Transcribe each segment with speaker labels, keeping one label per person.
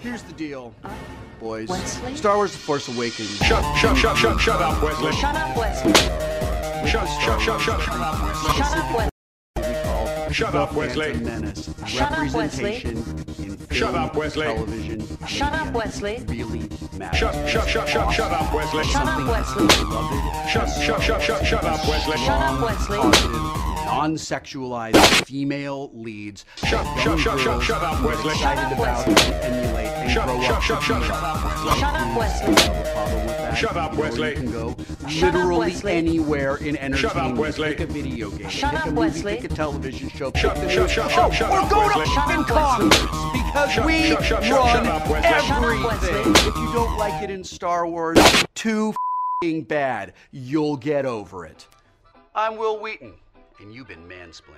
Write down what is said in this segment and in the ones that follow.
Speaker 1: Here's the deal, boys.
Speaker 2: Uh, Wesley?
Speaker 1: Star Wars The Force Awakens.
Speaker 3: Shut, shut, shut, shut, shut up, Wesley. Shut,
Speaker 2: Shut up, Wesley.
Speaker 3: shut, shut, shut, shut, shut up, Wesley.
Speaker 2: Shut up, Wesley.
Speaker 3: Shut up, Wesley.
Speaker 1: Phantom Menace.
Speaker 2: Shut up, Wesley.
Speaker 1: Representation in film,
Speaker 3: Shut up, Wesley.
Speaker 1: television,
Speaker 2: Shut up,
Speaker 1: media
Speaker 2: Wesley.
Speaker 1: Really matters.
Speaker 3: Shut, shut, shut, shut, shut up, Wesley.
Speaker 2: Shut up, Wesley.
Speaker 1: Beloved,
Speaker 3: Shut, shut, shut, shut, shut up, Wesley.
Speaker 2: Shut up, Wesley.
Speaker 1: positive,
Speaker 4: Uh,
Speaker 1: non-sexualized female leads.
Speaker 3: Shut,
Speaker 1: that
Speaker 3: shut,
Speaker 1: young
Speaker 3: shut, shut,
Speaker 1: girls
Speaker 3: shut up,
Speaker 1: are
Speaker 3: Wesley.
Speaker 2: Shut
Speaker 1: excited
Speaker 2: up,
Speaker 1: about,
Speaker 2: Wesley.
Speaker 1: emulate, and
Speaker 3: Shut,
Speaker 1: grow
Speaker 3: shut,
Speaker 1: up
Speaker 3: shut,
Speaker 1: to
Speaker 3: shut,
Speaker 1: be.
Speaker 3: shut up, Wesley.
Speaker 2: Shut up, Wesley.
Speaker 1: You have a problem with that?
Speaker 3: Shut up,
Speaker 1: You know where
Speaker 3: Wesley.
Speaker 1: You can go
Speaker 2: Shut up,
Speaker 1: literally
Speaker 2: Wesley.
Speaker 1: anywhere in entertainment.
Speaker 3: Wesley.
Speaker 1: Pick a video game.
Speaker 2: Shut
Speaker 1: pick
Speaker 2: up,
Speaker 1: a movie,
Speaker 2: Wesley.
Speaker 1: Pick a television show. pick
Speaker 3: Shut-
Speaker 1: the
Speaker 3: shut-
Speaker 1: news.
Speaker 3: shut- shut-
Speaker 1: oh,
Speaker 3: shut
Speaker 1: we're
Speaker 3: up,
Speaker 1: going
Speaker 3: Wesley.
Speaker 1: to
Speaker 2: Shut
Speaker 1: in
Speaker 2: up, Wesley.
Speaker 1: Congress because
Speaker 3: Shut-
Speaker 1: we
Speaker 3: shut- shut- shut-
Speaker 1: run
Speaker 3: shut up, Wesley.
Speaker 2: Shut up, Wesley.
Speaker 1: everything. If you don't like it in Star Wars, too f***ing bad. You'll get over it. I'm Will Wheaton, and you've been mansplained.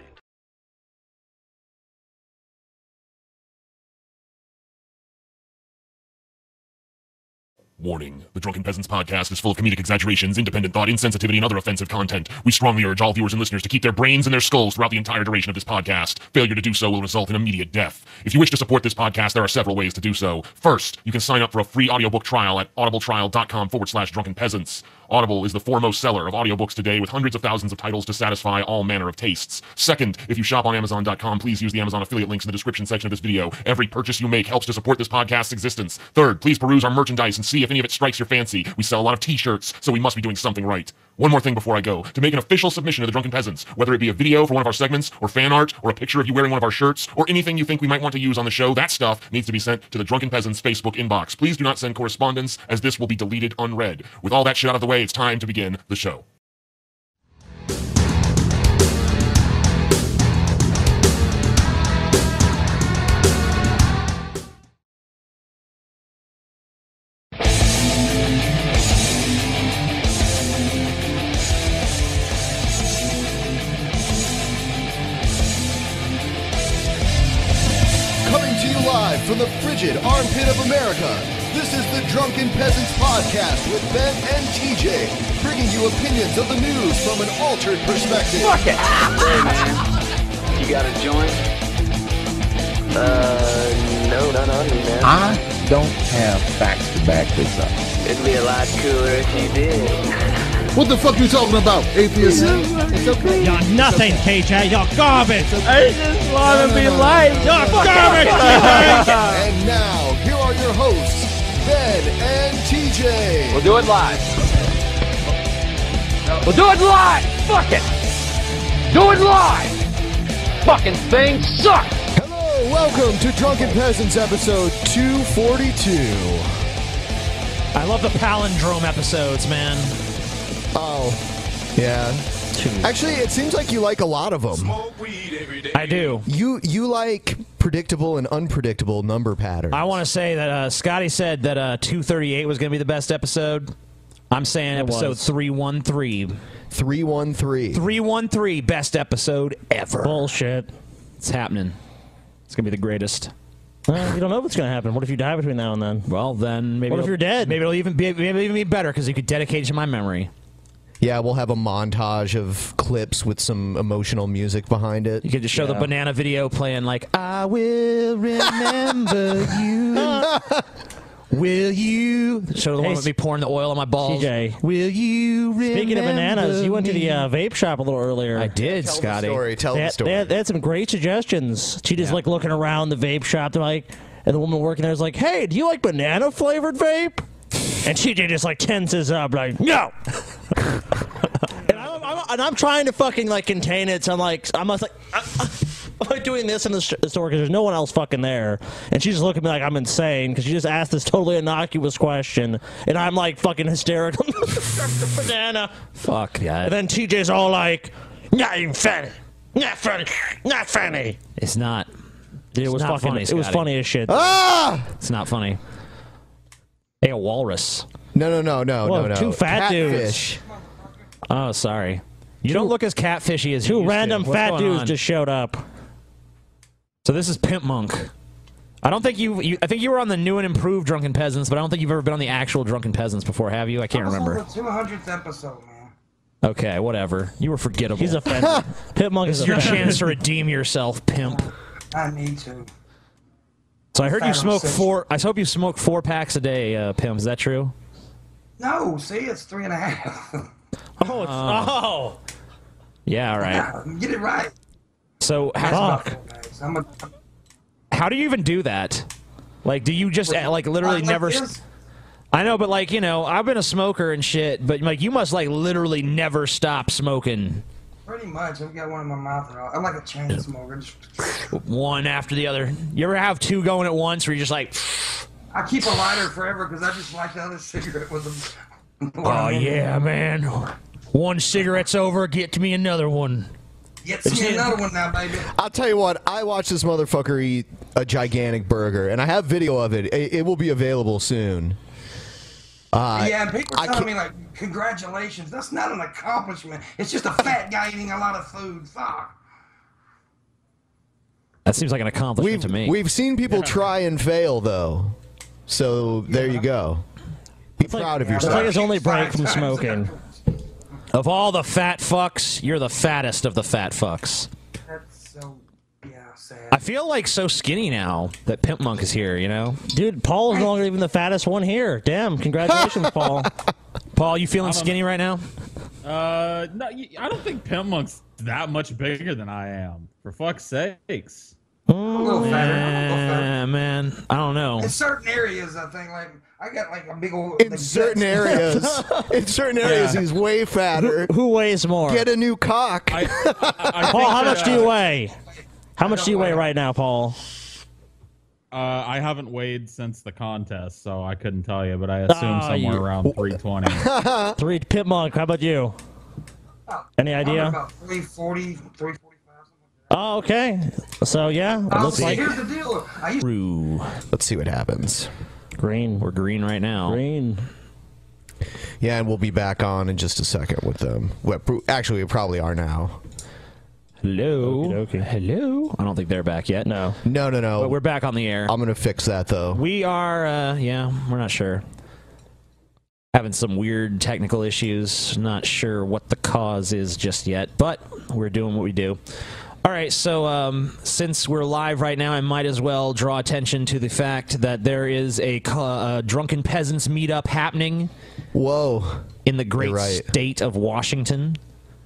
Speaker 5: Warning. The Drunken Peasants podcast is full of comedic exaggerations, independent thought, insensitivity, and other offensive content. We strongly urge all viewers and listeners to keep their brains and their skulls throughout the entire duration of this podcast. Failure to do so will result in immediate death. If you wish to support this podcast, there are several ways to do so. First, you can sign up for a free audiobook trial at audibletrial.com forward slash drunken peasants. Audible is the foremost seller of audiobooks today with hundreds of thousands of titles to satisfy all manner of tastes. Second, if you shop on Amazon.com, please use the Amazon affiliate links in the description section of this video. Every purchase you make helps to support this podcast's existence. Third, please peruse our merchandise and see if any of it strikes your fancy. We sell a lot of t shirts, so we must be doing something right. One more thing before I go. To make an official submission to the Drunken Peasants, whether it be a video for one of our segments, or fan art, or a picture of you wearing one of our shirts, or anything you think we might want to use on the show, that stuff needs to be sent to the Drunken Peasants Facebook inbox. Please do not send correspondence, as this will be deleted unread. With all that shit out of the way, it's time to begin the show.
Speaker 6: Coming to you live from the frigid armpit of America, this is the Drunken Peasants Podcast with Ben and TJ, bringing you opinions of the news from an altered perspective.
Speaker 4: You got a joint? Uh, no, not on me, man.
Speaker 7: I don't have facts to back this up.
Speaker 4: It'd be a lot cooler if you did.
Speaker 6: What the fuck you talking about, atheist? It's okay.
Speaker 8: You're nothing, KJ. You're garbage. I just want to
Speaker 6: be
Speaker 8: liked. You're garbage.
Speaker 6: And now, here are your hosts, Ben and TJ.
Speaker 4: We'll do it live. We'll do it live! Fuck it! Do it live! Fucking thing sucks!
Speaker 6: Hello, welcome to Drunken Peasants episode 242.
Speaker 8: I love the palindrome episodes, man.
Speaker 6: Oh, yeah. Actually, it seems like you like a lot of them.
Speaker 8: I do.
Speaker 6: You you like predictable and unpredictable number patterns.
Speaker 8: I want to say that uh, Scotty said that uh, 238 was going to be the best episode. I'm saying episode 313.
Speaker 6: 313.
Speaker 8: 313, best episode ever. Bullshit. It's happening. It's going to be the greatest.
Speaker 9: Well, you don't know what's going to happen. What if you die between now and then?
Speaker 8: Well, then maybe.
Speaker 9: What if
Speaker 8: it'll-
Speaker 9: you're dead?
Speaker 8: Maybe it'll even be, maybe it'll even be better because you could dedicate it to my memory.
Speaker 6: Yeah, we'll have a montage of clips with some emotional music behind it.
Speaker 8: You could just show the banana video playing like I will remember you. Will you show the
Speaker 9: Hey,
Speaker 8: one with me pouring the oil on my balls?
Speaker 9: CJ.
Speaker 8: Will you remember?
Speaker 9: Speaking of bananas, you went to the
Speaker 8: me?
Speaker 9: uh, vape shop a little earlier.
Speaker 8: I did, Scotty.
Speaker 6: Story, tell
Speaker 9: They
Speaker 6: the
Speaker 9: had,
Speaker 6: story.
Speaker 9: they had- they had some great suggestions. She just like looking around the vape shop. They're like, and the woman working there is like, "Hey, do you like banana flavored vape?" And CJ just like tenses up, like, "No." and, I'm, I'm, and I'm trying to fucking like contain it. So I'm like, I'm like. I'm like doing this in the sh- store because there's no one else fucking there, and she's just looking at me like I'm insane because she just asked this totally innocuous question, and I'm like fucking hysterical. banana.
Speaker 8: Fuck yeah,
Speaker 9: And then TJ's all like, not even funny. Not funny. Not funny.
Speaker 8: it's not.
Speaker 9: Dude, it was
Speaker 8: not
Speaker 9: fucking
Speaker 8: funny,
Speaker 9: it was
Speaker 8: Scotty.
Speaker 9: funny as shit.
Speaker 6: Ah!
Speaker 8: It's not funny. Hey, a walrus.
Speaker 6: no, no, no, no,
Speaker 9: Whoa,
Speaker 6: no, no.
Speaker 9: two fat
Speaker 6: Catfish.
Speaker 8: Oh, sorry. You do don't look as catfishy as
Speaker 9: Two
Speaker 8: you used to.
Speaker 9: random
Speaker 8: What's
Speaker 9: fat
Speaker 8: going
Speaker 9: dudes
Speaker 8: on?
Speaker 9: just showed up.
Speaker 8: So this is Pimp Monk. I don't think you, you. I think you were on the new and improved Drunken Peasants, but I don't think you've ever been on the actual Drunken Peasants before, have you? I can't remember.
Speaker 10: Two hundredth episode, man.
Speaker 8: Okay, whatever. You were forgettable.
Speaker 9: He's offended. Pit Monk
Speaker 8: This
Speaker 9: is
Speaker 8: is your
Speaker 9: offended.
Speaker 8: chance to redeem yourself, pimp.
Speaker 10: I need to.
Speaker 8: So I heard you
Speaker 10: Fat
Speaker 8: smoke
Speaker 10: obsession.
Speaker 8: four. I hope you smoke four packs a day, uh, Pim. Is that true?
Speaker 10: No, see, it's three and a half.
Speaker 9: Oh, it's,
Speaker 8: Oh. Yeah. All right.
Speaker 10: Get it right.
Speaker 8: So how,
Speaker 10: Fuck. I'm a,
Speaker 8: how do you even do that? Like, do you just uh, like literally
Speaker 10: I'm
Speaker 8: never?
Speaker 10: Like
Speaker 8: s-
Speaker 10: this.
Speaker 8: I know, but like you know, I've been a smoker and shit. But like, you must like literally never stop smoking
Speaker 10: Pretty much. I've got one in my mouth. and all. I'm like a chain smoker. Just-
Speaker 8: one after the other. You ever have two going at once, where you're just like,
Speaker 10: I keep a lighter forever because I just like the other cigarette with them.
Speaker 8: oh yeah, man, one cigarette's over, get me another one.
Speaker 10: Get me another one now, baby.
Speaker 6: I'll tell you what. I watched this motherfucker eat a gigantic burger, and I have video of it. It, it will be available soon. Uh,
Speaker 10: yeah, and people
Speaker 6: I
Speaker 10: tell
Speaker 6: can't-
Speaker 10: me like, "Congratulations, that's not an accomplishment. It's just a fat guy eating a lot of food." Fuck.
Speaker 8: That seems like an accomplishment
Speaker 6: We've,
Speaker 8: to me.
Speaker 6: we've seen people try and fail though, so there you go. Be proud of
Speaker 9: it's
Speaker 6: yourself.
Speaker 9: like his only break
Speaker 10: Five
Speaker 9: from
Speaker 10: times.
Speaker 9: smoking.
Speaker 8: Of all the fat fucks, you're the fattest of the fat fucks.
Speaker 10: That's so yeah, sad.
Speaker 8: I feel like so skinny now that Pimp Monk is here, you know?
Speaker 9: Dude, Paul is no longer even the fattest one here. Damn, congratulations, Paul.
Speaker 8: Paul, you feeling skinny right now?
Speaker 11: Uh, no, y- I don't think Pimp Monk's that much bigger than I am. For fuck's sakes.
Speaker 10: I'm a little fatter. I'm a little fatter.
Speaker 8: Eh, man, I don't know.
Speaker 10: In certain areas, I think like I got like a big old.
Speaker 6: Oh.
Speaker 10: the
Speaker 6: in certain
Speaker 10: guts.
Speaker 6: areas, in certain areas, he's way fatter.
Speaker 9: Who weighs more?
Speaker 6: Get a new cock.
Speaker 11: I, I, I think
Speaker 9: Paul, how
Speaker 11: that,
Speaker 9: much do you
Speaker 11: uh,
Speaker 9: weigh? How much do you weigh right now, Paul?
Speaker 11: Uh, I haven't weighed since the contest, so I couldn't tell you, but I assume
Speaker 9: Ah,
Speaker 11: somewhere
Speaker 9: you-
Speaker 11: around 320.
Speaker 9: Three Pit Monk, how about you? Any
Speaker 10: I'm
Speaker 9: idea?
Speaker 10: About 340, 345.
Speaker 9: Oh, okay. So yeah, it
Speaker 10: Oh,
Speaker 9: looks
Speaker 10: see,
Speaker 9: like
Speaker 10: here's the deal. I used
Speaker 8: Roo.
Speaker 6: Let's see what happens.
Speaker 9: green.
Speaker 8: We're green right now.
Speaker 9: green.
Speaker 6: Yeah, and we'll be back on in just a second with them. Well, pro- actually, we probably are now.
Speaker 8: Hello.
Speaker 9: Okey-dokey.
Speaker 8: Hello. I don't think they're back yet. No.
Speaker 6: No, no, no.
Speaker 8: But we're back on the air.
Speaker 6: I'm gonna fix that though.
Speaker 8: we are, uh, yeah, we're not sure. Having some weird technical issues. Not sure what the cause is just yet, but we're doing what we do. All right, so um, since we're live right now, I might as well draw attention to the fact that there is a co- uh, drunken peasants meetup happening
Speaker 6: Whoa.
Speaker 8: in the great
Speaker 6: right.
Speaker 8: state of Washington,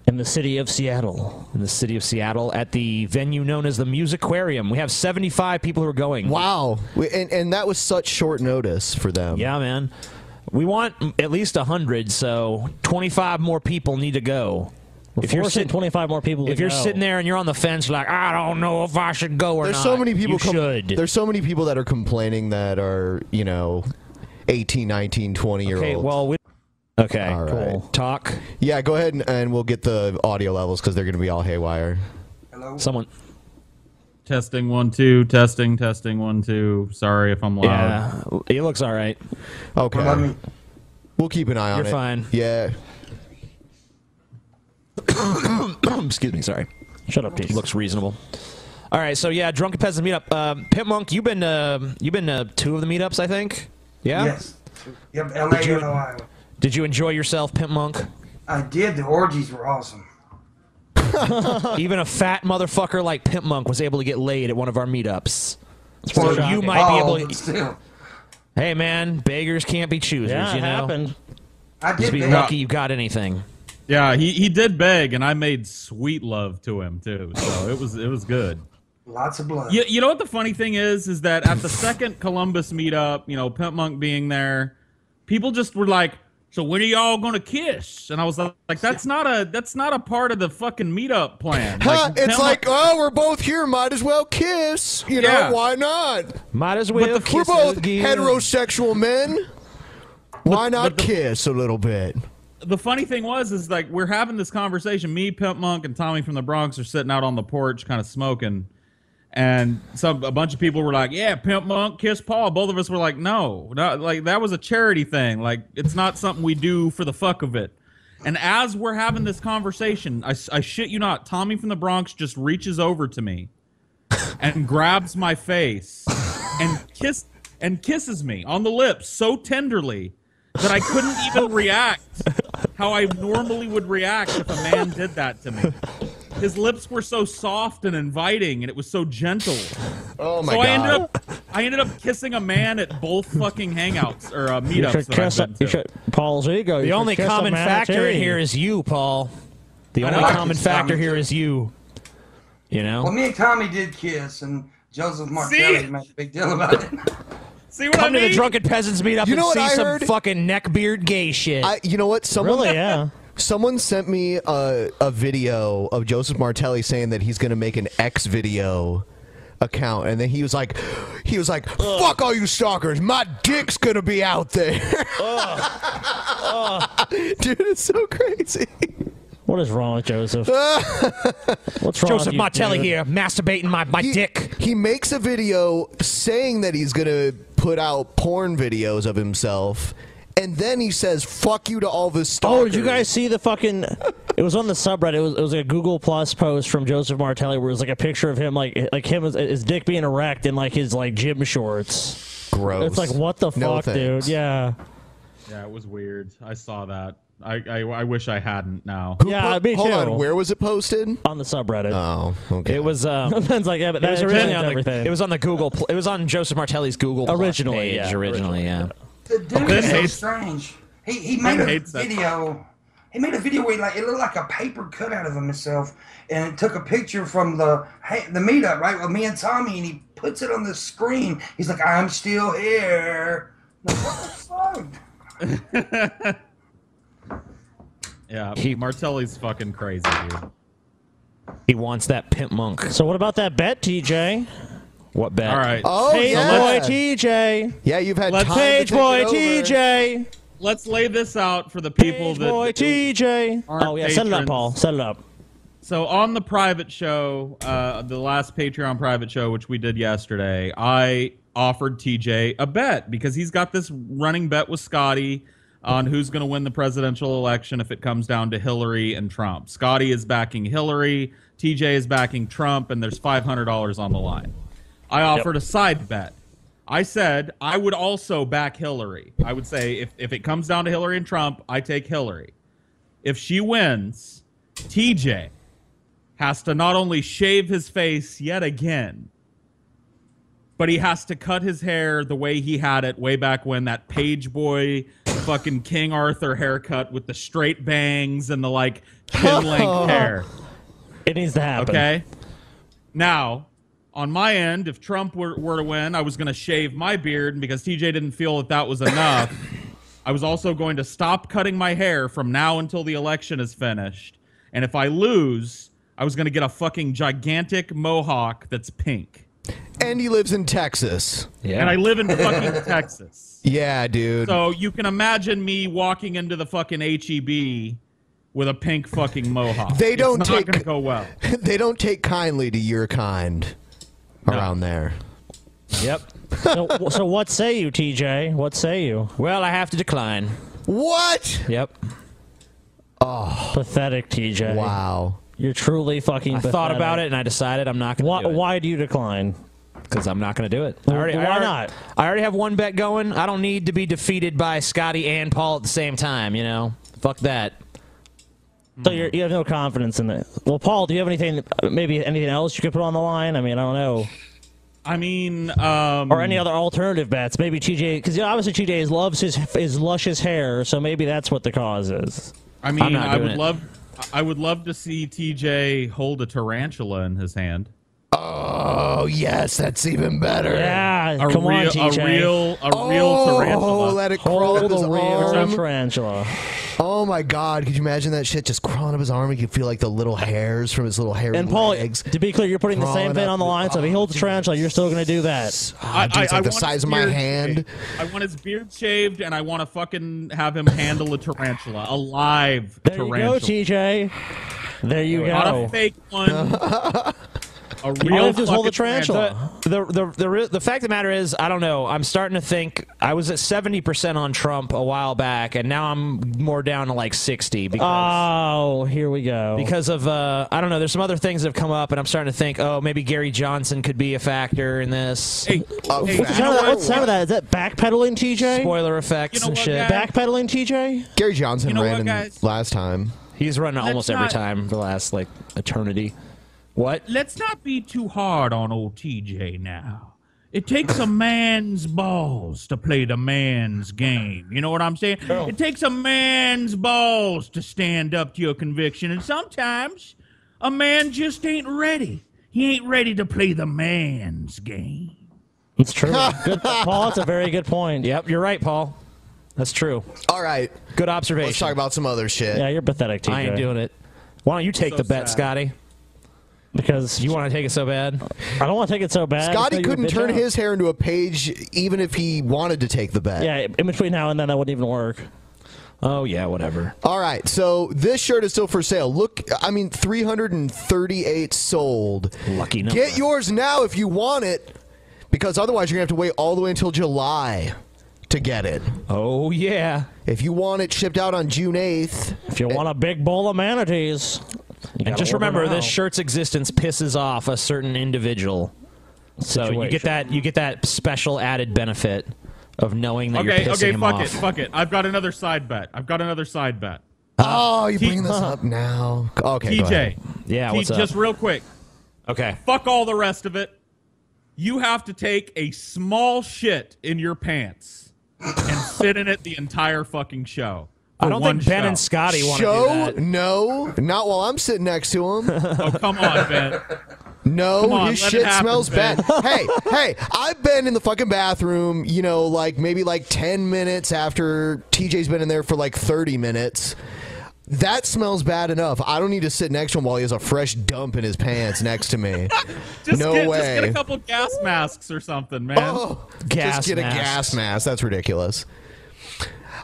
Speaker 9: In the city of Seattle.
Speaker 8: in the city of Seattle, at the venue known as the Music Aquarium. We have 75 people who are going.
Speaker 6: Wow. We, and and that was such short notice for them.
Speaker 8: Yeah, man. We want mm, at least 100, so 25 more people need to go. if you're
Speaker 9: Forcing
Speaker 8: sitting
Speaker 9: 25 more people. to
Speaker 8: if you're
Speaker 9: go.
Speaker 8: sitting there and you're on the fence like I don't know if I should go or
Speaker 6: There's
Speaker 8: not.
Speaker 6: so many people.
Speaker 8: you
Speaker 6: com-
Speaker 8: should.
Speaker 6: There's so many people that are complaining that are you know, 18, 19, 20 year
Speaker 8: okay,
Speaker 6: olds.
Speaker 8: well we Okay,
Speaker 6: All right.
Speaker 8: cool. Talk.
Speaker 6: yeah. Go ahead and, and we'll get the audio levels because they're gonna be all haywire.
Speaker 10: hello.
Speaker 8: Someone
Speaker 11: testing one, two, testing, testing one, two. Sorry if I'm loud.
Speaker 8: Yeah. It looks all right.
Speaker 10: Let
Speaker 6: Okay.
Speaker 10: me-
Speaker 6: We'll keep an eye on
Speaker 8: You're
Speaker 6: it.
Speaker 8: fine.
Speaker 6: Yeah.
Speaker 8: Excuse me, sorry.
Speaker 9: Shut up, dude.
Speaker 8: Looks reasonable. All right, so yeah, drunken peasants meetup. Um Pimp Monk, you've been uh, you've been to two of the meetups, I think. Yeah.
Speaker 10: Yes. Yep. L.A.
Speaker 8: Did you-
Speaker 10: and Ohio.
Speaker 8: Did you enjoy yourself, Pimp Monk?
Speaker 10: I did. The orgies were awesome.
Speaker 8: Even a fat motherfucker like Pimp Monk was able to get laid at one of our meetups. Or
Speaker 9: shocking.
Speaker 8: you might be
Speaker 10: Oh,
Speaker 8: able
Speaker 10: but
Speaker 8: to.
Speaker 10: still.
Speaker 8: Hey man, beggars can't be choosers.
Speaker 9: Yeah,
Speaker 8: you
Speaker 9: it
Speaker 8: know?
Speaker 9: happened.
Speaker 10: I did.
Speaker 8: Just be
Speaker 10: that.
Speaker 8: lucky you got anything.
Speaker 11: Yeah, he, he did beg, and I made sweet love to him too. So it was it was good.
Speaker 10: Lots of blood.
Speaker 11: You, you know what the funny thing is is that at the second Columbus meetup, you know, Pimp Monk being there, people just were like, "So when are y'all gonna kiss?" And I was like, "Like that's not a that's not a part of the fucking meetup plan."
Speaker 6: Huh, it's
Speaker 11: Pimp
Speaker 6: like,
Speaker 11: Monk-
Speaker 6: oh, we're both here. Might as well kiss. You know,
Speaker 11: Yeah.
Speaker 6: why not?
Speaker 8: Might as well.
Speaker 11: the-
Speaker 6: We're
Speaker 8: kiss
Speaker 6: both
Speaker 8: again.
Speaker 6: heterosexual men. Why not
Speaker 11: but the-
Speaker 6: kiss a little bit?
Speaker 11: the funny thing was is like we're having this conversation. Me, Pimp Monk, and Tommy from the Bronx are sitting out on the porch, kind of smoking. And some a bunch of people were like, "Yeah, Pimp Monk, kiss Paul." Both of us were like, "No, not, like that was a charity thing. Like it's not something we do for the fuck of it." And as we're having this conversation, I, s- I shit you not, Tommy from the Bronx just reaches over to me and grabs my face and kiss and kisses me on the lips so tenderly that I couldn't even react how I normally would react if a man did that to me. His lips were so soft and inviting, and it was so gentle.
Speaker 6: Oh my god!
Speaker 11: so I ended up I ended up kissing a man at both fucking hangouts or uh,
Speaker 9: You
Speaker 11: meetups.
Speaker 9: should
Speaker 11: That I've
Speaker 9: kiss a-
Speaker 11: been
Speaker 9: you
Speaker 11: to.
Speaker 9: should- Paul's ego. you
Speaker 12: The
Speaker 9: should
Speaker 12: only
Speaker 9: kiss a
Speaker 12: common
Speaker 9: man
Speaker 12: factor in
Speaker 9: too.
Speaker 12: here is you, Paul. The
Speaker 9: I
Speaker 12: only
Speaker 9: know.
Speaker 12: common factor here is you. You know?
Speaker 10: Well, me and Tommy did kiss, and Joseph Martelli made a big deal about it.
Speaker 11: See
Speaker 10: what
Speaker 12: Come
Speaker 10: I
Speaker 12: to the
Speaker 10: mean?
Speaker 12: drunken peasants meet up
Speaker 10: You
Speaker 12: and
Speaker 10: know what
Speaker 12: see
Speaker 10: I
Speaker 12: some
Speaker 10: heard?
Speaker 12: fucking neckbeard gay shit.
Speaker 6: I, you know what? Someone, Someone sent me a, a video of Joseph Martelli saying that he's going to make an X video account, and then he was like, he was like, "Fuck all you stalkers, my dick's going to be out there." Dude, it's so crazy.
Speaker 9: What is wrong with Joseph? What's wrong with
Speaker 12: Joseph
Speaker 9: you,
Speaker 12: Martelli
Speaker 9: dude?
Speaker 12: here, masturbating my, my
Speaker 6: He-
Speaker 12: dick.
Speaker 6: He makes a video saying that he's going to put out porn videos of himself, and then he says, "Fuck you to all the
Speaker 9: Oh,
Speaker 6: stalkers."
Speaker 9: did you guys see the fucking? It was on the subreddit. It was, it was a Google Plus post from Joseph Martelli, where it was like a picture of him, like like him his, his dick being erect in like his like gym shorts.
Speaker 6: Gross.
Speaker 9: It's like what the
Speaker 11: No
Speaker 9: fuck,
Speaker 11: thanks.
Speaker 9: dude? Yeah.
Speaker 11: Yeah, it was weird. I saw that. I, I, I wish I hadn't now.
Speaker 9: yeah, me too.
Speaker 6: was it posted?
Speaker 9: On the subreddit.
Speaker 6: Oh, okay.
Speaker 12: It was um,
Speaker 9: Ben's like, yeah, but
Speaker 12: it
Speaker 9: that
Speaker 12: was
Speaker 9: originally
Speaker 12: originally
Speaker 9: on
Speaker 12: on the,
Speaker 9: everything.
Speaker 12: it was on the Google. Pl- it was on Joseph Martelli's Google Plus
Speaker 9: Originally,
Speaker 12: page.
Speaker 9: yeah,
Speaker 12: originally, yeah.
Speaker 10: The dude
Speaker 12: Ben
Speaker 10: is so
Speaker 12: hates-
Speaker 10: strange. He he
Speaker 12: Ben
Speaker 10: made a
Speaker 12: hates that.
Speaker 10: video. He made a video where he, like it looked like a paper cut out of himself, and it took a picture from the hey, the meetup right with me and Tommy, and he puts it on the screen. He's like, "I'm still here." Like, what the fuck?
Speaker 11: Yeah, Martelli's fucking crazy, dude.
Speaker 12: He wants that pimp monk.
Speaker 9: So what about that bet, TJ?
Speaker 12: What bet?
Speaker 11: All right.
Speaker 9: Oh, Page yeah. boy TJ.
Speaker 6: Yeah, you've had
Speaker 9: Let's- time to Page take boy it over. TJ.
Speaker 11: Let's lay this out for the people that
Speaker 9: boy TJ.
Speaker 11: aren't
Speaker 9: Oh yeah, set it up,
Speaker 11: patrons.
Speaker 9: Paul. Set it up.
Speaker 11: So on the private show, uh, the last Patreon private show, which we did yesterday, I offered TJ a bet because he's got this running bet with Scotty on who's going to win the presidential election if it comes down to Hillary and Trump. Scotty is backing Hillary, TJ is backing Trump, and there's $500 on the line. I offered a side bet. I said I would also back Hillary. I would say if, if it comes down to Hillary and Trump, I take Hillary. If she wins, TJ has to not only shave his face yet again, but he has to cut his hair the way he had it way back when that page boy fucking King Arthur haircut with the straight bangs and the like chin length hair.
Speaker 9: It needs to happen.
Speaker 11: Okay. Now, on my end, if Trump were, were to win, I was going to shave my beard and because TJ didn't feel that that was enough. I was also going to stop cutting my hair from now until the election is finished. And if I lose, I was going to get a fucking gigantic mohawk that's pink.
Speaker 6: and he lives in Texas.
Speaker 12: Yeah.
Speaker 11: And I live in fucking Texas.
Speaker 6: Yeah, dude.
Speaker 11: So you can imagine me walking into the fucking HEB with a pink fucking mohawk.
Speaker 6: They don't
Speaker 11: it's not
Speaker 6: take-
Speaker 11: going to go oh, well.
Speaker 6: they don't take kindly to your kind around there.
Speaker 12: Yep.
Speaker 9: so, so what say you, TJ? What say you?
Speaker 12: Well, I have to decline.
Speaker 6: What?
Speaker 12: Yep.
Speaker 9: Oh, pathetic, TJ.
Speaker 6: Wow.
Speaker 9: You're truly fucking.
Speaker 12: I thought about it and I decided I'm not going to. do it.
Speaker 9: Why do you decline?
Speaker 12: Because I'm not going to do it.
Speaker 9: Well, why not?
Speaker 12: I already have one bet going. I don't need to be defeated by Scotty and Paul at the same time. You know, fuck that.
Speaker 9: So you're, you have no confidence in it. Well, Paul, do you have anything? Maybe anything else you could put on the line? I mean, I don't know.
Speaker 11: I mean, um,
Speaker 9: or any other alternative bets? Maybe TJ, because obviously TJ is- loves his his luscious hair, so maybe that's what the cause is.
Speaker 11: I mean, I would love, I would love to see TJ hold a tarantula in his hand.
Speaker 6: Oh yes, that's even better.
Speaker 9: Yeah,
Speaker 11: a
Speaker 9: come on,
Speaker 11: real,
Speaker 9: TJ.
Speaker 11: A real, a real
Speaker 6: Oh,
Speaker 11: tarantula.
Speaker 6: let it crawl up
Speaker 9: Hold
Speaker 6: his
Speaker 9: a real
Speaker 6: arm.
Speaker 9: tarantula.
Speaker 6: Oh my God! Could you imagine that shit just crawling up his arm? You could feel like the little hairs from his little hairy
Speaker 9: And Paul,
Speaker 6: legs.
Speaker 9: to be clear, you're putting the same
Speaker 6: Crawling
Speaker 9: thing
Speaker 6: up
Speaker 9: on the line. So if he holds the tarantula, you're still going to do that.
Speaker 6: Ah, dude, it's like the
Speaker 11: want
Speaker 6: size
Speaker 11: his
Speaker 6: of my
Speaker 11: beard
Speaker 6: hand.
Speaker 11: shaved. I want his beard shaved, and I want to fucking have him handle a tarantula, a live
Speaker 9: There you
Speaker 11: tarantula.
Speaker 9: go, TJ. There you
Speaker 11: Not
Speaker 9: go.
Speaker 11: a fake one. a real fucking
Speaker 12: The, the, the, the, re- the fact of the matter is, I don't know. I'm starting to think I was at 70% on Trump a while back, and now I'm more down to like 60 because.
Speaker 9: Oh, here we go.
Speaker 12: because of uh, I don't know. There's some other things that have come up, and I'm starting to think, oh, maybe Gary Johnson could be a factor in this.
Speaker 6: Uh,
Speaker 9: What's the sound of that? What's the sound of that? Is that backpedaling, TJ?
Speaker 12: Spoiler effects and shit.
Speaker 9: Backpedaling, TJ.
Speaker 6: Gary Johnson
Speaker 12: You know
Speaker 6: ran
Speaker 12: what,
Speaker 6: in
Speaker 12: guys?
Speaker 6: last time.
Speaker 12: He's run
Speaker 11: Let's
Speaker 12: almost every
Speaker 11: not-
Speaker 12: time for the last like eternity. What?
Speaker 11: Let's not be too hard on old TJ now. It takes a man's balls to play the man's game. You know what I'm saying? It takes a man's balls to stand up to your conviction. And sometimes a man just ain't ready. He ain't ready to play the man's game.
Speaker 8: That's true. Good, Paul, that's a very good point. Yep, you're right, Paul. That's true.
Speaker 6: All right.
Speaker 8: Good observation.
Speaker 6: Let's talk about some other shit.
Speaker 8: Yeah, you're pathetic, I ain't
Speaker 6: TJ.
Speaker 8: doing it. Why don't you take
Speaker 6: So
Speaker 8: the bet,
Speaker 6: sad.
Speaker 8: Scotty?
Speaker 9: Because
Speaker 8: you want to take it so bad.
Speaker 9: I don't want to take it so bad.
Speaker 6: Scotty
Speaker 9: I'll tell you
Speaker 6: couldn't
Speaker 9: a bitch
Speaker 6: turn
Speaker 9: out.
Speaker 6: his hair into a page even if he wanted to take the bet.
Speaker 9: Yeah, in between now and then, that wouldn't even work.
Speaker 8: Oh yeah, whatever.
Speaker 6: All right, so this shirt is still for sale. Look, I mean, 338 sold. Lucky
Speaker 8: number.
Speaker 6: Get yours now if you want it, because otherwise you're going to have to wait all the way until July to get it.
Speaker 8: Oh, yeah.
Speaker 6: If you want it shipped out on June eh, 8th.
Speaker 9: If you want a big bowl of manatees.
Speaker 8: And just remember, this shirt's existence pisses off a certain individual. So you get
Speaker 11: Situation.
Speaker 8: that you get that special added benefit of knowing that
Speaker 11: okay,
Speaker 8: you're pissing
Speaker 11: okay,
Speaker 8: him
Speaker 11: fuck
Speaker 8: off.
Speaker 11: it, fuck it. I've got another side bet. I've got another side bet.
Speaker 8: Ah.
Speaker 6: Oh, you bring this up now. Okay. go
Speaker 11: TJ.
Speaker 6: ahead.
Speaker 11: T- Just real quick.
Speaker 8: Okay.
Speaker 11: Fuck all the rest of it. You have to take a small shit in your pants and sit in it the entire fucking show. for one show.
Speaker 6: Show? No, not while I'm sitting next to him.
Speaker 11: Oh, come on, Ben.
Speaker 6: No,
Speaker 11: Come on,
Speaker 6: his
Speaker 11: let it
Speaker 6: shit
Speaker 11: happen,
Speaker 6: smells
Speaker 11: Ben.
Speaker 6: bad. hey, hey, I've been in the fucking bathroom, you know, like maybe like 10 minutes after TJ's been in there for like 30 minutes. That smells bad enough. I don't need to sit next to him while he has a fresh dump in his pants next to me.
Speaker 11: Just
Speaker 6: no
Speaker 11: get,
Speaker 6: way.
Speaker 11: Just get a couple gas masks or something, man.
Speaker 6: Oh, just get a gas mask. That's ridiculous.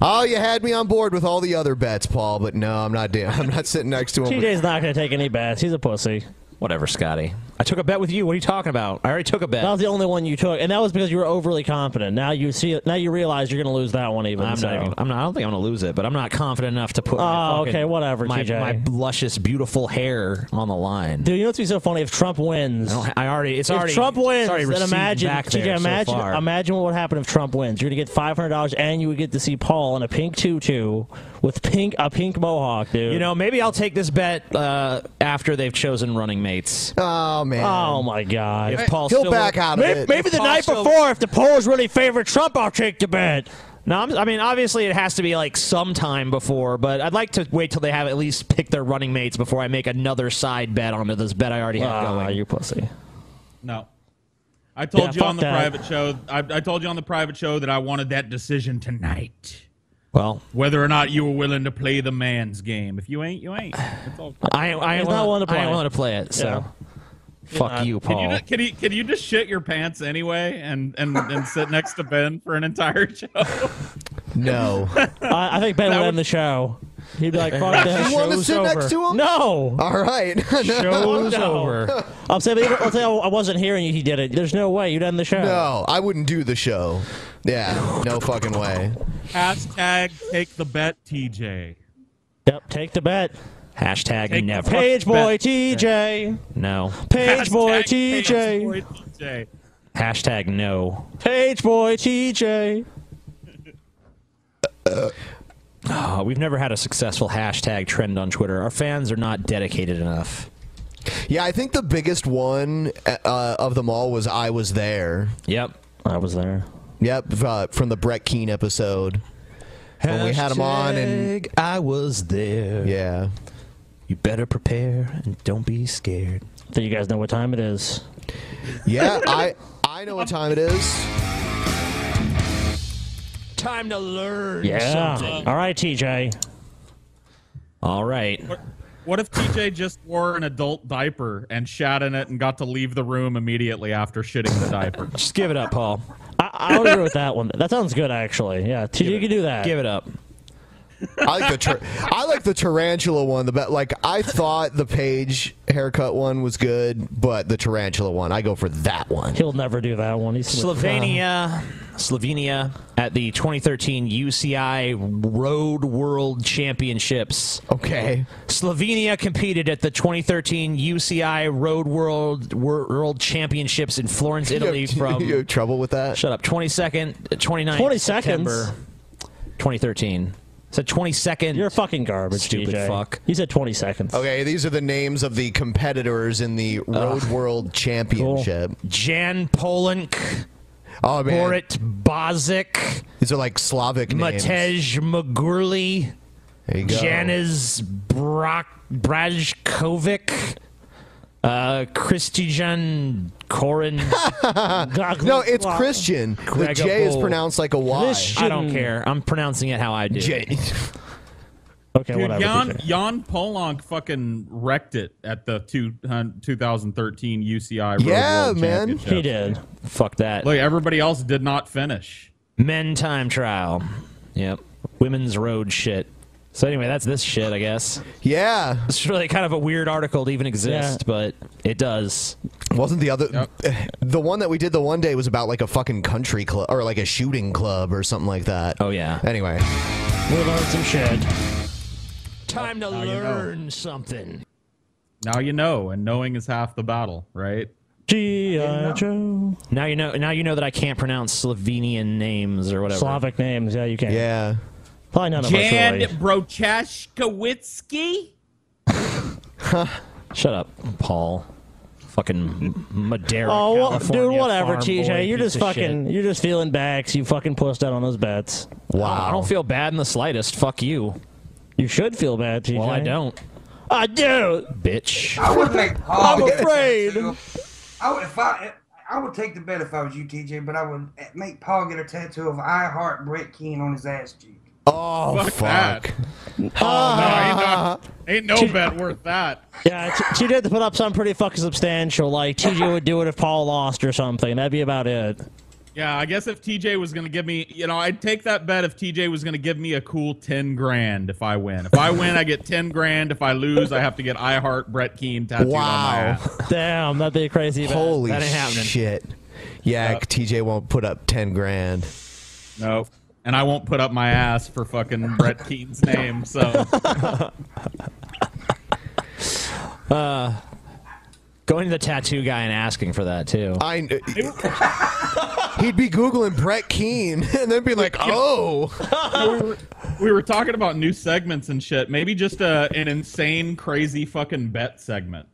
Speaker 6: Oh, you had me on board with all the other bets, Paul, but no, I'm not doing. I'm not sitting next to him.
Speaker 9: TJ's not going to take any bets. He's a pussy.
Speaker 8: Whatever, Scotty. I took a bet with you. What are you talking about? I already took a bet.
Speaker 9: That was the only one you took, and that was because you were overly confident. Now you see, now you realize you're going to lose that one. Even
Speaker 8: I'm
Speaker 9: so.
Speaker 8: not. Even, I'm not. I don't think I'm gonna lose it, but I'm not confident enough to put. my
Speaker 9: Oh,
Speaker 8: fucking-
Speaker 9: okay, whatever,
Speaker 8: My,
Speaker 9: TJ.
Speaker 8: my luscious, beautiful hair on the line.
Speaker 9: Dude, you know what's be so funny if Trump wins?
Speaker 8: I don't ha- I already- it's
Speaker 9: if
Speaker 8: already-
Speaker 9: Trump wins.
Speaker 8: it's already
Speaker 9: then
Speaker 8: received
Speaker 9: imagine,
Speaker 8: back
Speaker 9: TJ,
Speaker 8: there so
Speaker 9: imagine,
Speaker 8: far.
Speaker 9: imagine what would happen if Trump wins. You're gonna get five hundred dollars, and you would get to see Paul in a pink tutu with pink a pink mohawk, dude.
Speaker 8: You know, maybe I'll take this bet uh, after they've chosen running mates.
Speaker 6: Oh man!
Speaker 9: Oh my God!
Speaker 8: If Paul still
Speaker 9: May- maybe, the night before, if the polls really favor Trump, I'll take the bet.
Speaker 8: No, I'm, I mean obviously it has to be like sometime before, but I'd like to wait till they have at least picked their running mates before I make another side bet onto this bet I already have
Speaker 9: Ah,
Speaker 8: going.
Speaker 9: You pussy.
Speaker 11: No. I told
Speaker 8: Yeah,
Speaker 11: you
Speaker 8: fuck
Speaker 11: on the
Speaker 8: that.
Speaker 11: private show. I, I told you on the private show that I wanted that decision tonight.
Speaker 8: Well,
Speaker 11: whether or not you were willing to play the man's game. If you ain't, you ain't. That's all.
Speaker 8: I I ain't
Speaker 11: He's not
Speaker 8: willing
Speaker 11: willing to
Speaker 8: I ain't
Speaker 11: play.
Speaker 8: willing to play it. So
Speaker 11: Yeah.
Speaker 8: fuck
Speaker 11: Uh,
Speaker 8: you,
Speaker 11: Can you,
Speaker 8: Paul.
Speaker 11: just- can, you, can you just shit your pants anyway and, and, and sit next to Ben for an entire show?
Speaker 6: No.
Speaker 9: I, I think Ben would end the show. He'd be like, fuck this.
Speaker 6: You wanna
Speaker 9: Show's
Speaker 6: sit
Speaker 9: over.
Speaker 6: next to him?
Speaker 9: No.
Speaker 6: All right.
Speaker 9: Show's over. I'm saying, let's say I I wasn't here and you did it. There's no way you'd end the show.
Speaker 6: No, I wouldn't do the show. Yeah, no fucking way.
Speaker 11: Hashtag take the bet, TJ.
Speaker 9: Yep, take the bet.
Speaker 8: Hashtag
Speaker 11: Take the
Speaker 8: never.
Speaker 11: fucking
Speaker 9: Page boy
Speaker 11: bet.
Speaker 9: TJ.
Speaker 8: No.
Speaker 9: Page boy
Speaker 11: Hashtag page
Speaker 9: TJ.
Speaker 11: boy TJ.
Speaker 8: Hashtag no.
Speaker 9: Page boy TJ.
Speaker 8: Oh, we've never had a successful hashtag trend on Twitter. Our fans are not dedicated enough.
Speaker 6: Yeah, I think the biggest one uh, of them all was I was there.
Speaker 8: Yep,
Speaker 9: I was there.
Speaker 6: Yep, uh, from the Brett Keene episode when we had him on, and
Speaker 8: Hashtag I was there.
Speaker 6: Yeah.
Speaker 8: You better prepare and don't be scared.
Speaker 9: So you guys know what time it is.
Speaker 6: yeah, I I know what time it is.
Speaker 8: Time to learn
Speaker 9: Yeah.
Speaker 8: something.
Speaker 9: All right, TJ.
Speaker 8: All right.
Speaker 11: What if TJ just wore an adult diaper and shat in it and got to leave the room immediately after shitting the diaper?
Speaker 8: just give it up, Paul.
Speaker 9: I, I would agree with that one. That sounds good, actually. Yeah, TJ, you can do that.
Speaker 8: Give it up.
Speaker 6: I like the tar- I like the tarantula one. The bet like I thought the page haircut one was good, but the tarantula one, I go for that one.
Speaker 9: He'll never do that one. He's
Speaker 8: Slovenia, Slovenia at the 2013 UCI Road World Championships.
Speaker 6: Okay.
Speaker 8: Slovenia competed at the 2013 UCI Road World Wor- World Championships in Florence,
Speaker 6: You have-
Speaker 8: Italy from
Speaker 6: you have trouble with that?
Speaker 8: Shut up. 22nd, 29th
Speaker 9: 20 seconds?
Speaker 8: September 2013. It's a 22nd.
Speaker 9: You're fucking garbage,
Speaker 8: Stupid
Speaker 9: TJ.
Speaker 8: fuck.
Speaker 9: You said 20 seconds.
Speaker 6: Okay, these are the names of the competitors in the Road World Championship.
Speaker 8: Jan Polank,
Speaker 6: Oh man.
Speaker 8: Borit Bozic.
Speaker 6: These are like Slavic names.
Speaker 8: Matej Magurli.
Speaker 6: There you go.
Speaker 8: Janis Brock Brajkovic. Uh, Christijan Korin.
Speaker 6: no, it's Christian. The J is pronounced like a Y.
Speaker 8: I don't care. I'm pronouncing it how I do.
Speaker 6: J.
Speaker 8: okay,
Speaker 11: Dude,
Speaker 8: whatever.
Speaker 11: Jan,
Speaker 8: teacher.
Speaker 11: Jan Polonk fucking wrecked it at the two, hun- 2013 UCI. Road
Speaker 8: Yeah,
Speaker 11: World
Speaker 8: man.
Speaker 11: Championship.
Speaker 8: He did. Fuck that.
Speaker 11: Look, everybody else did not finish.
Speaker 8: Men time trial. Yep. Women's road shit. So anyway, that's this shit, I guess.
Speaker 6: Yeah.
Speaker 8: It's really kind of a weird article to even exist,
Speaker 6: Yeah.
Speaker 8: but it does.
Speaker 6: Wasn't the other the one that we did the one day was about like a fucking country club or like a shooting club or something like that. Oh
Speaker 8: yeah.
Speaker 6: Anyway,
Speaker 8: we learned some shit. Time to learn something.
Speaker 11: Now you know, and knowing is half the battle, right?
Speaker 8: G.I. Joe. Now you know. Now you know that I can't pronounce Slovenian names or whatever.
Speaker 9: Slavic names. Yeah, you can.
Speaker 6: Yeah.
Speaker 9: Probably none of
Speaker 11: Jan
Speaker 9: us. Really.
Speaker 11: Brochashkowitsky?
Speaker 8: Shut up, Paul. Fucking Madeira.
Speaker 9: Oh, well,
Speaker 8: California
Speaker 9: dude, whatever,
Speaker 8: farm boy
Speaker 9: TJ. You're
Speaker 8: piece
Speaker 9: just
Speaker 8: of
Speaker 9: fucking.
Speaker 8: shit.
Speaker 9: You're just feeling bad 'cause you fucking pushed out on those bets.
Speaker 8: I don't feel bad in the slightest. Fuck you.
Speaker 9: You should feel bad, TJ.
Speaker 8: Well, I don't.
Speaker 9: I do.
Speaker 8: Bitch.
Speaker 10: I would make Paul.
Speaker 9: I'm
Speaker 10: get a
Speaker 9: afraid.
Speaker 10: tattoo. Oh, I would if I. I would take the bet if I was you, TJ, but I would make Paul get a tattoo of I heart Brett Keane on his ass cheek.
Speaker 6: Oh
Speaker 11: fuck. That. Oh, no, ain't, not, ain't no bet worth that.
Speaker 9: Yeah, t- TJ had to put up something pretty fucking substantial. Like TJ would do it if Paul lost or something. That'd be about it.
Speaker 11: Yeah, I guess if TJ was gonna give me, you know, I'd take that bet if TJ was gonna give me a cool ten grand if I win. If I win, I get ten grand. If I lose, I have to get I heart Brett Keane tattooed on my ass.
Speaker 9: Damn, that'd be a crazy. bet.
Speaker 6: holy
Speaker 9: that ain't happening.
Speaker 6: shit. Yeah, TJ won't put up ten grand.
Speaker 11: No, and I won't put up my ass for fucking Brett Keane's name. So
Speaker 8: Uh, going to the tattoo guy and asking for that too.
Speaker 6: I. He'd be googling Brett Keane and then be like, "Oh,
Speaker 11: we, were, we were talking about new segments and shit. Maybe just a, an insane, crazy fucking bet segment.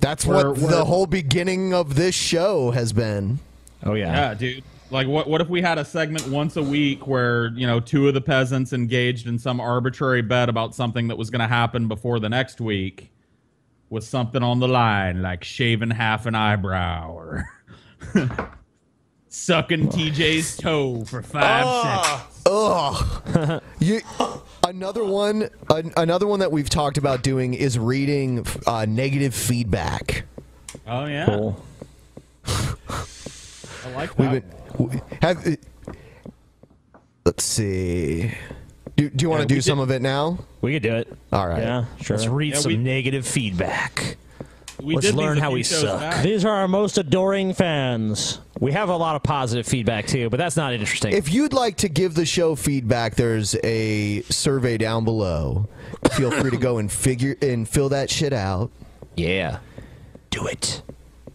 Speaker 6: that's
Speaker 11: We're-
Speaker 6: what
Speaker 11: we're-
Speaker 6: the whole beginning of this show has been."
Speaker 8: Oh
Speaker 11: Yeah, dude. Like, what, what if we had a segment once a week where, you know, two of the peasants engaged in some arbitrary bet about something that was going to happen before the next week with something on the line, like shaving half an eyebrow or sucking TJ's toe for five
Speaker 6: Oh,
Speaker 11: seconds.
Speaker 6: Ugh. you, another one. An, another one that we've talked about doing is reading f- uh, negative feedback.
Speaker 11: Oh, yeah. I like
Speaker 6: We've
Speaker 11: that.
Speaker 6: been. w- Have. uh, Let's see. Do, do you want to
Speaker 8: Yeah,
Speaker 6: do
Speaker 8: we
Speaker 6: some of it now?
Speaker 8: We could do it.
Speaker 6: All right.
Speaker 9: Yeah, sure.
Speaker 8: Let's read
Speaker 11: Yeah,
Speaker 8: some
Speaker 11: we-
Speaker 8: negative feedback.
Speaker 11: We
Speaker 8: Let's
Speaker 11: did
Speaker 8: learn
Speaker 11: these a
Speaker 8: how
Speaker 11: few
Speaker 8: we
Speaker 11: shows
Speaker 8: suck.
Speaker 11: back.
Speaker 9: These are our most adoring fans.
Speaker 8: We have a lot of positive feedback too, but that's not interesting.
Speaker 6: If you'd like to give the show feedback, there's a survey down below. Feel free to go and figure and fill that shit out.
Speaker 8: yeah. Do it.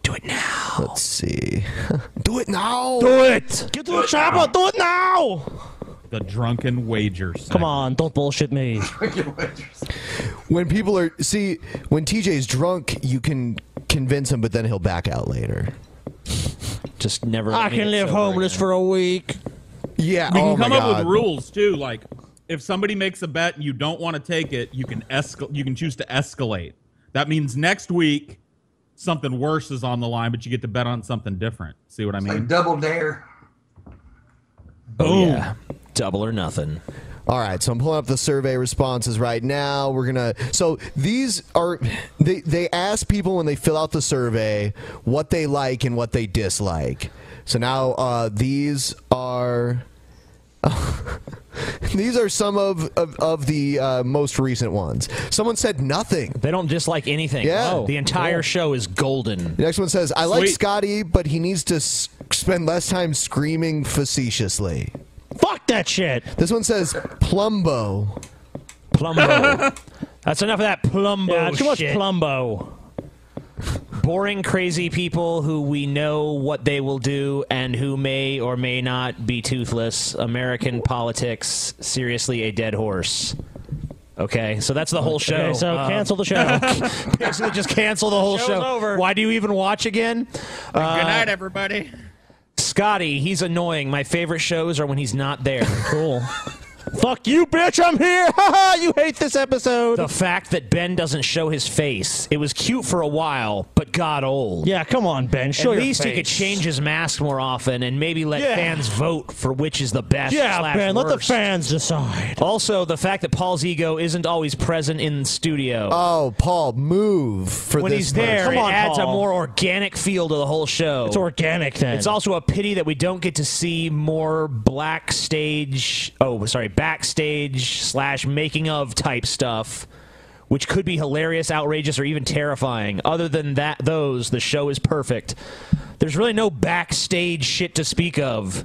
Speaker 8: Do it now.
Speaker 6: Let's see. do it now.
Speaker 9: Do it. Get to the chopper. Do it now.
Speaker 11: The drunken wagers.
Speaker 9: Come on, don't bullshit me.
Speaker 6: When people are see when TJ's drunk, you can convince him, but then he'll back out later.
Speaker 8: Just never.
Speaker 9: I
Speaker 8: let me
Speaker 9: can
Speaker 8: get
Speaker 9: live
Speaker 8: sober
Speaker 9: homeless
Speaker 8: again.
Speaker 9: for a week.
Speaker 6: Yeah.
Speaker 11: We
Speaker 6: oh
Speaker 11: can come
Speaker 6: my
Speaker 11: up
Speaker 6: God.
Speaker 11: with rules too, like if somebody makes a bet and you don't want to take it, you can escal- you can choose to escalate. That means next week something worse is on the line, but you get to bet on something different. See what I
Speaker 10: Like
Speaker 11: mean?
Speaker 10: double dare.
Speaker 8: Oh, yeah. Double or nothing.
Speaker 6: All right, so I'm pulling up the survey responses right now. We're gonna so these are they they ask people when they fill out the survey what they like and what they dislike. So now uh, these are these are some of of, of the uh, most recent ones. Someone said nothing.
Speaker 8: They don't dislike anything.
Speaker 6: Yeah.
Speaker 8: The entire show is golden.
Speaker 6: The next one says I like
Speaker 11: Sweet.
Speaker 6: Scotty, but he needs to s- spend less time screaming facetiously.
Speaker 9: Fuck that shit.
Speaker 6: This one says Plumbo.
Speaker 8: Plumbo. That's enough of that plumbo
Speaker 9: Yeah, too much
Speaker 8: shit.
Speaker 9: plumbo.
Speaker 8: Boring, crazy people who we know what they will do and who may or may not be toothless. American politics, seriously, a dead horse. Okay, so that's the whole show.
Speaker 9: Okay, so
Speaker 8: Um,
Speaker 9: cancel the show.
Speaker 8: basically just cancel the whole
Speaker 9: Show's
Speaker 8: show.
Speaker 9: over.
Speaker 8: Why do you even watch again?
Speaker 11: Good night, everybody.
Speaker 8: Uh, Scotty, he's annoying. My favorite shows are when he's not there. Cool.
Speaker 9: Fuck you, bitch! I'm here. Ha ha! You hate this episode.
Speaker 8: The fact that Ben doesn't show his face. It was cute for a while, but got old.
Speaker 9: Yeah, come on, Ben. Show
Speaker 8: At
Speaker 9: your
Speaker 8: least he could
Speaker 9: face.
Speaker 8: change his mask more often and maybe let
Speaker 9: Yeah.
Speaker 8: fans vote for which is the best.
Speaker 9: Yeah,
Speaker 8: slash
Speaker 9: Ben. Let the
Speaker 8: worst.
Speaker 9: fans decide.
Speaker 8: Also, the fact that Paul's ego isn't always present in studio.
Speaker 6: Oh, Paul, move for
Speaker 8: when
Speaker 6: this
Speaker 8: he's there,
Speaker 6: person.
Speaker 8: it adds a more organic feel to the whole show.
Speaker 9: It's organic, then.
Speaker 8: It's also a pity that we don't get to see more black stage. Oh, sorry, backstage slash making of type stuff, which could be hilarious, outrageous, or even terrifying. Other than that, those the show is perfect. There's really no backstage shit to speak of.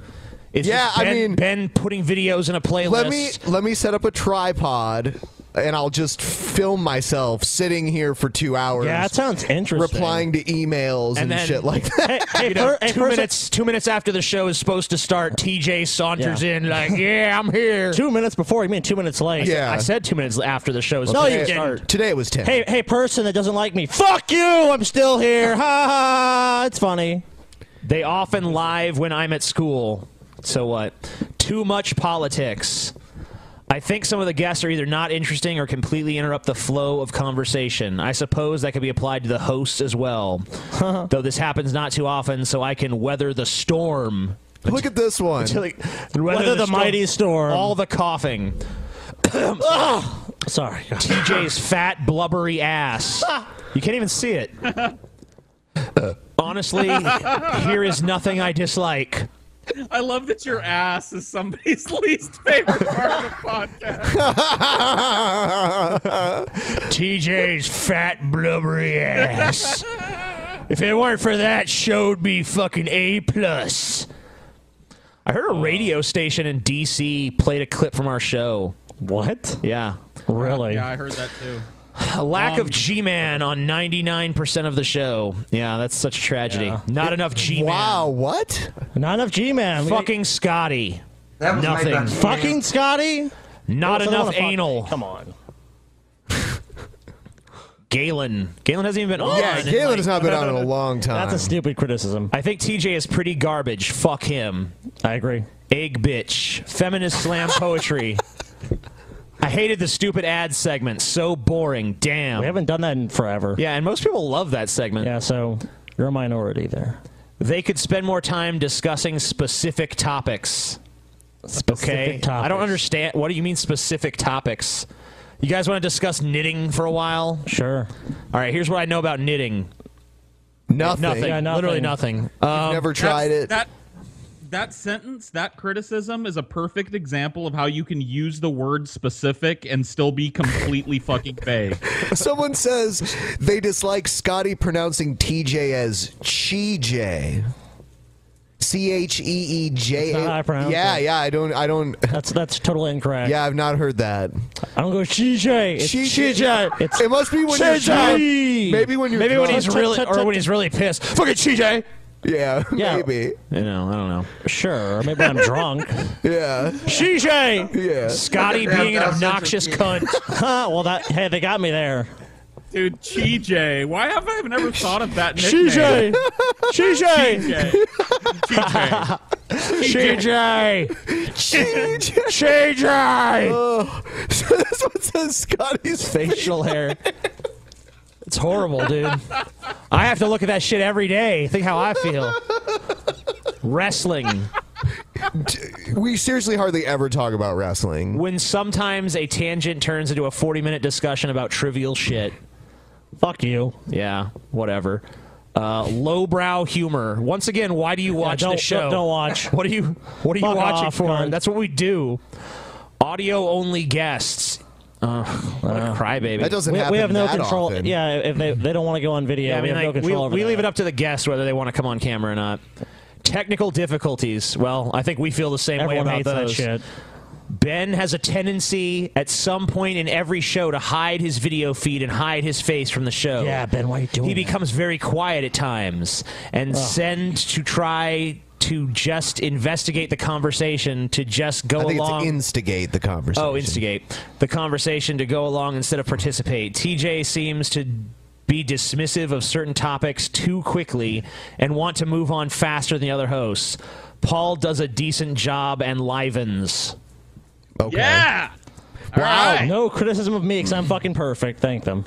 Speaker 8: It's
Speaker 6: Yeah,
Speaker 8: just
Speaker 6: I
Speaker 8: ben,
Speaker 6: mean-
Speaker 8: Ben putting videos in a playlist.
Speaker 6: Let me let me set up a tripod and I'll just film myself sitting here for two hours.
Speaker 9: Yeah, that sounds interesting.
Speaker 6: Replying to emails and,
Speaker 8: then-
Speaker 6: shit like that.
Speaker 9: Hey,
Speaker 8: You know,
Speaker 9: per- hey,
Speaker 8: two
Speaker 9: person-
Speaker 8: minutes. Two minutes after the show is supposed to start, TJ saunters
Speaker 9: Yeah.
Speaker 8: in like, "Yeah, I'm here."
Speaker 9: Two minutes before, you mean two minutes late?
Speaker 8: Yeah. I said two minutes after the show is
Speaker 9: No,
Speaker 8: supposed
Speaker 9: you
Speaker 8: to
Speaker 9: didn't.
Speaker 8: start.
Speaker 6: Today it was ten.
Speaker 9: Hey, hey, person that doesn't like me, fuck you! I'm still here. Ha ha! ha. It's funny.
Speaker 8: They often live when I'm at school. So what? Too much politics. I think some of the guests are either not interesting or completely interrupt the flow of conversation. I suppose that could be applied to the hosts as well. Though this happens not too often, so I can weather the storm.
Speaker 6: Look at this one.
Speaker 8: Until it-
Speaker 9: Weather the mighty storm.
Speaker 8: All the coughing.
Speaker 9: Sorry.
Speaker 8: TJ's fat blubbery ass. You can't even see it. Honestly, here is nothing I dislike.
Speaker 11: I love that your ass is somebody's least favorite part of the podcast.
Speaker 8: TJ's fat blubbery ass. If it weren't for that, show'd be fucking A plus. I heard a radio station in DC played a clip from our show.
Speaker 9: What?
Speaker 8: Yeah.
Speaker 9: Really?
Speaker 11: Yeah, I heard that too.
Speaker 8: A lack
Speaker 9: Um,
Speaker 8: of G Man on 99% of the show. Yeah, that's such a tragedy. Not enough G Man.
Speaker 6: Wow, what?
Speaker 9: Not enough G-Man. We-
Speaker 8: Fucking Scotty.
Speaker 10: That was made by
Speaker 8: Nothing.
Speaker 10: G-Man.
Speaker 9: fucking Scotty.
Speaker 8: Not
Speaker 9: Doesn't wanna
Speaker 8: enough
Speaker 9: fuck me.
Speaker 8: anal.
Speaker 9: Come on.
Speaker 8: Galen. Galen hasn't even been on.
Speaker 6: yeah,
Speaker 8: in,
Speaker 6: Galen
Speaker 8: like-
Speaker 6: has not been on in a long time.
Speaker 9: That's a stupid criticism.
Speaker 8: I think TJ is pretty garbage. Fuck him.
Speaker 9: I agree.
Speaker 8: Egg bitch. Feminist slam poetry. I hated the stupid ad segment. So boring. Damn.
Speaker 9: We haven't done that in forever.
Speaker 8: yeah, and most people love that segment.
Speaker 9: Yeah. So you're a minority there.
Speaker 8: They could spend more time discussing specific topics. okay.
Speaker 9: Specific
Speaker 8: I don't
Speaker 9: topics.
Speaker 8: understand. What do you mean specific topics? You guys want to discuss knitting for a while?
Speaker 9: Sure.
Speaker 8: All right, here's what I know about knitting.
Speaker 6: nothing.
Speaker 8: Nothing.
Speaker 9: Yeah, nothing.
Speaker 8: Literally nothing. Um,
Speaker 6: Never tried
Speaker 11: That's-
Speaker 6: it.
Speaker 11: That that sentence, that criticism is a perfect example of how you can use the word specific and still be completely fucking vague.
Speaker 6: Someone says they dislike Scotty pronouncing TJ as Cheej. C H E E J.
Speaker 9: That's not how I pronounce
Speaker 6: Yeah,
Speaker 9: it.
Speaker 6: yeah. I don't. I don't.
Speaker 9: That's that's totally incorrect.
Speaker 6: Yeah, I've not heard that.
Speaker 9: I don't go CJ. It's CJ. It's
Speaker 6: It must be when you're drunk.
Speaker 9: CJ.
Speaker 6: Maybe when you're
Speaker 8: maybe when
Speaker 6: drunk.
Speaker 8: he's really or when he's really pissed. Fucking TJ.
Speaker 6: Yeah,
Speaker 9: Yeah.
Speaker 6: maybe.
Speaker 8: You know, I don't know.
Speaker 9: sure. Or maybe I'm drunk.
Speaker 6: Yeah,
Speaker 9: CJ.
Speaker 6: yeah.
Speaker 8: Scotty being an
Speaker 10: that's such a
Speaker 8: obnoxious
Speaker 10: kid.
Speaker 8: cunt.
Speaker 9: Huh, well, that hey, they got me there.
Speaker 11: Dude, TJ. Why have I never thought of that nickname?
Speaker 9: CJ. CJ.
Speaker 11: TJ. TJ.
Speaker 8: TJ.
Speaker 6: Cheej.
Speaker 8: TJ.
Speaker 6: Oh, so this one says Scotty's face.
Speaker 8: Facial hair. It's horrible, dude. I have to look at that shit every day. Think how I feel. Wrestling.
Speaker 6: We seriously hardly ever talk about wrestling.
Speaker 8: When sometimes a tangent turns into a 40 minute discussion about trivial shit.
Speaker 9: Fuck you.
Speaker 8: Yeah, whatever. Uh, lowbrow humor. Once again, why do you watch
Speaker 9: don't-
Speaker 8: this show?
Speaker 9: don't- don't watch.
Speaker 8: What are you What are you
Speaker 9: Fuck
Speaker 8: watching
Speaker 9: off,
Speaker 8: for?
Speaker 9: cunt.
Speaker 8: That's what we do. Audio only guests. Uh, what a crybaby.
Speaker 6: That doesn't
Speaker 9: We,
Speaker 6: happen.
Speaker 9: we have no
Speaker 6: that
Speaker 9: control.
Speaker 6: often.
Speaker 9: Yeah, if they, they don't want to go on video,
Speaker 8: yeah, I
Speaker 9: we
Speaker 8: mean,
Speaker 9: have no
Speaker 8: like,
Speaker 9: control
Speaker 8: we,
Speaker 9: over
Speaker 8: we
Speaker 9: that.
Speaker 8: leave it up to the guests whether they want to come on camera or not. Technical difficulties. Well, I think we feel the same
Speaker 9: Everyone
Speaker 8: way
Speaker 9: hates
Speaker 8: about
Speaker 9: that
Speaker 8: those.
Speaker 9: shit.
Speaker 8: Ben has a tendency at some point in every show to hide his video feed and hide his face from the show.
Speaker 9: Yeah, Ben, why are you doing
Speaker 8: He
Speaker 9: that?
Speaker 8: becomes very quiet at times and send to try to just investigate the conversation to just go
Speaker 6: I think
Speaker 8: along.
Speaker 6: it's instigate the conversation.
Speaker 8: oh, instigate the conversation to go along instead of participate. TJ seems to be dismissive of certain topics too quickly and want to move on faster than the other hosts. Paul does a decent job and livens.
Speaker 6: Okay.
Speaker 8: Yeah.
Speaker 9: Wow. No criticism of me because I'm fucking perfect. Thank them.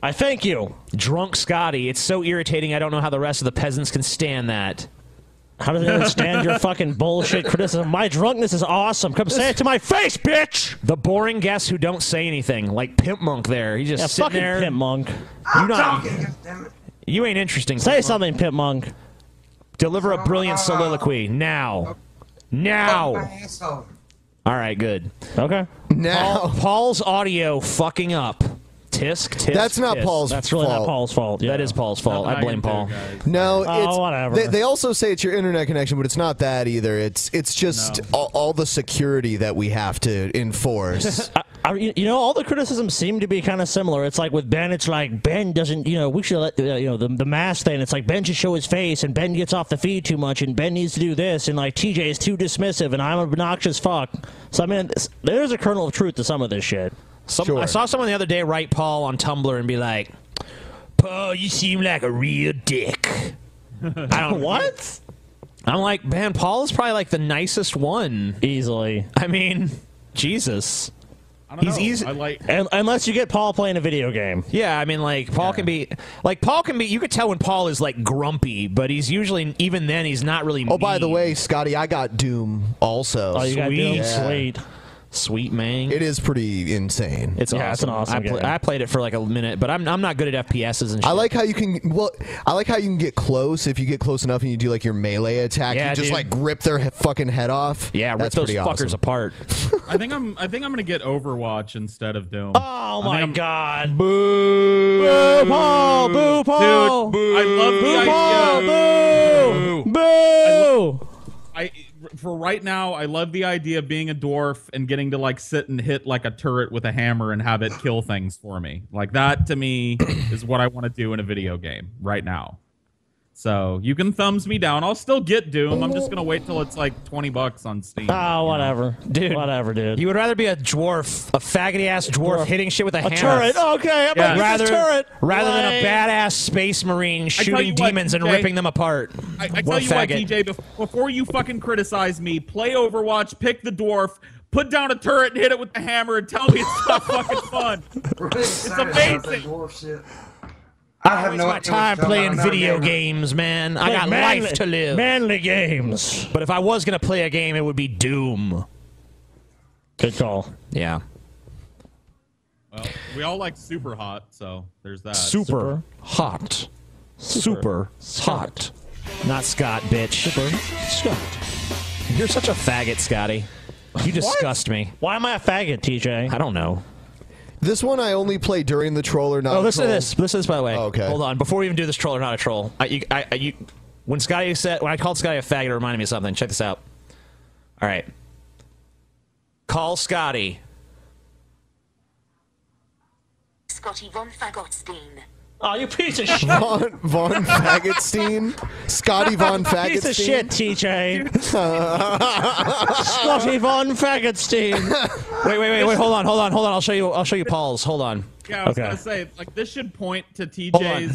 Speaker 8: I thank you. Drunk Scotty. It's so irritating. I don't know how the rest of the peasants can stand that.
Speaker 9: How do they understand your fucking bullshit criticism? My drunkenness is awesome. Come say it to my face, bitch.
Speaker 8: The boring guests who don't say anything, like Pimp Monk. There, he just
Speaker 9: Yeah,
Speaker 8: sitting
Speaker 9: fucking
Speaker 8: there.
Speaker 9: Pimp Monk.
Speaker 8: You not. You ain't interesting. Say
Speaker 9: something, Pimp Monk.
Speaker 8: Deliver a brilliant soliloquy now. Now.
Speaker 10: Asshole.
Speaker 8: All right. Good.
Speaker 9: Okay.
Speaker 6: Now
Speaker 8: Paul's audio fucking up. Tisk, tisk.
Speaker 6: That's not
Speaker 8: tisk.
Speaker 6: Paul's That's really not fault. Paul's
Speaker 9: fault.
Speaker 8: That is Paul's fault. I blame Paul.
Speaker 6: No,
Speaker 8: Oh,
Speaker 6: it's,
Speaker 8: whatever.
Speaker 6: They, they also say it's your internet connection, but it's not that either. It's it's just all, all the security that we have to enforce.
Speaker 9: I, I, you you know, all the criticisms seem to be kind of similar. It's like with Ben, it's like Ben doesn't, you know, we should let, uh, you know, the, the mask thing. It's like Ben should show his face, and Ben gets off the feed too much, and Ben needs to do this, and like TJ is too dismissive, and I'm an obnoxious fuck. So I mean, it's- there's a kernel of truth to some of this shit.
Speaker 8: Some, I saw someone the other day write Paul on Tumblr and be like, Paul, you seem like a real dick. I don't what. I'm like, man, Paul is probably like the nicest one.
Speaker 9: Easily.
Speaker 8: I mean, Jesus. I
Speaker 9: don't know. I
Speaker 11: like
Speaker 9: Un- unless you get Paul playing a video game.
Speaker 8: Yeah, I mean, like Paul can be, like Paul can be. You could tell when Paul is like grumpy, but he's usually even then he's not really.
Speaker 6: oh, by the way, Scotty, I got Doom also.
Speaker 8: Oh, you got Sweet. Doom?
Speaker 6: Yeah.
Speaker 8: Sweet. Sweet man.
Speaker 6: It is pretty insane.
Speaker 8: It's awesome. I, pla- I played it for like a minute, but I'm I'm not good at FPSs and shit.
Speaker 6: I like how you can well. I like how you can get close if you get close enough and you do like your melee attack.
Speaker 8: Yeah,
Speaker 6: you just
Speaker 8: dude.
Speaker 6: like rip their he- fucking head off.
Speaker 8: Yeah, rip
Speaker 6: That's
Speaker 8: those
Speaker 6: pretty
Speaker 8: fuckers
Speaker 6: awesome.
Speaker 8: apart.
Speaker 11: I think I'm. I think I'm gonna get Overwatch instead of Doom.
Speaker 9: Oh my god!
Speaker 11: Boo!
Speaker 9: Boo! Paul! Boo! Paul!
Speaker 11: Dude, boo! I love the
Speaker 9: Boo, Paul!
Speaker 11: idea.
Speaker 9: Boo! Boo!
Speaker 11: I for right now, I love the idea of being a dwarf and getting to like sit and hit like a turret with a hammer and have it kill things for me. Like that to me is what I want to do in a video game right now. So you can thumbs me down. I'll still get Doom. I'm just gonna wait till it's like twenty bucks on Steam.
Speaker 9: Oh, whatever, dude. Whatever, dude.
Speaker 8: You would rather be a dwarf, a faggoty ass dwarf, hitting shit with a,
Speaker 9: A
Speaker 8: hammer.
Speaker 9: turret. Okay, I'm gonna use
Speaker 8: rather,
Speaker 9: this turret.
Speaker 8: rather than a
Speaker 9: Like-
Speaker 8: badass space marine
Speaker 11: tell you
Speaker 8: shooting
Speaker 11: what,
Speaker 8: demons and
Speaker 11: TJ.
Speaker 8: ripping them apart.
Speaker 11: I, I tell
Speaker 8: What
Speaker 11: you
Speaker 8: faggot.
Speaker 11: what, DJ, bef- before you fucking criticize me, play Overwatch, pick the dwarf, put down a turret and hit it with the hammer, and tell me it's not fucking fun.
Speaker 10: It's
Speaker 11: amazing.
Speaker 10: I have
Speaker 8: Waste
Speaker 10: no
Speaker 8: my
Speaker 10: idea
Speaker 8: time
Speaker 10: what's going on.
Speaker 8: playing
Speaker 10: I'm not a
Speaker 8: video
Speaker 10: gamer.
Speaker 8: games, man. I
Speaker 10: Hey,
Speaker 8: got
Speaker 10: manly-
Speaker 8: life to live.
Speaker 9: Manly games.
Speaker 8: But if I was gonna play a game, it would be Doom.
Speaker 9: Good call.
Speaker 8: Yeah.
Speaker 11: Well, we all like super hot, so there's that.
Speaker 8: Super, hot. Super, hot. Not Scott, bitch. Super Scott. You're such a faggot, Scotty. You disgust me.
Speaker 9: Why am I a faggot, TJ?
Speaker 8: I don't know.
Speaker 6: This one I only play during the troll or not.
Speaker 8: Oh, listen
Speaker 6: troll. Oh,
Speaker 8: to this. Listen to this, by the way.
Speaker 6: okay.
Speaker 8: Hold on. Before we even do this troll or not a troll, I, you, I, I, you, when Scotty said, when I called Scotty a faggot, it reminded me of something. Check this out. All right. Call Scotty.
Speaker 13: Scotty von Fagotstein.
Speaker 9: Oh, you piece of shit.
Speaker 6: Von, von Faggotstein? Scotty Von Faggotstein?
Speaker 9: Piece of shit, TJ. Scotty Von Faggotstein.
Speaker 8: Wait, wait, wait, wait. Hold on, hold on, hold on. I'll show you. I'll show you Paul's. Hold on.
Speaker 11: Yeah, I was
Speaker 8: Okay.
Speaker 11: gonna say, like this should point to TJ's.
Speaker 8: Hold on.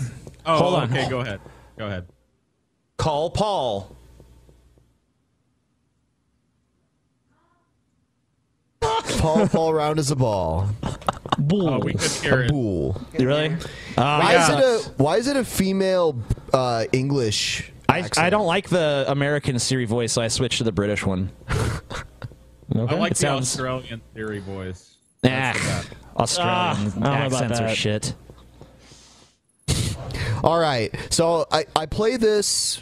Speaker 11: Oh,
Speaker 8: Hold on.
Speaker 11: okay, go ahead. Go ahead.
Speaker 8: Call Paul.
Speaker 6: Paul, Paul round as a ball.
Speaker 9: Bull.
Speaker 11: Oh, we could hear
Speaker 6: a
Speaker 11: it.
Speaker 6: bull.
Speaker 8: You really?
Speaker 9: Oh,
Speaker 8: Uh,
Speaker 6: why,
Speaker 8: yeah.
Speaker 6: is it a, why is it a female uh, English?
Speaker 8: I, I don't like the American Siri voice, so I switched to the British one.
Speaker 11: I like
Speaker 8: It
Speaker 11: the
Speaker 8: sounds-
Speaker 11: Australian theory voice.
Speaker 9: Ah,
Speaker 8: Ah,
Speaker 9: I
Speaker 8: Australian
Speaker 9: don't know about
Speaker 8: accents are
Speaker 9: that.
Speaker 8: shit.
Speaker 6: All right. So I, I play this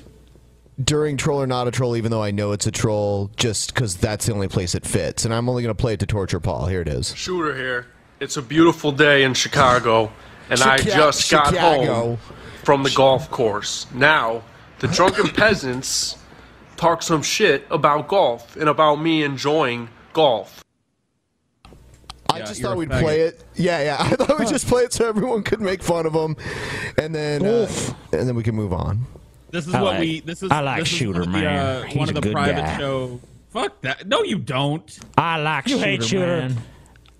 Speaker 6: during troll or not a troll, even though I know it's a troll, just because that's the only place it fits. And I'm only going to play it to torture Paul. Here it is.
Speaker 14: Shooter here. It's a beautiful day in Chicago, and I
Speaker 6: Chica-
Speaker 14: just got
Speaker 6: Chicago.
Speaker 14: home from the golf course. Now, the drunken peasants talk some shit about golf and about me enjoying golf.
Speaker 6: I just thought we'd play it. Yeah, yeah. I thought we'd just play it so everyone could make fun of him, and then uh, and then we can move on.
Speaker 11: This is
Speaker 6: I
Speaker 11: what
Speaker 6: like-
Speaker 11: we. This is.
Speaker 6: I like
Speaker 11: this is
Speaker 6: Shooter,
Speaker 11: one of the,
Speaker 6: man.
Speaker 11: uh,
Speaker 6: He's
Speaker 11: one of
Speaker 6: a
Speaker 11: the
Speaker 6: good
Speaker 11: private
Speaker 6: guy.
Speaker 11: show. Fuck that. No, you don't.
Speaker 8: I like
Speaker 11: You hate Shooter,
Speaker 8: man.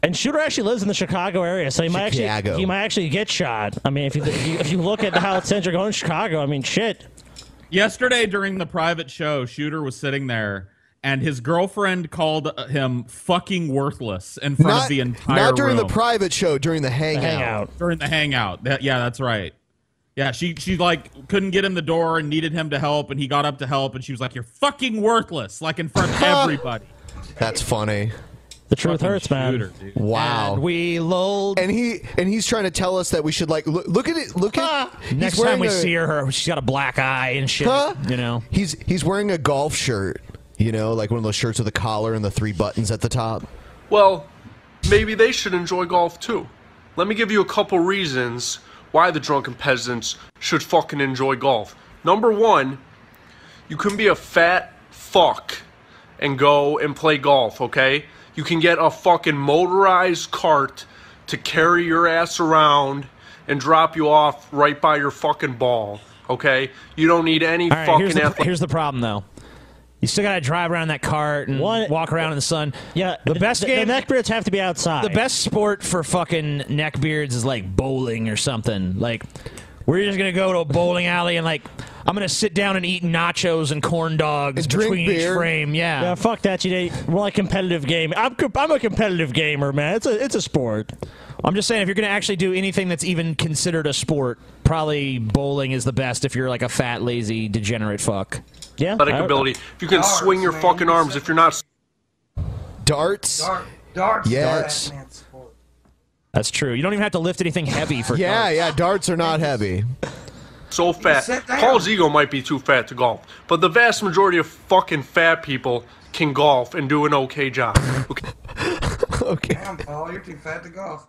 Speaker 9: And Shooter actually lives in the Chicago area, so he might
Speaker 6: Chicago.
Speaker 9: actually he might actually get shot. I mean, if you if you, if you look at how things are going in Chicago, I mean, shit.
Speaker 11: Yesterday during the private show, Shooter was sitting there and his girlfriend called uh, him fucking worthless in front of the entire
Speaker 6: not during
Speaker 11: room.
Speaker 6: the private show, during the hangout.
Speaker 11: During the hangout. That- yeah, that's right. Yeah, she she like couldn't get in the door and needed him to help and he got up to help and she was like you're fucking worthless like in front of everybody.
Speaker 6: That's funny.
Speaker 9: The truth
Speaker 11: hurts, man. shooter,
Speaker 6: Wow.
Speaker 12: we lulled.
Speaker 6: And he and he's trying to tell us that we should like look, look at it. Look at he's
Speaker 12: Next time
Speaker 6: wearing
Speaker 12: we
Speaker 6: a-
Speaker 12: see her, her, she's got a black eye and shit.
Speaker 6: Huh?
Speaker 12: You know.
Speaker 6: He's he's wearing a golf shirt. You know, like one of those shirts with a collar and the three buttons at the top.
Speaker 14: Well, maybe they should enjoy golf too. Let me give you a couple reasons why the drunken peasants should fucking enjoy golf. Number one, you can be a fat fuck and go and play golf, okay? You can get a fucking motorized cart to carry your ass around and drop you off right by your fucking ball, okay? You don't need any
Speaker 8: All right,
Speaker 14: fucking
Speaker 8: here's, the,
Speaker 14: athletic.
Speaker 8: here's the problem though. You still gotta drive around that cart and walk around in the sun.
Speaker 9: Yeah,
Speaker 8: the best
Speaker 9: the,
Speaker 8: game.
Speaker 9: The neckbeards have to be outside.
Speaker 8: the best sport for fucking neckbeards is like bowling or something. Like we're just gonna go to a bowling alley and like I'm gonna sit down and eat nachos and corn dogs between each frame. Yeah.
Speaker 9: Yeah, fuck that. You date. We're like competitive game. I'm, co- I'm a competitive gamer, man. It's a it's a sport.
Speaker 12: I'm just saying if you're gonna actually do anything that's even considered a sport, probably bowling is the best if you're like a fat, lazy, degenerate fuck.
Speaker 9: Yeah.
Speaker 14: athletic ability. If you can swing your fucking arms, if you're not
Speaker 6: Darts.
Speaker 10: Dart, darts.
Speaker 6: Yes.
Speaker 10: Batman.
Speaker 8: That's true. You don't even have to lift anything heavy for
Speaker 6: Yeah,
Speaker 8: darts.
Speaker 6: yeah. Darts are not heavy.
Speaker 14: so fat. Paul's ego might be too fat to golf, but the vast majority of fucking fat people can golf and do an okay job. Okay.
Speaker 6: okay.
Speaker 10: Damn, Paul, you're too fat to golf.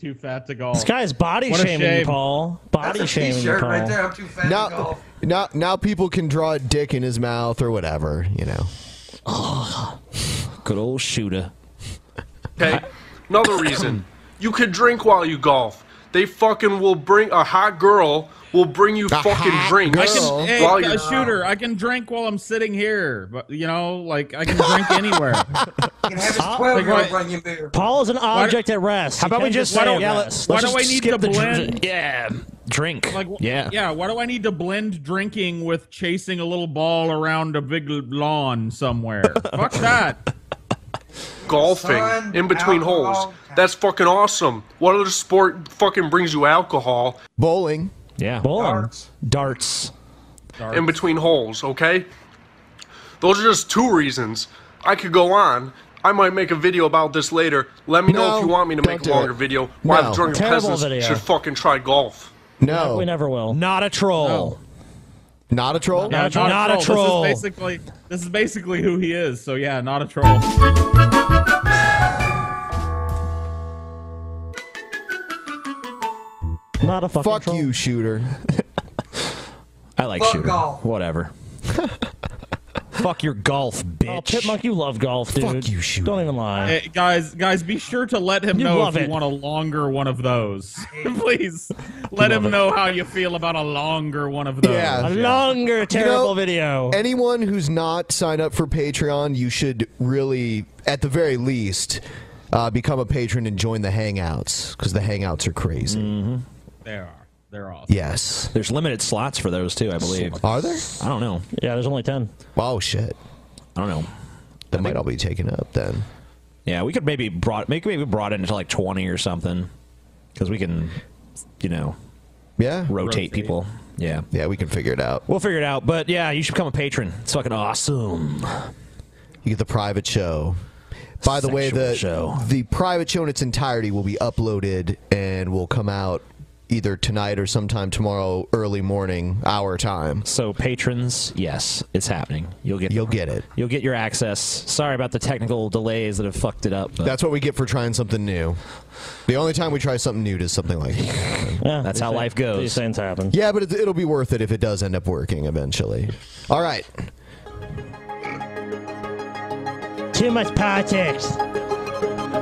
Speaker 11: Too fat to golf.
Speaker 9: This guy's body
Speaker 11: What a
Speaker 9: shaming you,
Speaker 11: shame.
Speaker 9: Paul. Body
Speaker 10: That's a
Speaker 9: shaming you,
Speaker 10: t-shirt
Speaker 9: Paul.
Speaker 10: right there. I'm too fat to
Speaker 6: Now,
Speaker 10: golf.
Speaker 6: now, now people can draw a dick in his mouth or whatever. You know. Oh,
Speaker 8: good old shooter.
Speaker 14: Okay. Another reason. You could drink while you golf. They fucking will bring a hot girl will bring you fucking drinks
Speaker 11: I can, hey,
Speaker 14: while
Speaker 11: a
Speaker 14: you're
Speaker 11: shooter. I can drink while I'm sitting here, but you know, like I can drink anywhere.
Speaker 10: Twelve year old
Speaker 11: Like, why-
Speaker 10: bring you beer.
Speaker 9: Uh, Paul is an
Speaker 11: Why don't-
Speaker 9: object at rest.
Speaker 11: How
Speaker 9: You
Speaker 11: about we
Speaker 9: can't
Speaker 11: just- why
Speaker 9: say
Speaker 11: don't-
Speaker 9: that.
Speaker 11: why
Speaker 9: Let's
Speaker 11: don't
Speaker 9: just
Speaker 11: we need
Speaker 9: skip
Speaker 11: to
Speaker 9: the dr-
Speaker 11: blend?
Speaker 8: Yeah, drink.
Speaker 11: Like, wh-
Speaker 8: yeah.
Speaker 11: yeah. Why do I need to blend drinking with chasing a little ball around a big l- lawn somewhere? Fuck that.
Speaker 14: golfing
Speaker 11: Sun,
Speaker 14: in between
Speaker 11: alcohol.
Speaker 14: holes. That's fucking awesome. What other sport fucking brings you alcohol?
Speaker 6: Bowling.
Speaker 8: Yeah.
Speaker 9: Darts. Darts.
Speaker 14: in between holes, okay? Those are just two reasons. I could go on. I might make a video about this later. Let me know if you
Speaker 6: No,
Speaker 14: want me to
Speaker 6: don't
Speaker 14: make
Speaker 6: do
Speaker 14: a longer
Speaker 6: it.
Speaker 14: video why
Speaker 6: No.
Speaker 14: the drunken
Speaker 6: Terrible
Speaker 14: peasants
Speaker 6: video.
Speaker 14: should fucking try golf.
Speaker 6: No.
Speaker 9: We never will.
Speaker 8: Not a troll.
Speaker 6: Not a troll.
Speaker 11: Yeah, This is basically this is basically who he is. So yeah, not a troll.
Speaker 9: Not a fucking
Speaker 6: Fuck you, shooter.
Speaker 8: I like
Speaker 9: Fuck
Speaker 8: shooter.
Speaker 9: golf.
Speaker 8: Whatever. Fuck your golf, bitch.
Speaker 9: Oh, Chipmunk, you love golf, dude. Fuck you, shoot. Don't even lie.
Speaker 11: Eh, guys, guys, be sure to let him
Speaker 9: You
Speaker 11: know
Speaker 9: love
Speaker 11: if you
Speaker 9: it.
Speaker 11: want a longer one of those. Please let
Speaker 9: You love
Speaker 11: him
Speaker 9: it.
Speaker 11: know how you feel about a longer one of those.
Speaker 6: Yeah.
Speaker 9: longer
Speaker 6: terrible
Speaker 9: video.
Speaker 6: Anyone who's not signed up for Patreon, you should really, at the very least, uh, become a patron and join the Hangouts because the Hangouts are crazy.
Speaker 11: They are. They're
Speaker 6: Mm.
Speaker 11: awesome.
Speaker 6: Yes.
Speaker 8: There's limited slots for those too, I believe.
Speaker 6: Are there?
Speaker 8: I don't know.
Speaker 9: Yeah, there's only ten.
Speaker 6: Oh shit.
Speaker 8: I don't know.
Speaker 6: That might all be taken up then.
Speaker 8: Yeah, we could maybe brought maybe maybe brought it into like 20 or something because we can, you know,
Speaker 6: yeah,
Speaker 8: rotate people. Yeah.
Speaker 6: Yeah, we can figure it out.
Speaker 8: We'll figure it out. But yeah, you should become a patron. It's fucking awesome.
Speaker 6: You get the private show. By the way,
Speaker 8: Sexual
Speaker 6: the the private show in its entirety will be uploaded and will come out either tonight or sometime tomorrow early morning our time.
Speaker 8: So patrons, yes, it's happening. You'll get you'll
Speaker 6: get it.
Speaker 8: You'll get your access. Sorry about the technical delays that have fucked it up. but
Speaker 6: That's what we get for trying something new. The only time we try something new is something like that.
Speaker 8: that's how life goes. These
Speaker 9: things happen.
Speaker 6: Yeah, but it, it'll be worth it if it does end up working eventually. All right.
Speaker 9: Too much politics.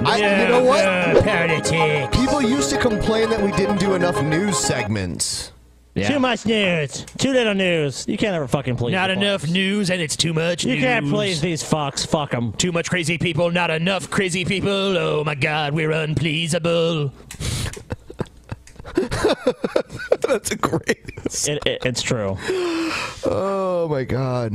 Speaker 6: I, you know what?
Speaker 9: Politics.
Speaker 6: People used to complain that we didn't do enough news segments.
Speaker 9: Too much news. Too little news. You can't ever fucking please.
Speaker 15: Not
Speaker 9: the
Speaker 15: enough
Speaker 9: fucks.
Speaker 15: news, and it's too much.
Speaker 9: You can't
Speaker 15: news.
Speaker 9: please these fucks. Fuck them.
Speaker 15: Too much crazy people. Not enough crazy people. Oh my God, we're unpleasable.
Speaker 6: That's a great.
Speaker 9: It, it, it's true.
Speaker 6: Oh my god.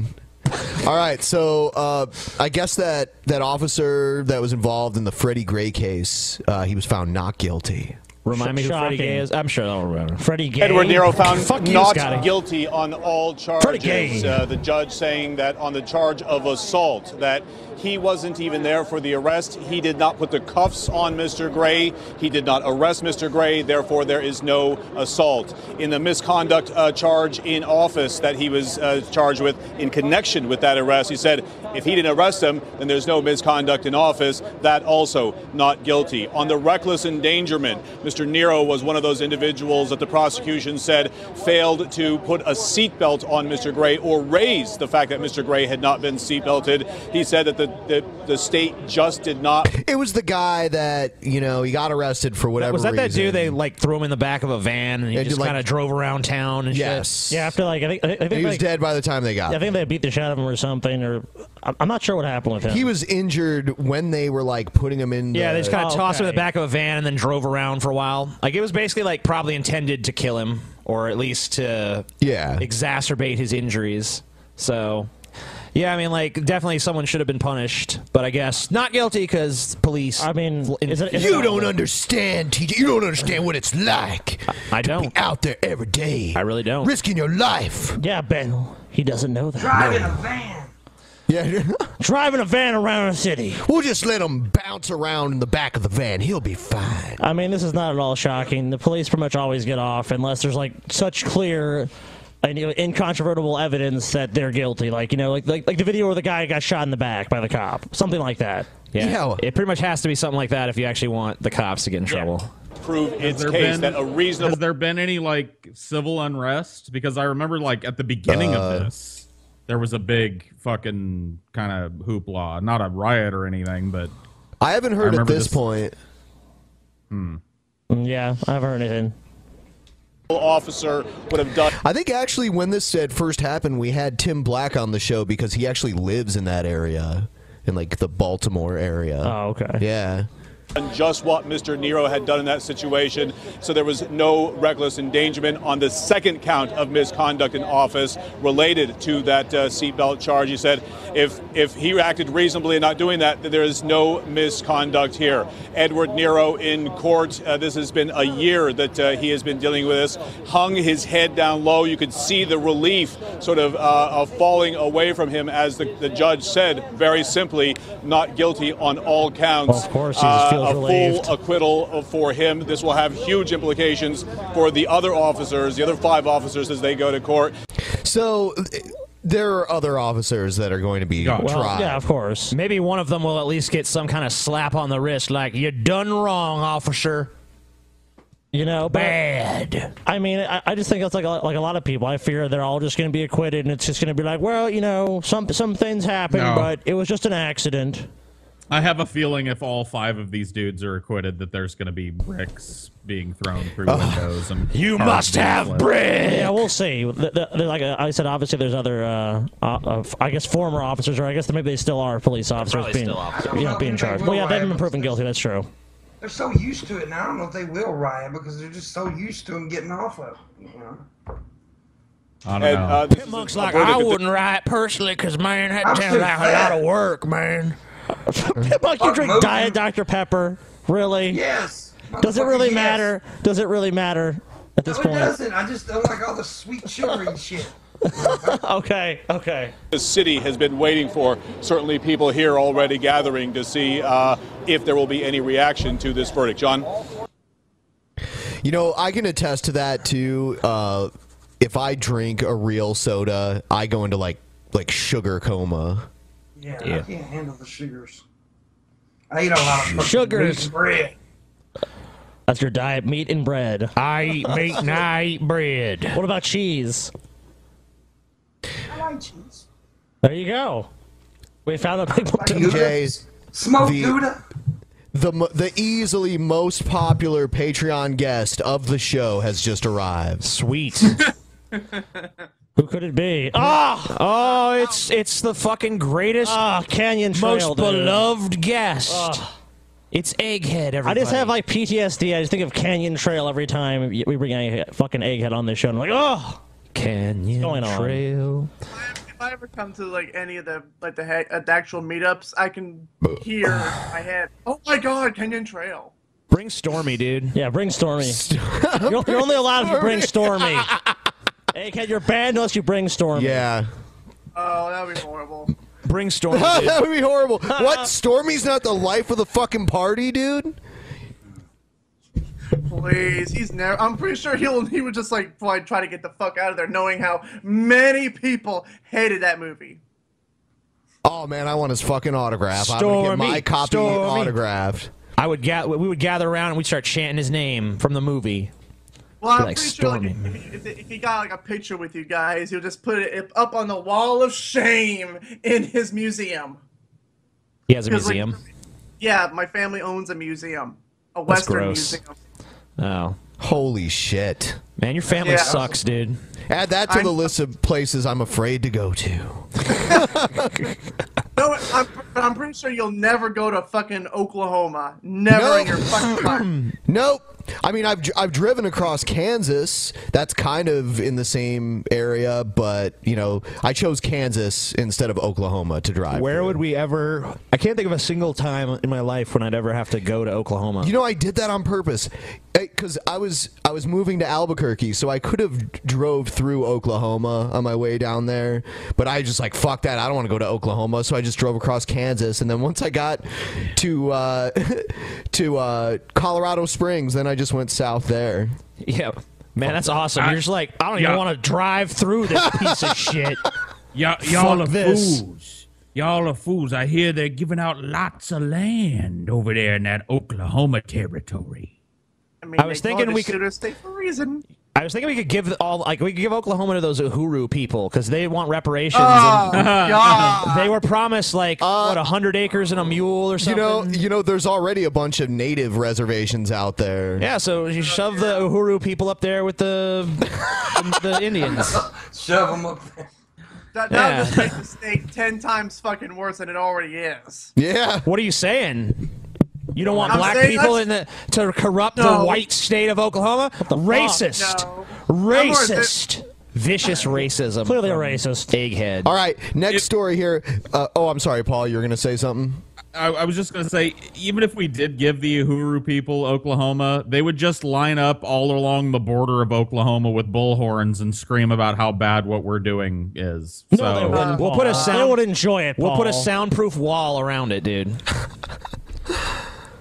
Speaker 6: All right, so uh, I guess that that officer that was involved in the Freddie Gray case, uh, he was found not guilty.
Speaker 8: Remind me who Freddie Gay is. I'm sure I'll remember. Freddie
Speaker 16: Edward Nero found
Speaker 8: Fuck you,
Speaker 16: not
Speaker 8: Scotty.
Speaker 16: guilty on all
Speaker 8: Pretty gay.
Speaker 16: charges. Uh, the judge saying that on the charge of assault, that he wasn't even there for the arrest. He did not put the cuffs on Mr. Gray. He did not arrest Mr. Gray. Therefore, there is no assault. In the misconduct uh, charge in office that he was uh, charged with in connection with that arrest, he said if he didn't arrest him, then there's no misconduct in office. That also not guilty. On the reckless endangerment, Mr. Nero was one of those individuals that the prosecution said failed to put a seatbelt on Mr. Gray or raise the fact that Mr. Gray had not been seatbelted. He said that the, the, the state just did not
Speaker 6: It was the guy that you know he got arrested for whatever.
Speaker 8: was that that
Speaker 6: reason.
Speaker 8: dude they like threw him in the back of a van and he
Speaker 6: And
Speaker 8: just
Speaker 6: did, like-
Speaker 8: kind of drove around town and
Speaker 6: Yes.
Speaker 8: shit?
Speaker 9: Yeah, after like I think, I think
Speaker 6: he was
Speaker 9: like-
Speaker 6: dead by the time they got.
Speaker 9: I
Speaker 6: him.
Speaker 9: think they beat the shit out of him or something, or I'm I'm not sure what happened with him.
Speaker 6: He was injured when they were like putting him in.
Speaker 8: Yeah,
Speaker 6: the-
Speaker 8: they just kind of tossed him in the back of a van and then drove around for a while. Like it was basically like probably intended to kill him or at least to
Speaker 6: yeah
Speaker 8: exacerbate his injuries. So yeah, I mean like definitely someone should have been punished, but I guess not guilty because police. I mean,
Speaker 6: you don't understand, TJ. You don't understand what it's like.
Speaker 8: I don't
Speaker 6: be out there every day.
Speaker 8: I really don't.
Speaker 6: Risking your life.
Speaker 9: Yeah, Ben. He doesn't know that.
Speaker 6: Driving
Speaker 9: a
Speaker 10: van.
Speaker 6: Yeah.
Speaker 9: Driving a van around the city.
Speaker 6: We'll just let him bounce around in the back of the van. He'll be fine.
Speaker 9: I mean, this is not at all shocking. The police pretty much always get off unless there's like such clear and you know, incontrovertible evidence that they're guilty. Like you know, like, like like the video where the guy got shot in the back by the cop, something like that.
Speaker 8: Yeah, it pretty much has to be something like that if you actually want the cops to get in trouble.
Speaker 16: prove its
Speaker 11: there
Speaker 16: case
Speaker 11: been-
Speaker 16: that a reasonable.
Speaker 11: Has there been any like civil unrest? Because I remember like at the beginning
Speaker 6: Uh.
Speaker 11: of this, there was a big fucking kind of hoopla, not a riot or anything, but
Speaker 6: I haven't heard at
Speaker 11: remember
Speaker 6: this, Hmm. point.
Speaker 9: Yeah, I've heard anything.
Speaker 16: Officer would have done.
Speaker 6: I think actually when this had first happened, we had Tim Black on the show because he actually lives in that area, in like the Baltimore area.
Speaker 9: Oh, okay.
Speaker 6: Yeah.
Speaker 16: And just what Mr. Nero had done in that situation. So there was no reckless endangerment on the second count of misconduct in office related to that uh, seatbelt charge. He said if if he acted reasonably in not doing that, then there is no misconduct here. Edward Nero in court. Uh, this has been a year that uh, he has been dealing with this. Hung his head down low. You could see the relief sort of uh, uh, falling away from him as the, the judge said very simply, not guilty on all counts.
Speaker 9: Well, of course, he just feels
Speaker 16: Uh, a
Speaker 9: relieved.
Speaker 16: full acquittal for him. This will have huge implications for the other officers, the other five officers, as they go to court.
Speaker 6: So th- there are other officers that are going to be tried.
Speaker 8: of
Speaker 9: course.
Speaker 8: Maybe one of them will at least get some kind of slap on the wrist, like "You done wrong, officer."
Speaker 9: You know, but-
Speaker 8: Bad.
Speaker 9: I mean, I, I just think that's like a, like a lot of people. I fear they're all just going to be acquitted, and it's just going to be like, well, you know, some some things happen,
Speaker 11: No.
Speaker 9: but it was just an accident.
Speaker 11: I have a feeling if all five of these dudes are acquitted, that there's going to be bricks being thrown through
Speaker 6: Uh,
Speaker 11: windows. And
Speaker 9: You
Speaker 11: cars
Speaker 9: must
Speaker 11: being
Speaker 9: have
Speaker 11: flipped.
Speaker 9: Yeah, we'll see. The- the- the- like uh, I said, obviously there's other, uh, uh, of- I guess, former officers, or I guess maybe they still are police officers
Speaker 10: probably
Speaker 9: being,
Speaker 10: still officers.
Speaker 9: you know, being charged. Well, yeah, they've been proven guilty. That's true.
Speaker 10: They're so used to it now. I don't know if they will riot because they're just so used to him getting off of. it, You know?
Speaker 11: I
Speaker 10: don't
Speaker 8: uh,
Speaker 10: know.
Speaker 15: Pit Monk's like, I wouldn't write personally because, man, that
Speaker 9: I'm
Speaker 15: sounds
Speaker 9: too
Speaker 15: like a
Speaker 9: fat.
Speaker 15: lot of work, man.
Speaker 9: Like you drink Diet Dr Pepper, really?
Speaker 10: Yes.
Speaker 9: Does it
Speaker 10: Motherfucker,
Speaker 9: really
Speaker 10: yes.
Speaker 9: matter? Does it really matter at this
Speaker 10: No, it
Speaker 9: point?
Speaker 10: doesn't. I just don't like all the sweet sugar and shit.
Speaker 9: okay, okay.
Speaker 16: The city has been waiting for certainly people here already gathering to see uh, if there will be any reaction to this verdict. John?
Speaker 6: You know, I can attest to that too. Uh, if I drink a real soda, I go into like like sugar coma.
Speaker 10: Yeah, I
Speaker 6: Yeah.
Speaker 10: can't handle the sugars. I eat a lot of fucking
Speaker 9: Sugars.
Speaker 10: wheat and bread.
Speaker 9: That's your diet, meat and bread.
Speaker 15: I eat meat and I eat bread.
Speaker 9: What about cheese?
Speaker 10: I like cheese.
Speaker 9: There you go. We found a big
Speaker 6: TJ's
Speaker 10: Smoke
Speaker 6: the,
Speaker 10: Gouda.
Speaker 6: The mo- the easily most popular Patreon guest of the show has just arrived.
Speaker 8: Sweet.
Speaker 9: Who could it be? Ah,
Speaker 8: oh, it's it's the fucking greatest,
Speaker 9: ah,
Speaker 15: Uh,
Speaker 9: Canyon Trail,
Speaker 8: most
Speaker 9: dude.
Speaker 8: beloved guest.
Speaker 9: Ah.
Speaker 8: It's Egghead. Everybody.
Speaker 9: I just have like PTSD. I just think of Canyon Trail every time we bring a fucking egghead on this show. And I'm like, oh,
Speaker 8: Canyon
Speaker 9: going on?
Speaker 8: Trail.
Speaker 17: If I ever come to like any of the like the, he- uh, the actual meetups, I can hear in my head. Oh my God, Kenyon Trail.
Speaker 8: Bring Stormy, dude.
Speaker 9: Yeah, bring Stormy. you're, you're only allowed if you bring Stormy. Egghead, you're banned unless you bring Stormy.
Speaker 6: Yeah.
Speaker 17: Oh, that would be horrible.
Speaker 8: Bring Stormy.
Speaker 6: that would be horrible. what? Stormy's not the life of the fucking party, dude.
Speaker 17: Please, he's never. I'm pretty sure he'll he would just like probably try to get the fuck out of there, knowing how many people hated that movie.
Speaker 6: Oh man, I want his fucking autograph. I'm gonna get
Speaker 8: Stormy,
Speaker 6: my copy
Speaker 8: Stormy.
Speaker 6: autographed.
Speaker 8: I would ga- we would gather around and we'd start chanting his name from the movie.
Speaker 17: Well, I'm
Speaker 8: like
Speaker 17: pretty sure like,
Speaker 8: Stormy.
Speaker 17: if, if, if he got like a picture with you guys, he'll just put it up on the wall of shame in his museum.
Speaker 8: He has a
Speaker 17: 'Cause, like,
Speaker 8: museum.
Speaker 17: Yeah, my family owns a museum, a
Speaker 8: That's
Speaker 17: Western
Speaker 8: gross.
Speaker 17: museum.
Speaker 8: Oh.
Speaker 6: Holy shit.
Speaker 8: Man, your family
Speaker 17: Yeah.
Speaker 8: sucks, dude.
Speaker 6: Add that to
Speaker 17: I'm-
Speaker 6: the list of places I'm afraid to go to.
Speaker 17: No, I'm, but I'm pretty sure you'll never go to fucking Oklahoma. Never in your fucking life.
Speaker 6: nope. I mean, I've dr- I've driven across Kansas. That's kind of in the same area, but you know, I chose Kansas instead of Oklahoma to drive.
Speaker 8: Where would we ever? I can't think of a single time in my life when I'd ever have to go to Oklahoma.
Speaker 6: You know, I did that on purpose because I was I was moving to Albuquerque, so I could have drove through Oklahoma on my way down there, but I just like fuck that. I don't want to go to Oklahoma, so I just drove across Kansas, and then once I got to uh, to uh, Colorado Springs, then I just went south there.
Speaker 8: Yeah, man, that's awesome. You're just like, I don't
Speaker 6: Yeah.
Speaker 8: even want to drive through this piece of shit.
Speaker 11: Y'all, y'all are
Speaker 8: Fuck this.
Speaker 11: fools. Y'all are fools. I hear they're giving out lots of land over there in that Oklahoma territory.
Speaker 17: I mean,
Speaker 8: I was
Speaker 17: they call
Speaker 8: thinking
Speaker 17: it a
Speaker 8: we could-
Speaker 17: shooter state for a reason.
Speaker 8: I was thinking we could give all like we could give Oklahoma to those Uhuru people because they want reparations.
Speaker 6: Oh,
Speaker 8: and
Speaker 6: God.
Speaker 8: They were promised like
Speaker 10: Uh,
Speaker 8: what a hundred acres and a mule or
Speaker 6: You
Speaker 8: something.
Speaker 6: know, you know, there's already a bunch of native reservations out there.
Speaker 8: yeah, so you shove the Uhuru people up there with the the Indians.
Speaker 10: Shove them up there.
Speaker 17: That, that would just
Speaker 8: Yeah.
Speaker 17: make the state ten times fucking worse than it already is.
Speaker 6: Yeah.
Speaker 8: What are you saying? You don't want
Speaker 17: I'm
Speaker 8: black
Speaker 17: saying
Speaker 8: people
Speaker 17: that's-
Speaker 8: in the to corrupt
Speaker 17: No.
Speaker 8: the white state of Oklahoma? Racist.
Speaker 17: No.
Speaker 8: Racist. Vicious racism. uh, Clearly a racist. Egghead.
Speaker 6: All right, next story here. Uh, oh, I'm sorry, Paul. You're gonna say something.
Speaker 11: I, I was just going to say, even if we did give the Uhuru people Oklahoma, they would just line up all along the border of Oklahoma with bullhorns and scream about how bad what we're doing is.
Speaker 8: No,
Speaker 11: so, uh,
Speaker 8: they wouldn't, We'll put a
Speaker 9: Paul.
Speaker 8: sound.
Speaker 9: They would enjoy it,
Speaker 8: We'll put a
Speaker 9: Paul.
Speaker 8: soundproof wall around it, dude.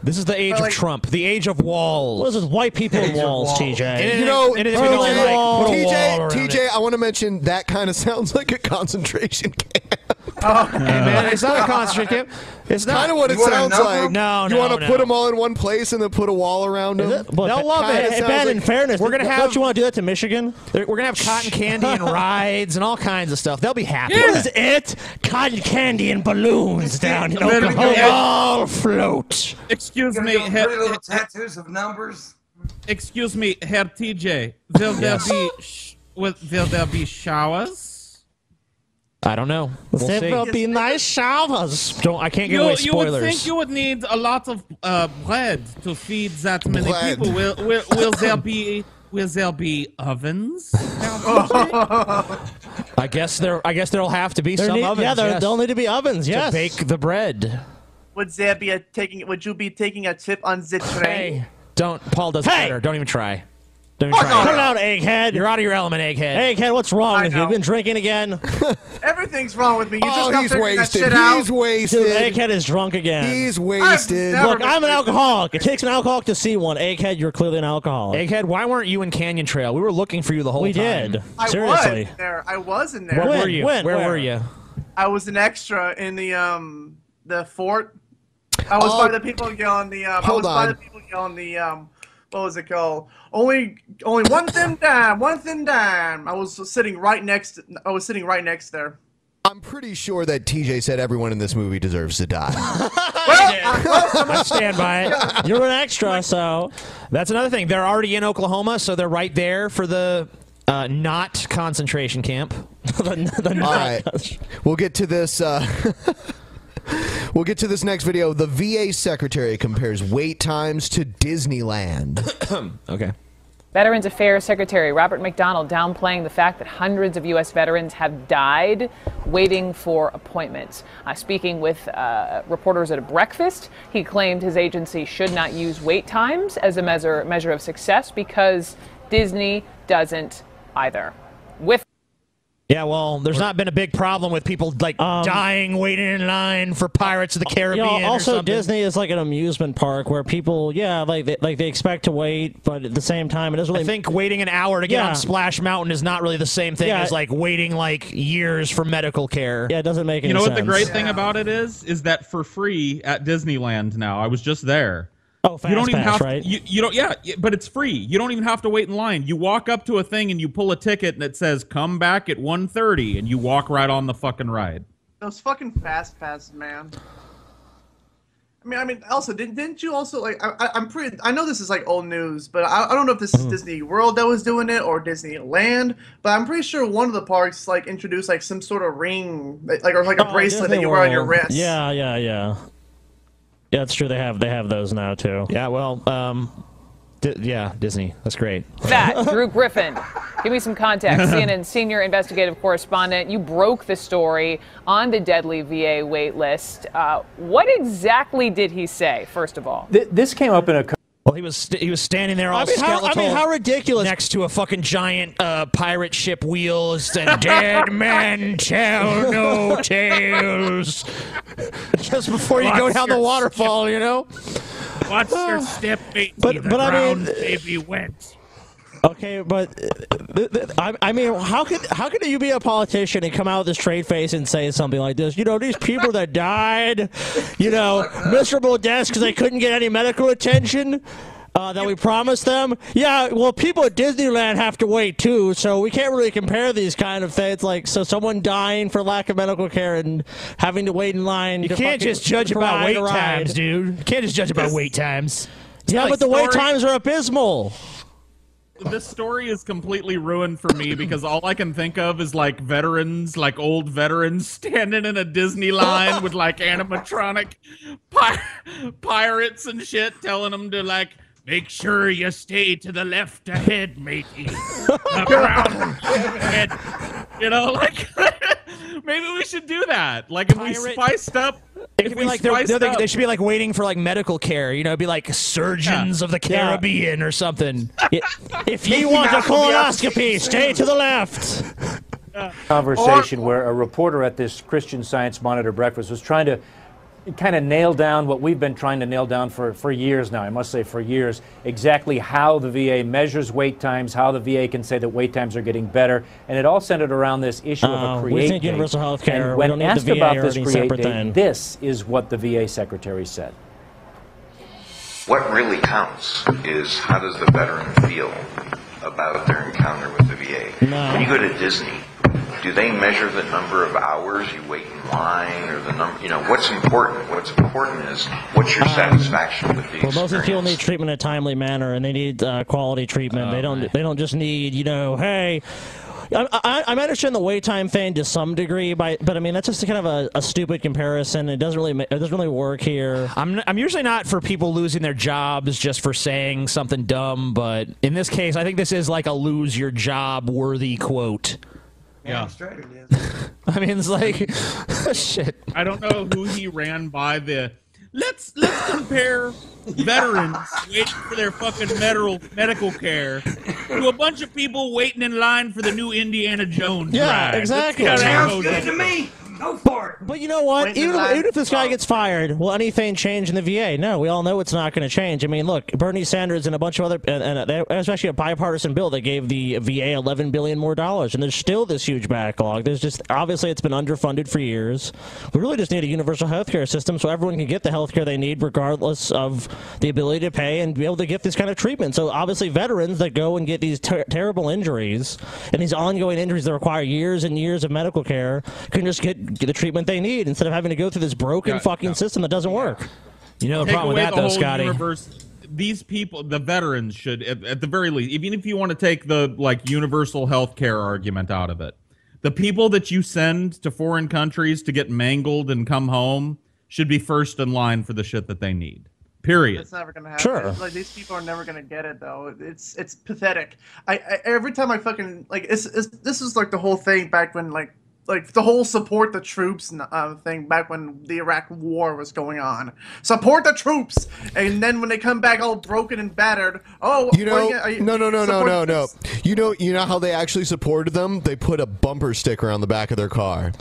Speaker 8: this is the age of Trump. The age of walls.
Speaker 9: This is white people in walls, TJ.
Speaker 6: You know,
Speaker 8: and if you don't like, put a wall
Speaker 6: TJ,
Speaker 8: around
Speaker 6: TJ, I want to mention that kind of sounds like a concentration camp.
Speaker 8: Hey, Oh, man, it's not a concentration camp. It's not.
Speaker 6: kind of what it
Speaker 8: You want a
Speaker 6: sounds
Speaker 8: number?
Speaker 6: like.
Speaker 8: No,
Speaker 6: you
Speaker 8: no,
Speaker 6: want to
Speaker 8: no.
Speaker 6: put them all in one place and then put a wall around them.
Speaker 9: They'll love it. Hey, Ben, in fairness,
Speaker 8: we're gonna
Speaker 9: don't
Speaker 8: have-
Speaker 9: you want to Oh, do that to Michigan?
Speaker 8: We're gonna have cotton candy and rides and all kinds of stuff. They'll be happy.
Speaker 9: What is it? Cotton candy and balloons down in
Speaker 11: Let it
Speaker 9: Oklahoma.
Speaker 11: go.
Speaker 9: All float.
Speaker 11: Excuse me,
Speaker 10: Pretty
Speaker 11: Herr,
Speaker 10: little tattoos of numbers.
Speaker 11: excuse me, Herr TJ. Will there be sh- will, will there be showers?
Speaker 8: I don't know. We'll
Speaker 9: there
Speaker 8: see.
Speaker 9: will be nice showers.
Speaker 8: Don't. I can't give
Speaker 11: You,
Speaker 8: away
Speaker 11: you would
Speaker 8: spoilers.
Speaker 11: think you would need a lot of uh, bread to feed that many
Speaker 8: Bread.
Speaker 11: people. Will, will, will there be will there be ovens?
Speaker 8: I guess there. I guess there'll have to be
Speaker 9: There
Speaker 8: some
Speaker 9: need-
Speaker 8: ovens.
Speaker 9: yeah, there-
Speaker 8: yes.
Speaker 9: there'll need to be ovens, yes.
Speaker 8: To bake the bread.
Speaker 17: Would there be a taking? Would you be taking a tip on the train?
Speaker 8: Don't. Paul does
Speaker 17: Hey!
Speaker 8: better. Don't even try. Don't even try.
Speaker 9: Come down, egghead.
Speaker 8: You're out of your element, egghead.
Speaker 9: Egghead, what's wrong
Speaker 17: I
Speaker 9: with you? You've
Speaker 17: know.
Speaker 9: been drinking again?
Speaker 17: Everything's wrong with me. You
Speaker 8: Oh,
Speaker 9: Oh,
Speaker 17: just not
Speaker 6: he's
Speaker 17: figuring
Speaker 6: wasted.
Speaker 17: That shit out.
Speaker 6: He's wasted.
Speaker 9: Dude, egghead is drunk again.
Speaker 6: He's wasted.
Speaker 17: never
Speaker 9: Look,
Speaker 17: been
Speaker 9: I'm an
Speaker 17: drinking.
Speaker 9: alcoholic. It takes an alcoholic to see one. Egghead, you're clearly an alcoholic.
Speaker 8: Egghead, why weren't you in Canyon Trail? We were looking for you the whole
Speaker 9: We
Speaker 8: time.
Speaker 9: did.
Speaker 17: I
Speaker 9: Seriously.
Speaker 17: was there. I was in there.
Speaker 8: Where were you?
Speaker 9: When?
Speaker 8: where,
Speaker 9: Where?
Speaker 8: were you?
Speaker 17: I was an extra in the um the fort. I was
Speaker 6: Oh.
Speaker 17: by the people yelling the um, I
Speaker 6: Hold
Speaker 17: was by
Speaker 6: on.
Speaker 17: the people yelling the um what was it called? Only only one thin dime, one thin dime. I was sitting right next. I was sitting right next there.
Speaker 6: I'm pretty sure that TJ said everyone in this movie deserves to die.
Speaker 17: Well,
Speaker 18: I stand by it. You're an extra, so
Speaker 8: That's another thing. They're already in Oklahoma, so they're right there for the uh, not concentration camp.
Speaker 6: All right, we'll get to this. Uh, we'll get to this next video. The VA secretary compares wait times to Disneyland.
Speaker 8: okay.
Speaker 3: Veterans Affairs Secretary Robert McDonald downplaying the fact that hundreds of U.S. veterans have died waiting for appointments. Uh, speaking with uh, reporters at a breakfast, he claimed his agency should not use wait times as a measure, measure of success because Disney doesn't either. With
Speaker 8: Yeah, well, there's not been a big problem with people like
Speaker 9: Um,
Speaker 8: dying waiting in line for Pirates of the
Speaker 9: You
Speaker 8: Caribbean.
Speaker 9: know,
Speaker 8: or
Speaker 9: uh, also
Speaker 8: something.
Speaker 9: Disney is like an amusement park where people, yeah, like they, like they expect to wait, but at the same time, it doesn't really.
Speaker 8: I think waiting an hour to get
Speaker 9: Yeah.
Speaker 8: on Splash Mountain is not really the same thing
Speaker 9: Yeah.
Speaker 8: as like waiting like years for medical care.
Speaker 9: Yeah, it doesn't make
Speaker 11: You know what the great thing about it is? Is that for free at Disneyland now. I was just there.
Speaker 9: Oh,
Speaker 11: you don't
Speaker 9: Fast
Speaker 11: even
Speaker 9: Pass,
Speaker 11: have
Speaker 9: right?
Speaker 11: you, you don't yeah, y- but it's free. You don't even have to wait in line. You walk up to a thing and you pull a ticket and it says come back at 1:30 and you walk right on the fucking ride.
Speaker 17: Those fucking fast passes, man. I mean, I mean, also didn't didn't you also like? I, I- I'm pretty. I know this is like old news, but I, I don't know if this is
Speaker 9: Mhm.
Speaker 17: Disney World that was doing it or Disneyland. But I'm pretty sure one of the parks like introduced like some sort of ring, like like- or like a
Speaker 9: Oh,
Speaker 17: bracelet that
Speaker 9: Disney
Speaker 17: you wear on your
Speaker 9: World.
Speaker 17: wrist.
Speaker 9: Yeah, yeah, yeah. Yeah, it's true. They have they have those now too.
Speaker 8: Yeah, well, um, di- yeah, Disney. That's great.
Speaker 3: that, Drew Griffin, give me some context. CNN senior investigative correspondent, you broke the story on the deadly VA wait list. Uh, what exactly did he say, first of all?
Speaker 8: Th- this came up in a. Well, he was st- he was standing there all
Speaker 3: I mean, how- I mean,
Speaker 8: skeletal
Speaker 3: how
Speaker 8: ridiculous! Next to a fucking giant uh, pirate ship wheels and dead man tell no tales. Just before you go
Speaker 4: Watch
Speaker 8: down the
Speaker 4: your
Speaker 8: waterfall, you know.
Speaker 4: What's your step, baby?
Speaker 9: But-
Speaker 4: the
Speaker 9: but I
Speaker 4: ground
Speaker 9: mean-
Speaker 4: baby went.
Speaker 9: Okay, but uh, th- th- I, I mean, how could how could you be a politician and come out with this straight face and say something like this? You know, these people that died, you know, miserable deaths because they couldn't get any medical attention. Uh, that we promised them. Yeah, well, people at Disneyland have to wait too, so we can't really compare these kind of things. Like, so someone dying for lack of medical care and having to wait in line.
Speaker 8: You
Speaker 9: to
Speaker 8: can't
Speaker 9: fucking-
Speaker 8: just judge
Speaker 9: for
Speaker 8: about
Speaker 9: ride
Speaker 8: wait
Speaker 9: to ride.
Speaker 8: times, dude. You can't just judge about wait times.
Speaker 9: Yeah,
Speaker 11: Like
Speaker 9: but the wait
Speaker 11: story-
Speaker 9: times are abysmal.
Speaker 11: This story is completely ruined for me because all I can think of is like veterans, like old veterans standing in a Disney line with like animatronic pir- pirates and shit telling them to like make sure you stay to the left ahead, matey. The ground ahead. You know, like maybe we should do that. Like if we
Speaker 8: Pirate-
Speaker 11: spiced up
Speaker 8: It
Speaker 11: if
Speaker 8: could
Speaker 11: we
Speaker 8: be like they're,
Speaker 11: spiced
Speaker 8: they're- they
Speaker 11: up,
Speaker 8: they should be like waiting for like medical care. You know, it'd be like surgeons
Speaker 9: Yeah.
Speaker 8: of the
Speaker 9: Yeah.
Speaker 8: Caribbean or something.
Speaker 9: If you want a colonoscopy, stay to the left.
Speaker 19: conversation where a reporter at this Christian Science Monitor breakfast was trying to kind of nail down what we've been trying to nail down for, for years now, I must say for years, exactly how the VA measures wait times, how the VA can say that wait times are getting better. And it all centered around this issue of
Speaker 9: Oh,
Speaker 19: a
Speaker 9: we
Speaker 19: create
Speaker 9: think
Speaker 19: date.
Speaker 9: universal health care,
Speaker 19: And
Speaker 9: we
Speaker 19: when
Speaker 9: don't need the
Speaker 19: asked
Speaker 9: VA
Speaker 19: about
Speaker 9: or
Speaker 19: this
Speaker 9: any
Speaker 19: create
Speaker 9: separate
Speaker 19: date,
Speaker 9: thing.
Speaker 19: this is what the VA secretary said.
Speaker 7: What really counts is how does the veteran feel about their encounter with the VA? When you go to Disney, do they measure the number of hours you wait in line or the number, you know, what's important? What's important is what's your satisfaction with the
Speaker 9: Well, most
Speaker 7: experience?
Speaker 9: people need treatment in a timely manner, and they need uh, quality treatment. they don't. They don't just need, you know, hey. I, I, I understand the wait time thing to some degree, but, but I mean that's just kind of a, a stupid comparison. It doesn't really ma- it doesn't really work here.
Speaker 8: I'm, I'm usually not for people losing their jobs just for saying something dumb, but in this case, I think this is like a lose your job worthy quote.
Speaker 11: yeah.
Speaker 8: I mean, it's like, "Oh, shit.
Speaker 11: I don't know who he ran by the. Let's let's compare veterans waiting for their fucking medical medical care to a bunch of people waiting in line for the new Indiana Jones.
Speaker 9: Yeah,
Speaker 11: ride. Let's
Speaker 9: exactly.
Speaker 11: see how that
Speaker 9: Sounds
Speaker 11: goes.
Speaker 9: good to
Speaker 20: me. Go for it.
Speaker 9: But you know what?
Speaker 20: in
Speaker 9: Even if,
Speaker 20: line.
Speaker 9: even if this guy gets fired, will anything change in the VA? No, we all know it's not going to change. I mean, look, Bernie Sanders and a bunch of other, and, and there was actually a bipartisan bill that gave the VA 11 billion more dollars, and there's still this huge backlog. There's just obviously it's been underfunded for years. We really just need a universal health care system so everyone can get the health care they need, regardless of the ability to pay and be able to get this kind of treatment. So obviously, veterans that go and get these ter- terrible injuries and these ongoing injuries that require years and years of medical care can just get, get the treatment they need instead of having to go through this broken
Speaker 11: Yeah,
Speaker 9: fucking system that doesn't work.
Speaker 8: You know the problem with that, though, Scotty.
Speaker 11: Universe, these people, the veterans, should at, at the very least, even if you want to take the like universal health care argument out of it, the people that you send to foreign countries to get mangled and come home should be first in line for the shit that they need. Period.
Speaker 17: That's never gonna happen.
Speaker 11: Sure.
Speaker 17: Like these people are never gonna get it though. It's it's pathetic. I, I every time I fucking like it's, it's this is like the whole thing back when like like the whole support the troops uh, thing back when the Iraq War was going on. Support the troops, and then when they come back all broken and battered,
Speaker 6: You
Speaker 17: oh, what are
Speaker 6: know,
Speaker 17: gonna- are you-
Speaker 6: no, no, no, no,
Speaker 17: support
Speaker 6: no,
Speaker 17: the
Speaker 6: no. You know, you know how they actually supported them? They put a bumper sticker on the back of their car.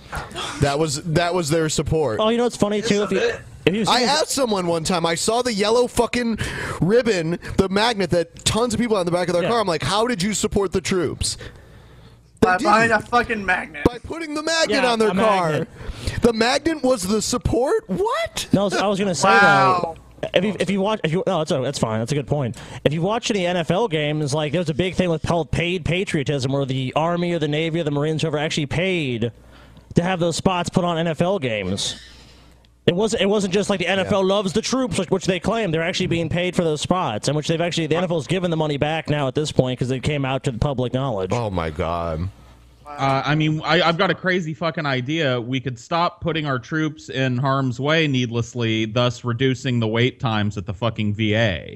Speaker 6: That was that was their support.
Speaker 9: Oh, you know what's funny too? If you, if you
Speaker 6: I asked someone one time. I saw the yellow fucking ribbon, the magnet that tons of people had on the back of their car. I'm like, how did you support the troops?
Speaker 17: By buying a fucking magnet.
Speaker 6: By putting the Magnet on their
Speaker 9: a
Speaker 6: car.
Speaker 9: magnet.
Speaker 6: The magnet was the support. What?
Speaker 9: No, I was, I was gonna say
Speaker 6: Wow.
Speaker 9: though. If you, if you watch, if you, no, that's, a, that's fine. That's a good point. If you watch any NFL games, like there's a big thing with called paid patriotism, where the Army or the Navy or the Marines, whoever, actually paid to have those spots put on NFL games. It wasn't. It wasn't just like the NFL loves the troops, which, which they claim they're actually being paid for those spots, and which they've actually the NFL's given the money back now at this point because it came out to the public knowledge.
Speaker 6: Oh my god!
Speaker 11: Uh, I mean, I, I've got a crazy fucking idea. We could stop putting our troops in harm's way needlessly, thus reducing the wait times at the fucking VA.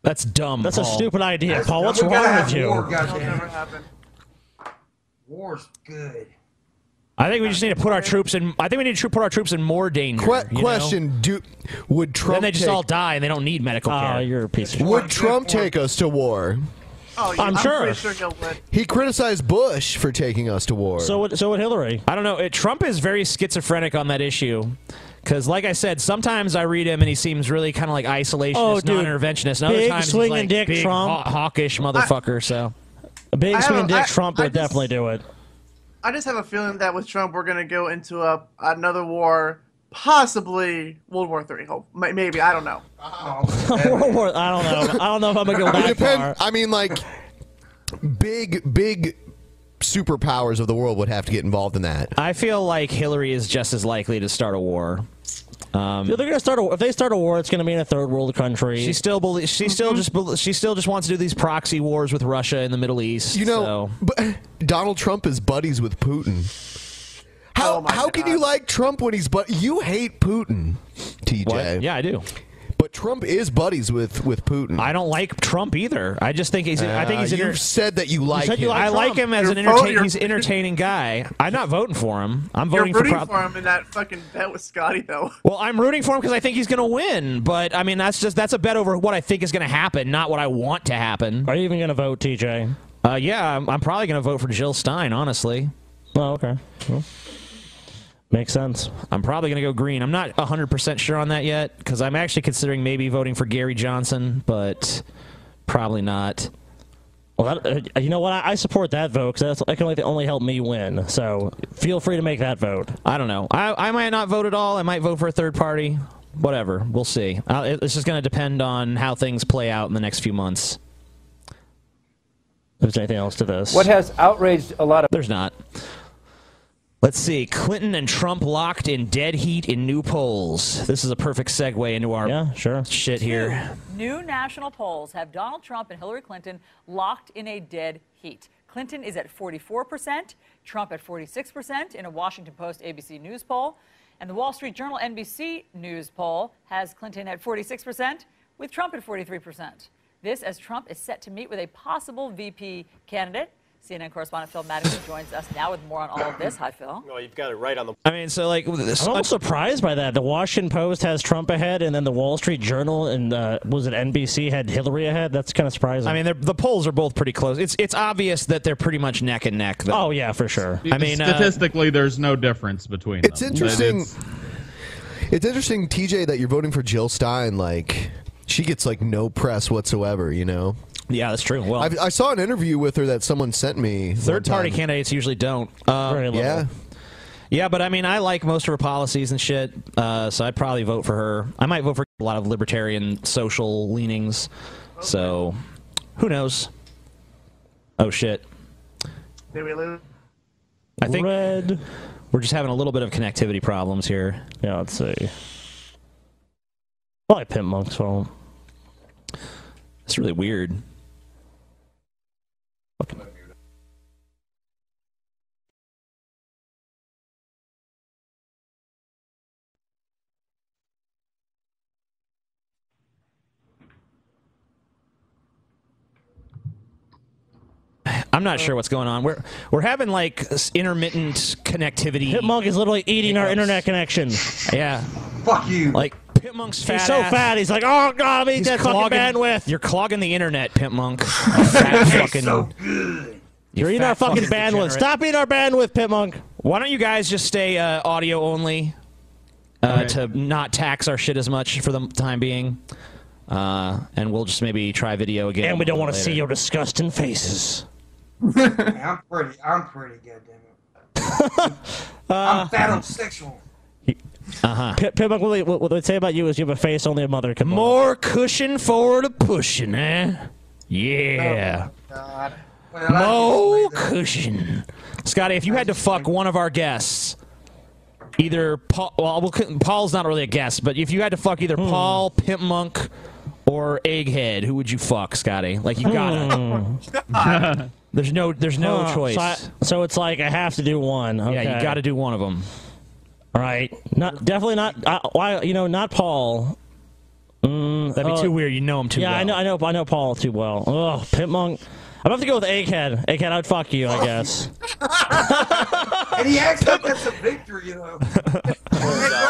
Speaker 8: That's dumb.
Speaker 9: That's a
Speaker 11: Paul.
Speaker 9: stupid idea,
Speaker 11: That's
Speaker 9: Paul.
Speaker 11: dumb.
Speaker 9: What's
Speaker 11: We gotta
Speaker 9: wrong
Speaker 11: have
Speaker 9: with you?
Speaker 11: war,
Speaker 10: God
Speaker 17: That'll never happen.
Speaker 10: War's good.
Speaker 8: I think we just need to put our troops in. I think we need to put our troops in more danger. you know?
Speaker 6: question: Do would Trump?
Speaker 8: then they just
Speaker 6: take-
Speaker 8: all die and they don't need medical care.
Speaker 9: Ah, you're a piece
Speaker 6: Would Trump take us to war?
Speaker 17: Oh, yeah,
Speaker 8: I'm sure.
Speaker 17: pretty sure he'll win.
Speaker 6: He criticized Bush for taking us to war.
Speaker 8: So
Speaker 9: what? So what? Hillary.
Speaker 8: I don't know. It, Trump is very schizophrenic on that issue. Because, like I said, sometimes I read him and he seems really kind of like isolationist,
Speaker 9: Oh, dude.
Speaker 8: non-interventionist, and other
Speaker 9: Big
Speaker 8: times he's
Speaker 9: swinging
Speaker 8: like
Speaker 9: dick
Speaker 8: big
Speaker 9: Trump.
Speaker 8: haw- hawkish motherfucker. so,
Speaker 9: A big
Speaker 17: I
Speaker 9: swinging
Speaker 17: don't-
Speaker 9: dick
Speaker 17: I-
Speaker 9: Trump
Speaker 17: I
Speaker 9: would
Speaker 17: just-
Speaker 9: definitely do it.
Speaker 17: I just have a feeling that with Trump, we're gonna go into a another war, possibly World War Three. Hope may- maybe I don't know.
Speaker 9: World War. I don't know. I don't know if I'm gonna go
Speaker 6: It
Speaker 9: that
Speaker 6: depend-
Speaker 9: far.
Speaker 6: I mean, like big, big superpowers of the world would have to get involved in that.
Speaker 8: I feel like Hillary is just as likely to start a war. Um,
Speaker 9: Dude, they're gonna start. A, if they start a war, it's gonna be in a third world country.
Speaker 8: She still believes. She
Speaker 6: Mm-hmm.
Speaker 8: still just. bel she still just wants to do these proxy wars with Russia in the Middle East.
Speaker 6: You know, but Donald Trump is buddies with Putin. How how can you like Trump when he's but you hate Putin, TJ?
Speaker 8: Yeah, I do.
Speaker 6: But Trump is buddies with with Putin.
Speaker 8: I don't like Trump either. I just think he's. I think he's.
Speaker 6: Uh,
Speaker 8: inter-
Speaker 6: you've said that you like him.
Speaker 8: I like him as an
Speaker 6: You're vote-
Speaker 8: entertaining.
Speaker 6: you're-
Speaker 8: He's an entertaining guy. I'm not voting for him. I'm
Speaker 17: You're
Speaker 8: voting for.
Speaker 17: rooting
Speaker 8: Pro-
Speaker 17: for him in that fucking bet with Scotty though.
Speaker 8: well, I'm rooting for him because I think he's going to win. But I mean, that's just that's a bet over what I think is going to happen, not what I want to happen.
Speaker 9: Are you even going to vote, TJ?
Speaker 8: Uh, yeah, I'm, I'm probably going to vote for Jill Stein, honestly.
Speaker 9: Oh, okay. Well, makes sense.
Speaker 8: I'm probably going to go green. I'm not 100% sure on that yet because I'm actually considering maybe voting for Gary Johnson, but probably not.
Speaker 9: Well, that, uh, you know what? I, I support that vote because that can only, only help me win. So feel free to make that vote.
Speaker 8: I don't know. I, I might not vote at all. I might vote for a third party. Whatever. We'll see. Uh, it- it's just going to depend on how things play out in the next few months.
Speaker 9: If there's anything else to this.
Speaker 8: What has outraged a lot of. There's not. Let's see. Clinton and Trump locked in dead heat in new polls. This is a perfect segue into our yeah,
Speaker 9: sure.
Speaker 8: shit here.
Speaker 21: New national polls have Donald Trump and Hillary Clinton locked in a dead heat. Clinton is at 44%, Trump at 46% in a Washington Post ABC News poll. And the Wall Street Journal NBC News poll has Clinton at 46%, with Trump at 43%. This as Trump is set to meet with a possible VP candidate. CNN correspondent Phil Madison joins us now with more on all of this. Hi, Phil.
Speaker 4: Well, you've got it right on the.
Speaker 8: I mean, so like,
Speaker 9: I'm almost surprised by that. The Washington Post has Trump ahead, and then the Wall Street Journal and uh, was it NBC had Hillary ahead. That's kind of surprising.
Speaker 8: I mean, they're- the polls are both pretty close. It's it's obvious that they're pretty much neck and neck, though.
Speaker 9: Oh yeah, for sure.
Speaker 8: I mean, uh,
Speaker 11: statistically, there's no difference between
Speaker 6: It's
Speaker 11: them.
Speaker 6: interesting.
Speaker 11: It's-
Speaker 6: It's interesting, TJ, that you're voting for Jill Stein. Like, she gets like no press whatsoever. You know.
Speaker 8: Yeah, that's true. Well,
Speaker 6: I, I saw an interview with her that someone sent me.
Speaker 8: third party
Speaker 6: can't.
Speaker 8: candidates usually don't. Um,
Speaker 6: Very little. Yeah.
Speaker 8: Yeah, but I mean, I like most of her policies and shit, uh, so I'd probably vote for her. I might vote for a lot of libertarian social leanings, so who knows? Oh shit!
Speaker 17: Did we lose?
Speaker 8: I think We're just having a little bit of connectivity problems here.
Speaker 9: Yeah, let's see. Probably Pimp Monk's fault.
Speaker 8: It's really weird. I'm not
Speaker 9: Oh.
Speaker 8: sure what's going on. We're we're having like s- intermittent connectivity.
Speaker 9: Pitmonk is literally eating our internet connection.
Speaker 8: Yeah.
Speaker 10: Fuck you.
Speaker 8: Like Pitmonk's fat.
Speaker 9: He's so
Speaker 8: ass-
Speaker 9: fat, he's like, "Oh, God, I need
Speaker 8: He's
Speaker 9: that fucking
Speaker 8: clogging-
Speaker 9: bandwidth."
Speaker 8: You're clogging the internet, Pimp Monk. Fat fucking.
Speaker 9: You're eating our
Speaker 8: fat
Speaker 9: fucking
Speaker 8: fucking
Speaker 9: bandwidth.
Speaker 8: degenerate.
Speaker 9: Stop eating our bandwidth, Pitmonk.
Speaker 8: Why don't you guys just stay uh, audio only uh, to not tax our shit as much for the time being? Uh, and we'll just maybe try video again.
Speaker 9: And we don't
Speaker 8: want
Speaker 9: wanna see your disgusting faces.
Speaker 10: I'm pretty. I'm pretty good.
Speaker 8: Uh,
Speaker 9: Uh,
Speaker 10: I'm battlesexual.
Speaker 9: Uh-huh. P- Pitmonk, what they, what they say about you is you have a face only a mother can
Speaker 8: More cushion forward to pushing, eh? Yeah. Mo cushion. Scotty, if you had to fuck one of our guests, either Paul, well, we couldn't- Paul's not really a guest, but if you had to fuck
Speaker 9: Hmm.
Speaker 8: either Paul, Pimp Monk, or Egghead, who would you fuck, Scotty? Like you gotta. there's no, there's no
Speaker 9: Hmm. Huh,
Speaker 8: choice.
Speaker 9: So, I- so it's like I have to do one.
Speaker 8: Yeah, you gotta do one of them.
Speaker 9: All right, not definitely not. I, why you know not Paul. Mm,
Speaker 8: That'd be too weird. You know him too
Speaker 9: Yeah, I
Speaker 8: well.
Speaker 9: know. I know. I know Paul too well. Oh, pimp monk. I'd have to go with Egghead. Egghead, I'd fuck you, I guess.
Speaker 10: And he acts like that's a victory, you know.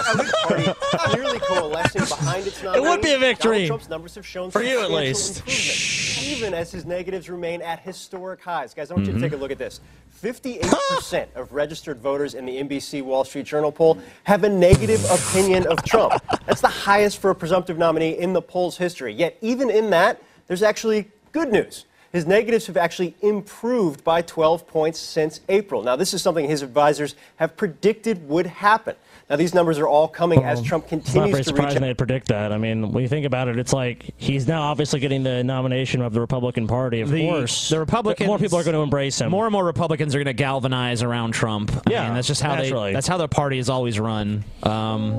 Speaker 22: Clearly coalescing behind its nominees,
Speaker 9: would be a victory.
Speaker 22: Donald Trump's numbers have shown
Speaker 9: For you, at
Speaker 22: substantial
Speaker 9: least.
Speaker 22: improvement, even as his negatives remain at historic highs. Guys, I want you to take a look at this. 58% of registered voters in the NBC Wall Street Journal poll have a negative opinion of Trump. That's the highest for a presumptive nominee in the poll's history. Yet, even in that, there's actually good news. His negatives have actually improved by 12 points since April. Now, this is something his advisors have predicted would happen. Now, these numbers are all coming
Speaker 8: Oh,
Speaker 22: as Trump
Speaker 9: It's not very
Speaker 22: continues to reach out.
Speaker 9: surprising they predict that. I mean, when you think about it, it's like he's now obviously getting the nomination of the Republican Party. Of
Speaker 8: The-
Speaker 9: course,
Speaker 8: the Republicans-
Speaker 9: More people are going to embrace him.
Speaker 8: More and more Republicans are going to galvanize around Trump. I
Speaker 9: Yeah,
Speaker 8: mean, that's just how
Speaker 9: naturally.
Speaker 8: they. That's how the party is always run. Um,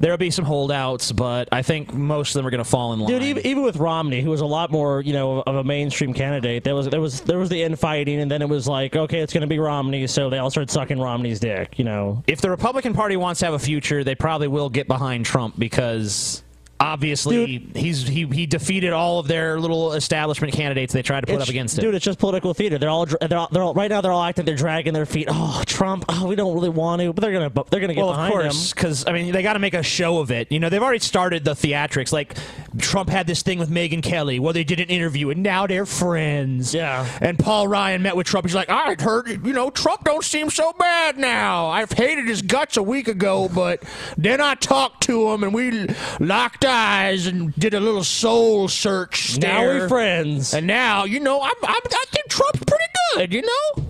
Speaker 8: there'll be some holdouts, but I think most of them are going to fall in line.
Speaker 9: Dude, even, even with Romney, who was a lot more, you know, of a mainstream candidate, there was there was there was the infighting, and then it was like, okay, it's gonna be Romney, so they all started sucking Romney's dick, you know.
Speaker 8: if the Republican Party wants to have a future, they probably will get behind Trump because obviously he's he, he defeated all of their little establishment candidates they tried to put
Speaker 9: It's-
Speaker 8: up against
Speaker 9: dude,
Speaker 8: it.
Speaker 9: it's just political theater. They're all, dr- they're all, they're all right now. They're all acting. They're dragging their feet. Oh, Trump. Oh, we don't really want to, but they're gonna, bu- they're gonna get
Speaker 8: well, of
Speaker 9: behind
Speaker 8: course,
Speaker 9: him.
Speaker 8: because I mean they got to make a show of it. You know they've already started the theatrics. Like Trump had this thing with Megan Kelly. Well, they did an interview, and now they're friends. Yeah. And Paul Ryan met with Trump. He's like, I heard you know Trump don't seem so bad now. I've hated his guts a week ago, but then I talked to him and we locked eyes and did a little soul search.
Speaker 9: Now
Speaker 8: stare.
Speaker 9: we're friends.
Speaker 8: And now you know I'm, I'm I think Trump's pretty good. You know.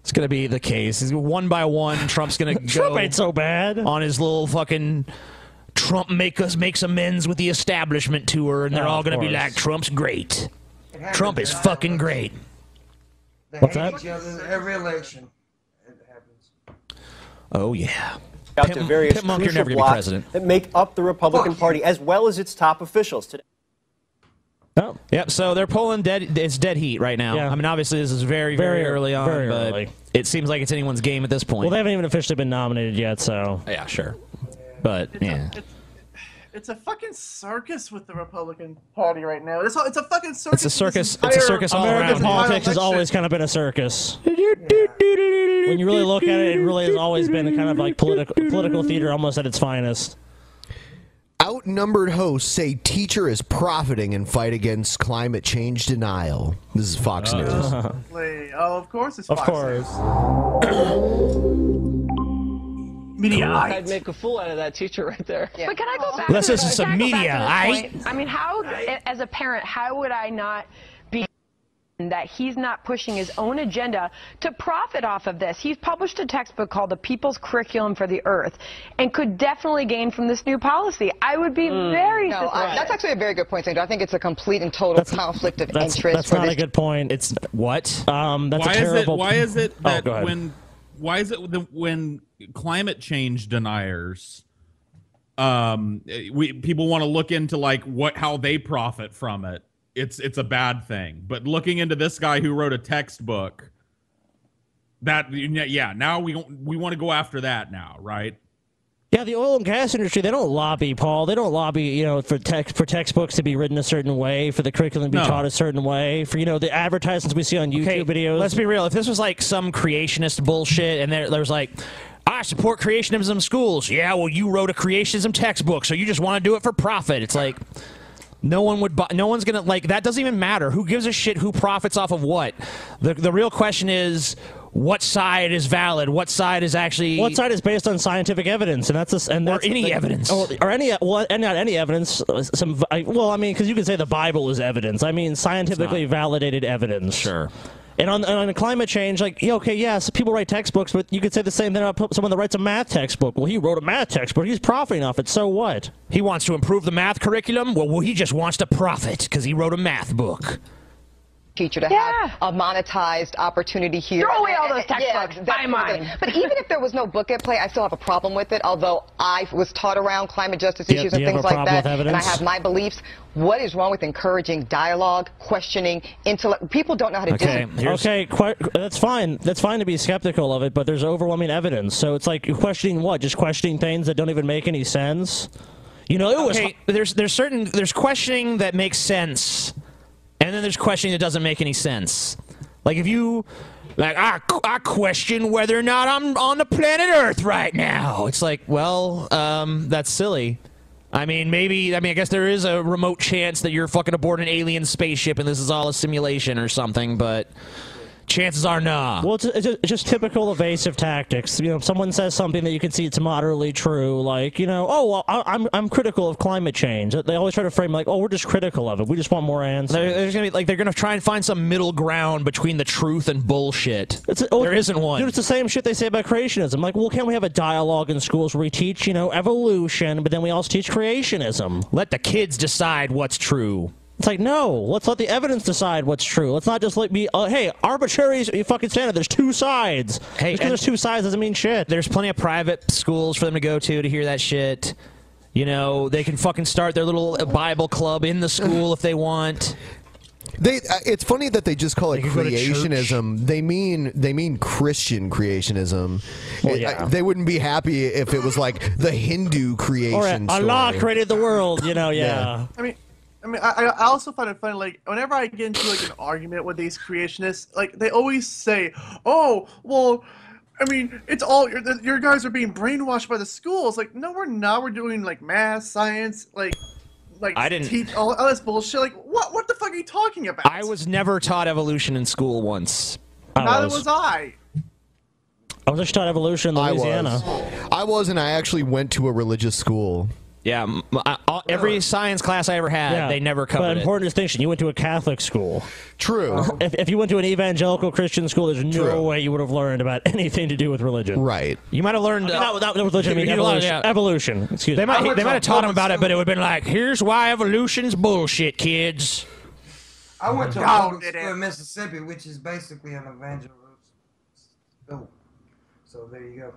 Speaker 8: It's gonna be the case. It's one by one, Trump's gonna go.
Speaker 9: Trump ain't so bad
Speaker 8: on his little fucking Trump make us makes amends with the establishment tour, and they're
Speaker 9: Oh,
Speaker 8: all
Speaker 9: of
Speaker 8: gonna be
Speaker 9: course.
Speaker 8: like, Trump's great. Trump is fucking great.
Speaker 10: They
Speaker 8: What's
Speaker 10: hate
Speaker 8: that?
Speaker 10: each other every election.
Speaker 8: Oh yeah.
Speaker 22: out to
Speaker 8: Pimp-
Speaker 22: various
Speaker 8: Pimp Monk, you're
Speaker 22: crucial
Speaker 8: never gonna be
Speaker 22: blocks
Speaker 8: president.
Speaker 22: that make up the Republican
Speaker 8: Fuck you.
Speaker 22: Party as well as its top officials today.
Speaker 8: Yep. So they're polling dead. It's dead heat right now.
Speaker 9: Yeah.
Speaker 8: I mean, obviously this is very, very,
Speaker 9: Very-
Speaker 8: early on,
Speaker 9: very
Speaker 8: but
Speaker 9: early.
Speaker 8: it seems like it's anyone's game at this point.
Speaker 9: Well, they haven't even officially been nominated yet, so
Speaker 8: yeah, sure. But yeah,
Speaker 17: It's a fucking circus with the Republican Party right now. It's a, it's a fucking
Speaker 8: it's
Speaker 17: circus.
Speaker 8: a circus.
Speaker 17: this
Speaker 8: It's a
Speaker 17: entire-
Speaker 8: circus all
Speaker 9: American
Speaker 8: around.
Speaker 9: politics has always kind of been a circus. When you really look at it, it really has always been kind of like political political theater, almost at its finest.
Speaker 6: Outnumbered hosts say teacher is profiting in fight against climate change denial. This is Fox
Speaker 9: Uh.
Speaker 6: News.
Speaker 17: Exactly. Oh, of course it's
Speaker 6: Of
Speaker 17: Fox
Speaker 6: course.
Speaker 4: I'd make a fool out of that teacher right there.
Speaker 23: But can I go back?
Speaker 4: Let's
Speaker 23: to
Speaker 4: listen to some
Speaker 23: can I go back
Speaker 4: media,
Speaker 23: to this
Speaker 4: aight?
Speaker 23: point? I mean, how, as a parent, how would I not be that he's not pushing his own agenda to profit off of this? He's published a textbook called The People's Curriculum for the Earth, and could definitely gain from this new policy. I would be very
Speaker 24: Mm. No, I,
Speaker 23: suspicious.
Speaker 24: that's actually a very good point, Sandra. I think it's a complete and total conflict of
Speaker 9: That's,
Speaker 24: interest
Speaker 9: that's
Speaker 24: for
Speaker 9: not
Speaker 24: this
Speaker 9: a good point. It's
Speaker 8: what?
Speaker 9: Um, that's
Speaker 11: why
Speaker 9: a terrible.
Speaker 11: Is it, why is it
Speaker 9: Oh,
Speaker 11: that
Speaker 9: go ahead.
Speaker 11: when why is it the, when climate change deniers um we people want to look into like what how they profit from it it's it's a bad thing but looking into this guy who wrote a textbook that yeah now we we want to go after that now right
Speaker 9: Yeah, the oil and gas industry, they don't lobby, Paul. They don't lobby, you know, for text for textbooks to be written a certain way, for the curriculum to be
Speaker 25: No.
Speaker 9: taught a certain way, for you know, the advertisements we see on YouTube videos.
Speaker 8: Let's be real. If this was like some creationist bullshit, and there, there was like, I support creationism in schools. Yeah, well, you wrote a creationism textbook, so you just want to do it for profit. It's like. No one would buy. No one's gonna like. That doesn't even matter. Who gives a shit? Who profits off of what? The the real question is, what side is valid? What side is actually?
Speaker 9: What side is based on scientific evidence, and that's a, s- and
Speaker 8: Or
Speaker 9: that's Oh,
Speaker 8: any evidence.
Speaker 9: or, or any well, and not any evidence. uh, Some v- I- well, I mean, because you can say the Bible is evidence. I mean, scientifically validated evidence. Sure. And on, and on climate change, like, yeah, okay, yes, people write textbooks, but you could say the same thing about someone that writes a math textbook. Well, he wrote a math textbook. He's profiting off it. So what?
Speaker 8: He wants to improve the math curriculum. Well, well he just wants to profit because he wrote a math book.
Speaker 24: teacher to have a monetized opportunity here.
Speaker 23: Throw away all
Speaker 24: And-
Speaker 23: those
Speaker 24: and- yeah,
Speaker 23: textbooks.
Speaker 24: that
Speaker 23: Buy
Speaker 24: sort of thing.
Speaker 23: mine.
Speaker 24: But even if there was no book at play, I still have a problem with it. Although I was taught around climate justice
Speaker 23: Do you-
Speaker 24: issues
Speaker 23: do
Speaker 24: and
Speaker 23: you have
Speaker 24: things
Speaker 23: a
Speaker 24: like
Speaker 23: problem
Speaker 24: that,
Speaker 23: with
Speaker 24: and I
Speaker 23: evidence?
Speaker 24: have my beliefs. What is wrong with encouraging dialogue, questioning, intellect? People don't know how to do it.
Speaker 9: okay, quite, that's fine. That's fine to be skeptical of it, but there's overwhelming evidence. So it's like you're questioning what? Just questioning things that don't even make any sense. You know, it was
Speaker 8: okay, there's there's certain there's questioning that makes sense, and then there's questioning that doesn't make any sense. Like if you like I, I question whether or not I'm on the planet Earth right now. It's like, well, um, that's silly. I mean, maybe I mean I guess there is a remote chance that you're fucking aboard an alien spaceship and this is all a simulation or something, but chances are nah.
Speaker 9: Well, it's, it's ju- it's just typical evasive tactics. You know, if someone says something that you can see it's moderately true, like you know, oh, well, I, I'm I'm critical of climate change. They always try to frame like, oh, we're just critical of it. We just want more answers.
Speaker 8: There- There's gonna be like they're gonna try and find some middle ground between the truth and bullshit. there isn't one.
Speaker 9: Dude, it's the same shit they say about creationism. Like, well, can't we have a dialogue in schools where we teach, you know, evolution, but then we also teach creationism?
Speaker 8: Let the kids decide what's true.
Speaker 9: It's like, no, let's let the evidence decide what's true. Let's not just let me, uh, hey, arbitrary is- you fucking standard. There's two sides. Hey,
Speaker 8: and-
Speaker 9: there's two sides doesn't mean shit.
Speaker 8: There's plenty of private schools for them to go to to hear that shit. You know, they can fucking start their little Bible club in the school if they want.
Speaker 6: They, uh, it's funny that they just call it
Speaker 8: go to church.
Speaker 6: creationism. They mean they mean Christian creationism. It-
Speaker 9: yeah.
Speaker 6: I- they wouldn't be happy if it was like the Hindu creation.
Speaker 9: Or Allah
Speaker 6: story.
Speaker 9: created the world, you know, yeah.
Speaker 17: I mean, I mean, I, I also find it funny. Like, whenever I get into like an argument with these creationists, like they always say, "Oh, well." I mean, it's all your, your guys are being brainwashed by the schools. Like, no, we're not. We're doing like math, science, like, like
Speaker 8: I didn't-
Speaker 17: teach all, all this bullshit. Like, what what the fuck are you talking about?
Speaker 8: I was never taught evolution in school once.
Speaker 17: Neither was I.
Speaker 9: I was just taught evolution in
Speaker 6: I
Speaker 9: Louisiana.
Speaker 6: was. I was, and I actually went to a religious school.
Speaker 8: Yeah, m- I- all- every science class I ever had,
Speaker 9: Yeah,
Speaker 8: they never covered
Speaker 9: But
Speaker 8: it.
Speaker 9: important distinction: you went to a Catholic school.
Speaker 6: True.
Speaker 8: Uh-huh.
Speaker 9: If, if you went to an evangelical Christian school, there's no way you would have learned about anything to do with religion.
Speaker 6: Right.
Speaker 8: You might have learned uh,
Speaker 9: I mean, not, not with religion. I mean
Speaker 8: You- you learned-
Speaker 9: evolution.
Speaker 8: yeah.
Speaker 9: Evolution. Excuse
Speaker 8: They
Speaker 9: me.
Speaker 8: might they might have taught them about it, but it would have been like, here's why evolution's bullshit, kids.
Speaker 10: I
Speaker 9: Mm-hmm.
Speaker 10: went to a
Speaker 17: Y'all
Speaker 10: public school in Mississippi, which is basically an evangelist school. So there you go.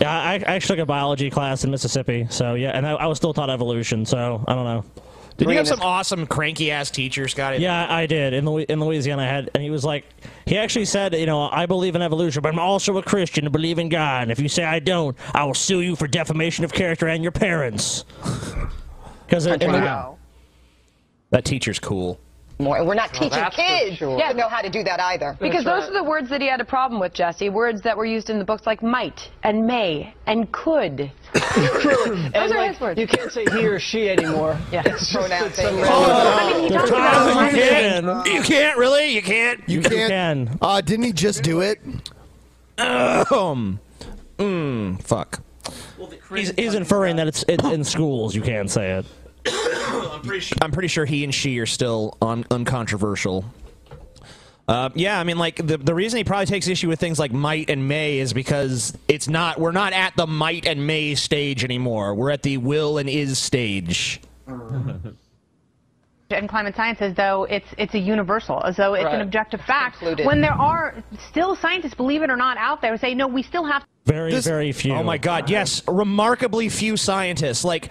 Speaker 9: Yeah, I, I actually took a biology class in Mississippi, so yeah, and I, I was still taught evolution. So I don't know.
Speaker 8: Did you have some awesome cranky ass teacher, Scotty?
Speaker 9: Yeah, I did in Louis- in Louisiana. I had, and he was like, he actually said, you know, I believe in evolution, but I'm also a Christian and believe in God. And if you say I don't, I will sue you for defamation of character and your parents. Because
Speaker 24: Wow.
Speaker 8: that teacher's cool.
Speaker 24: More, and we're not teaching that's for kids sure. to know how to do that either.
Speaker 23: Because those are the words that he had a problem with, Jesse. Words that were used in the books like might and may and could.
Speaker 4: And,
Speaker 23: those are
Speaker 4: like,
Speaker 23: his words.
Speaker 4: You can't say he or she anymore.
Speaker 23: yeah,
Speaker 4: it's
Speaker 24: pronoun
Speaker 4: it's some
Speaker 24: thing.
Speaker 4: random-
Speaker 6: you
Speaker 8: can't. You can't really. You can't.
Speaker 6: You can't. Uh, didn't he just do it?
Speaker 8: Um. Mm, fuck.
Speaker 9: he's, he's inferring that it's it, in schools you can't say it.
Speaker 8: I'm pretty sure. he and she are still un- uncontroversial. Uh, yeah, I mean, like the the reason he probably takes issue with things like might and may is because it's not we're not at the might and may Uh, stage anymore. We're at the will and is stage.
Speaker 2: and climate science as though it's it's a universal, as though it's
Speaker 23: Right.
Speaker 2: an objective fact.
Speaker 23: Included.
Speaker 2: When there are still scientists, believe it or not, out there who say no, we still have.
Speaker 9: Very, very few.
Speaker 8: Oh my God! Yes, remarkably few scientists. Like,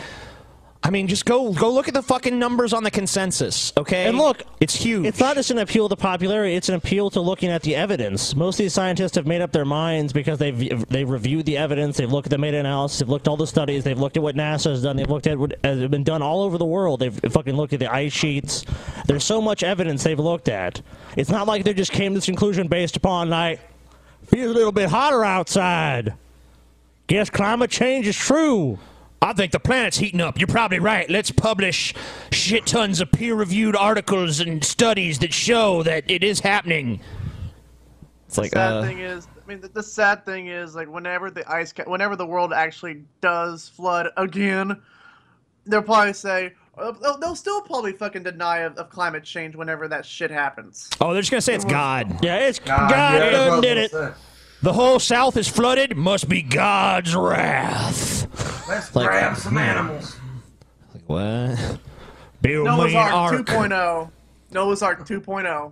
Speaker 8: I mean, just go go look at the fucking numbers on the consensus. Okay,
Speaker 9: And look,
Speaker 8: it's huge.
Speaker 9: It's not just an appeal to popularity; it's an appeal to looking at the evidence. Most of these scientists have made up their minds because they've they've reviewed the evidence, they've looked at the meta-analysis, they've looked at all the studies, they've looked at what NASA has done, they've looked at what has been done all over the world. They've fucking looked at the ice sheets. There's so much evidence they've looked at. It's not like they just came to this conclusion based upon like feels a little bit hotter outside. Guess climate change is true.
Speaker 26: I think the planet's heating up. You're probably right. Let's publish shit tons of peer reviewed articles and studies that show that it is happening.
Speaker 8: It's like
Speaker 17: sad
Speaker 8: uh,
Speaker 17: thing is, I mean, the, the sad thing is, like, whenever the ice, ca- whenever the world actually does flood again, they'll probably say uh, they'll, they'll still probably fucking deny of, of climate change whenever that shit happens.
Speaker 8: oh, they're just gonna say it's God.
Speaker 9: Yeah, it's
Speaker 8: God.
Speaker 17: God yeah,
Speaker 8: done
Speaker 17: that's
Speaker 8: did
Speaker 17: what
Speaker 8: it.
Speaker 17: I was
Speaker 8: The whole South is flooded. Must be God's wrath.
Speaker 10: Let's
Speaker 8: Like-
Speaker 10: grab some animals.
Speaker 8: What? Build
Speaker 17: Noah's
Speaker 8: me an
Speaker 17: Ark
Speaker 8: ark.
Speaker 17: 2.0. Noah's Ark oh. 2.0.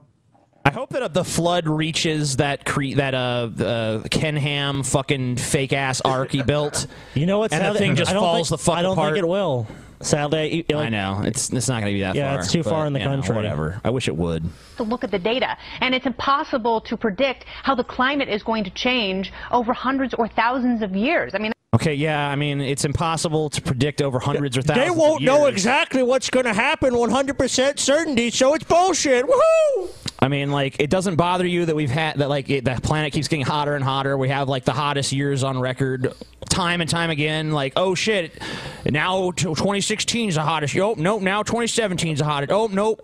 Speaker 8: I hope that uh, the flood reaches that cre- that uh, uh Ken Ham fucking fake ass ark he built.
Speaker 9: You know what?
Speaker 8: And that
Speaker 9: Sadly,
Speaker 8: thing just
Speaker 9: I don't
Speaker 8: falls
Speaker 9: think-
Speaker 8: the fuck
Speaker 9: I don't
Speaker 8: apart.
Speaker 9: think it will. Sadly, it-
Speaker 8: I know it's it's not gonna be that
Speaker 9: Yeah,
Speaker 8: far.
Speaker 9: it's too far in the
Speaker 8: you know,
Speaker 9: country.
Speaker 8: whatever. I wish it would.
Speaker 2: to look at the data. And it's impossible to predict how the climate is going to change over hundreds or thousands of years. I mean,
Speaker 8: Okay, yeah. I mean, it's impossible to predict over hundreds or thousands.
Speaker 9: They won't
Speaker 8: of
Speaker 9: know
Speaker 8: years.
Speaker 9: exactly what's going to happen 100% certainty, so it's bullshit. Woohoo!
Speaker 8: I mean, like, it doesn't bother you that we've had that, like, it, the planet keeps getting hotter and hotter. We have like the hottest years on record, time and time again. Like, oh shit, now t- 2016 is the hottest. Oh nope, now 2017 is the hottest. Oh nope,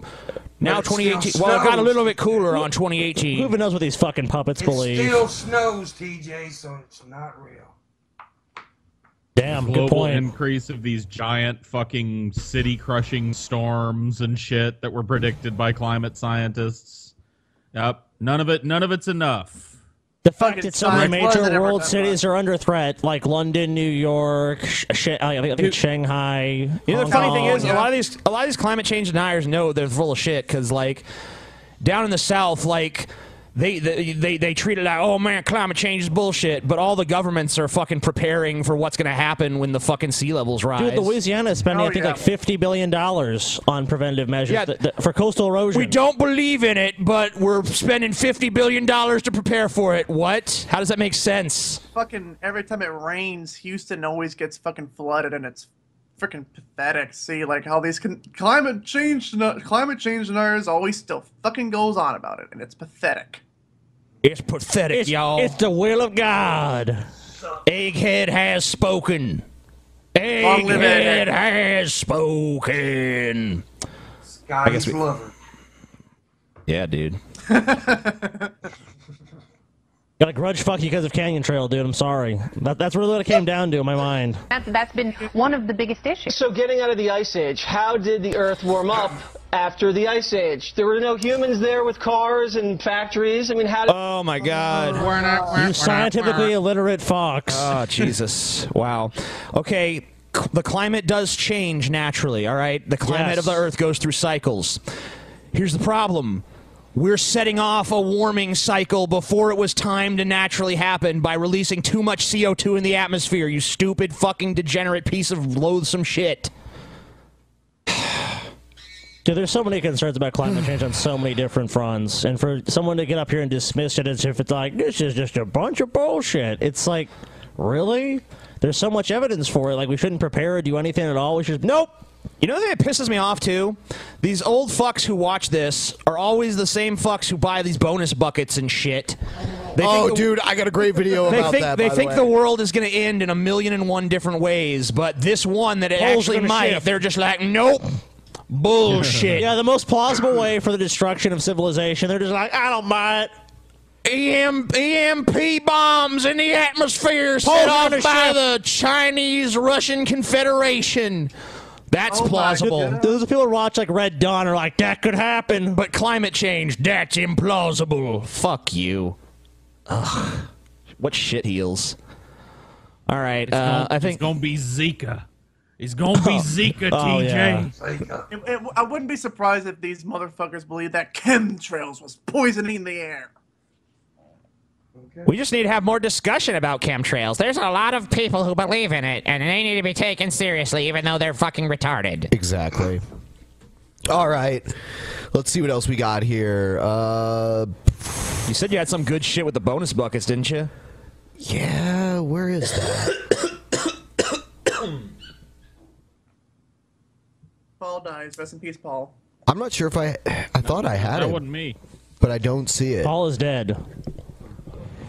Speaker 8: now
Speaker 10: But it
Speaker 8: 2018.
Speaker 10: still
Speaker 8: Well, it got a
Speaker 10: snows.
Speaker 8: little bit cooler on 2018.
Speaker 9: Who even knows what these fucking puppets believe?
Speaker 10: Still snows, TJ, so it's not real.
Speaker 9: Damn,
Speaker 11: global
Speaker 9: good point.
Speaker 11: increase of these giant fucking city crushing storms and shit that were predicted by climate scientists. Yep, none of it. None of it's enough.
Speaker 9: The fact that so many
Speaker 11: science wasn't
Speaker 9: major
Speaker 11: ever
Speaker 9: world
Speaker 11: done
Speaker 9: cities are under threat, like London, New York, sh- sh- I think- I think Shanghai.
Speaker 8: You know,
Speaker 9: Hong
Speaker 8: the funny thing
Speaker 9: Kong.
Speaker 8: is, a lot of these, a lot of these climate change deniers know they're full of shit because, like, down in the South, like. They, they, they, they treat it like, oh man, climate change is bullshit, but all the governments are fucking preparing for what's going to happen when the fucking sea levels rise.
Speaker 9: Dude, Louisiana is spending,
Speaker 8: Oh,
Speaker 9: I think,
Speaker 8: yeah.
Speaker 9: like fifty billion dollars on preventive measures
Speaker 8: Yeah.
Speaker 9: th- th- for coastal erosion.
Speaker 8: We don't believe in it, but we're spending $50 billion to prepare for it. What? How does that make sense?
Speaker 17: Fucking every time it rains, Houston always gets fucking flooded, and it's freaking pathetic. See, like how these con- climate change deni- climate change deniers always still fucking goes on about it, and it's pathetic.
Speaker 26: It's pathetic, y'all.
Speaker 9: It's the will of God.
Speaker 26: Egghead has spoken.
Speaker 9: Long live
Speaker 26: Egghead
Speaker 9: Egghead.
Speaker 26: has
Speaker 8: Mm.
Speaker 26: spoken.
Speaker 10: God
Speaker 8: guess
Speaker 10: is
Speaker 8: we-
Speaker 10: lover.
Speaker 8: Yeah, dude.
Speaker 9: Got a grudge fuck you because of Canyon Trail, dude. I'm sorry. That, that's really what it came down to in my mind.
Speaker 2: that's, that's been one of the biggest issues.
Speaker 4: So, getting out of the ice age, how did the Earth warm up after the ice age? There were no humans there with cars and factories. I mean, how did.
Speaker 8: Oh my God.
Speaker 9: You scientifically illiterate fox.
Speaker 8: Oh, Jesus. Wow. Okay. c- The climate does change naturally, all right? The climate
Speaker 26: Yes.
Speaker 8: of the Earth goes through cycles. Here's the problem we're setting off a warming cycle before it was time to naturally happen by releasing too much CO2 in the atmosphere, you stupid fucking degenerate piece of loathsome shit.
Speaker 9: Dude, there's so many concerns about climate change on so many different fronts, and for someone to get up here and dismiss it as if it's like this is just a bunch of bullshit, it's like, really? There's so much evidence for it. Like we shouldn't prepare or do anything at all. We should nope.
Speaker 8: You know the thing that pisses me off too? These old fucks who watch this are always the same fucks who buy these bonus buckets and shit. They
Speaker 6: Oh,
Speaker 8: think the-
Speaker 6: dude, I got a great video
Speaker 8: they
Speaker 6: about
Speaker 8: think,
Speaker 6: that.
Speaker 8: They
Speaker 6: by
Speaker 8: think
Speaker 6: the,
Speaker 8: the
Speaker 6: way.
Speaker 8: world is going to end in a million and one different ways, but this one that it
Speaker 9: Poles are
Speaker 8: actually
Speaker 9: gonna
Speaker 8: might,
Speaker 9: shift.
Speaker 8: they're just like, nope, bullshit.
Speaker 9: yeah, the most plausible way for the destruction of civilization. They're just like, I don't buy it.
Speaker 26: EM, EMP bombs in the atmosphere set
Speaker 8: Poles
Speaker 26: off
Speaker 8: on
Speaker 26: by
Speaker 8: a ship.
Speaker 26: the Chinese Russian Confederation.
Speaker 8: That's plausible.
Speaker 9: Oh Those people who watch like Red Dawn are like, that could happen.
Speaker 26: But climate change, that's implausible. Fuck you.
Speaker 8: Ugh. What shit heels. All right,
Speaker 11: It's
Speaker 8: uh,
Speaker 11: gonna-
Speaker 8: I think
Speaker 11: it's gonna be Zika. It's gonna be
Speaker 17: Oh.
Speaker 11: Zika,
Speaker 17: Oh,
Speaker 11: TJ.
Speaker 17: yeah. It- it- I wouldn't be surprised if these motherfuckers believed that chemtrails was poisoning the air.
Speaker 16: We just need to have more discussion about chemtrails. There's a lot of people who believe in it, and they need to be taken seriously, even though they're fucking retarded.
Speaker 6: Exactly. All right. Let's see what else we got here. Uh,
Speaker 8: you said you had some good shit with the bonus buckets, didn't you?
Speaker 6: Yeah, where is that?
Speaker 17: Paul dies. Rest in peace, Paul.
Speaker 6: I'm not sure if I. I thought I had
Speaker 17: that
Speaker 6: it.
Speaker 17: wasn't me.
Speaker 6: But I don't see it.
Speaker 9: Paul is dead.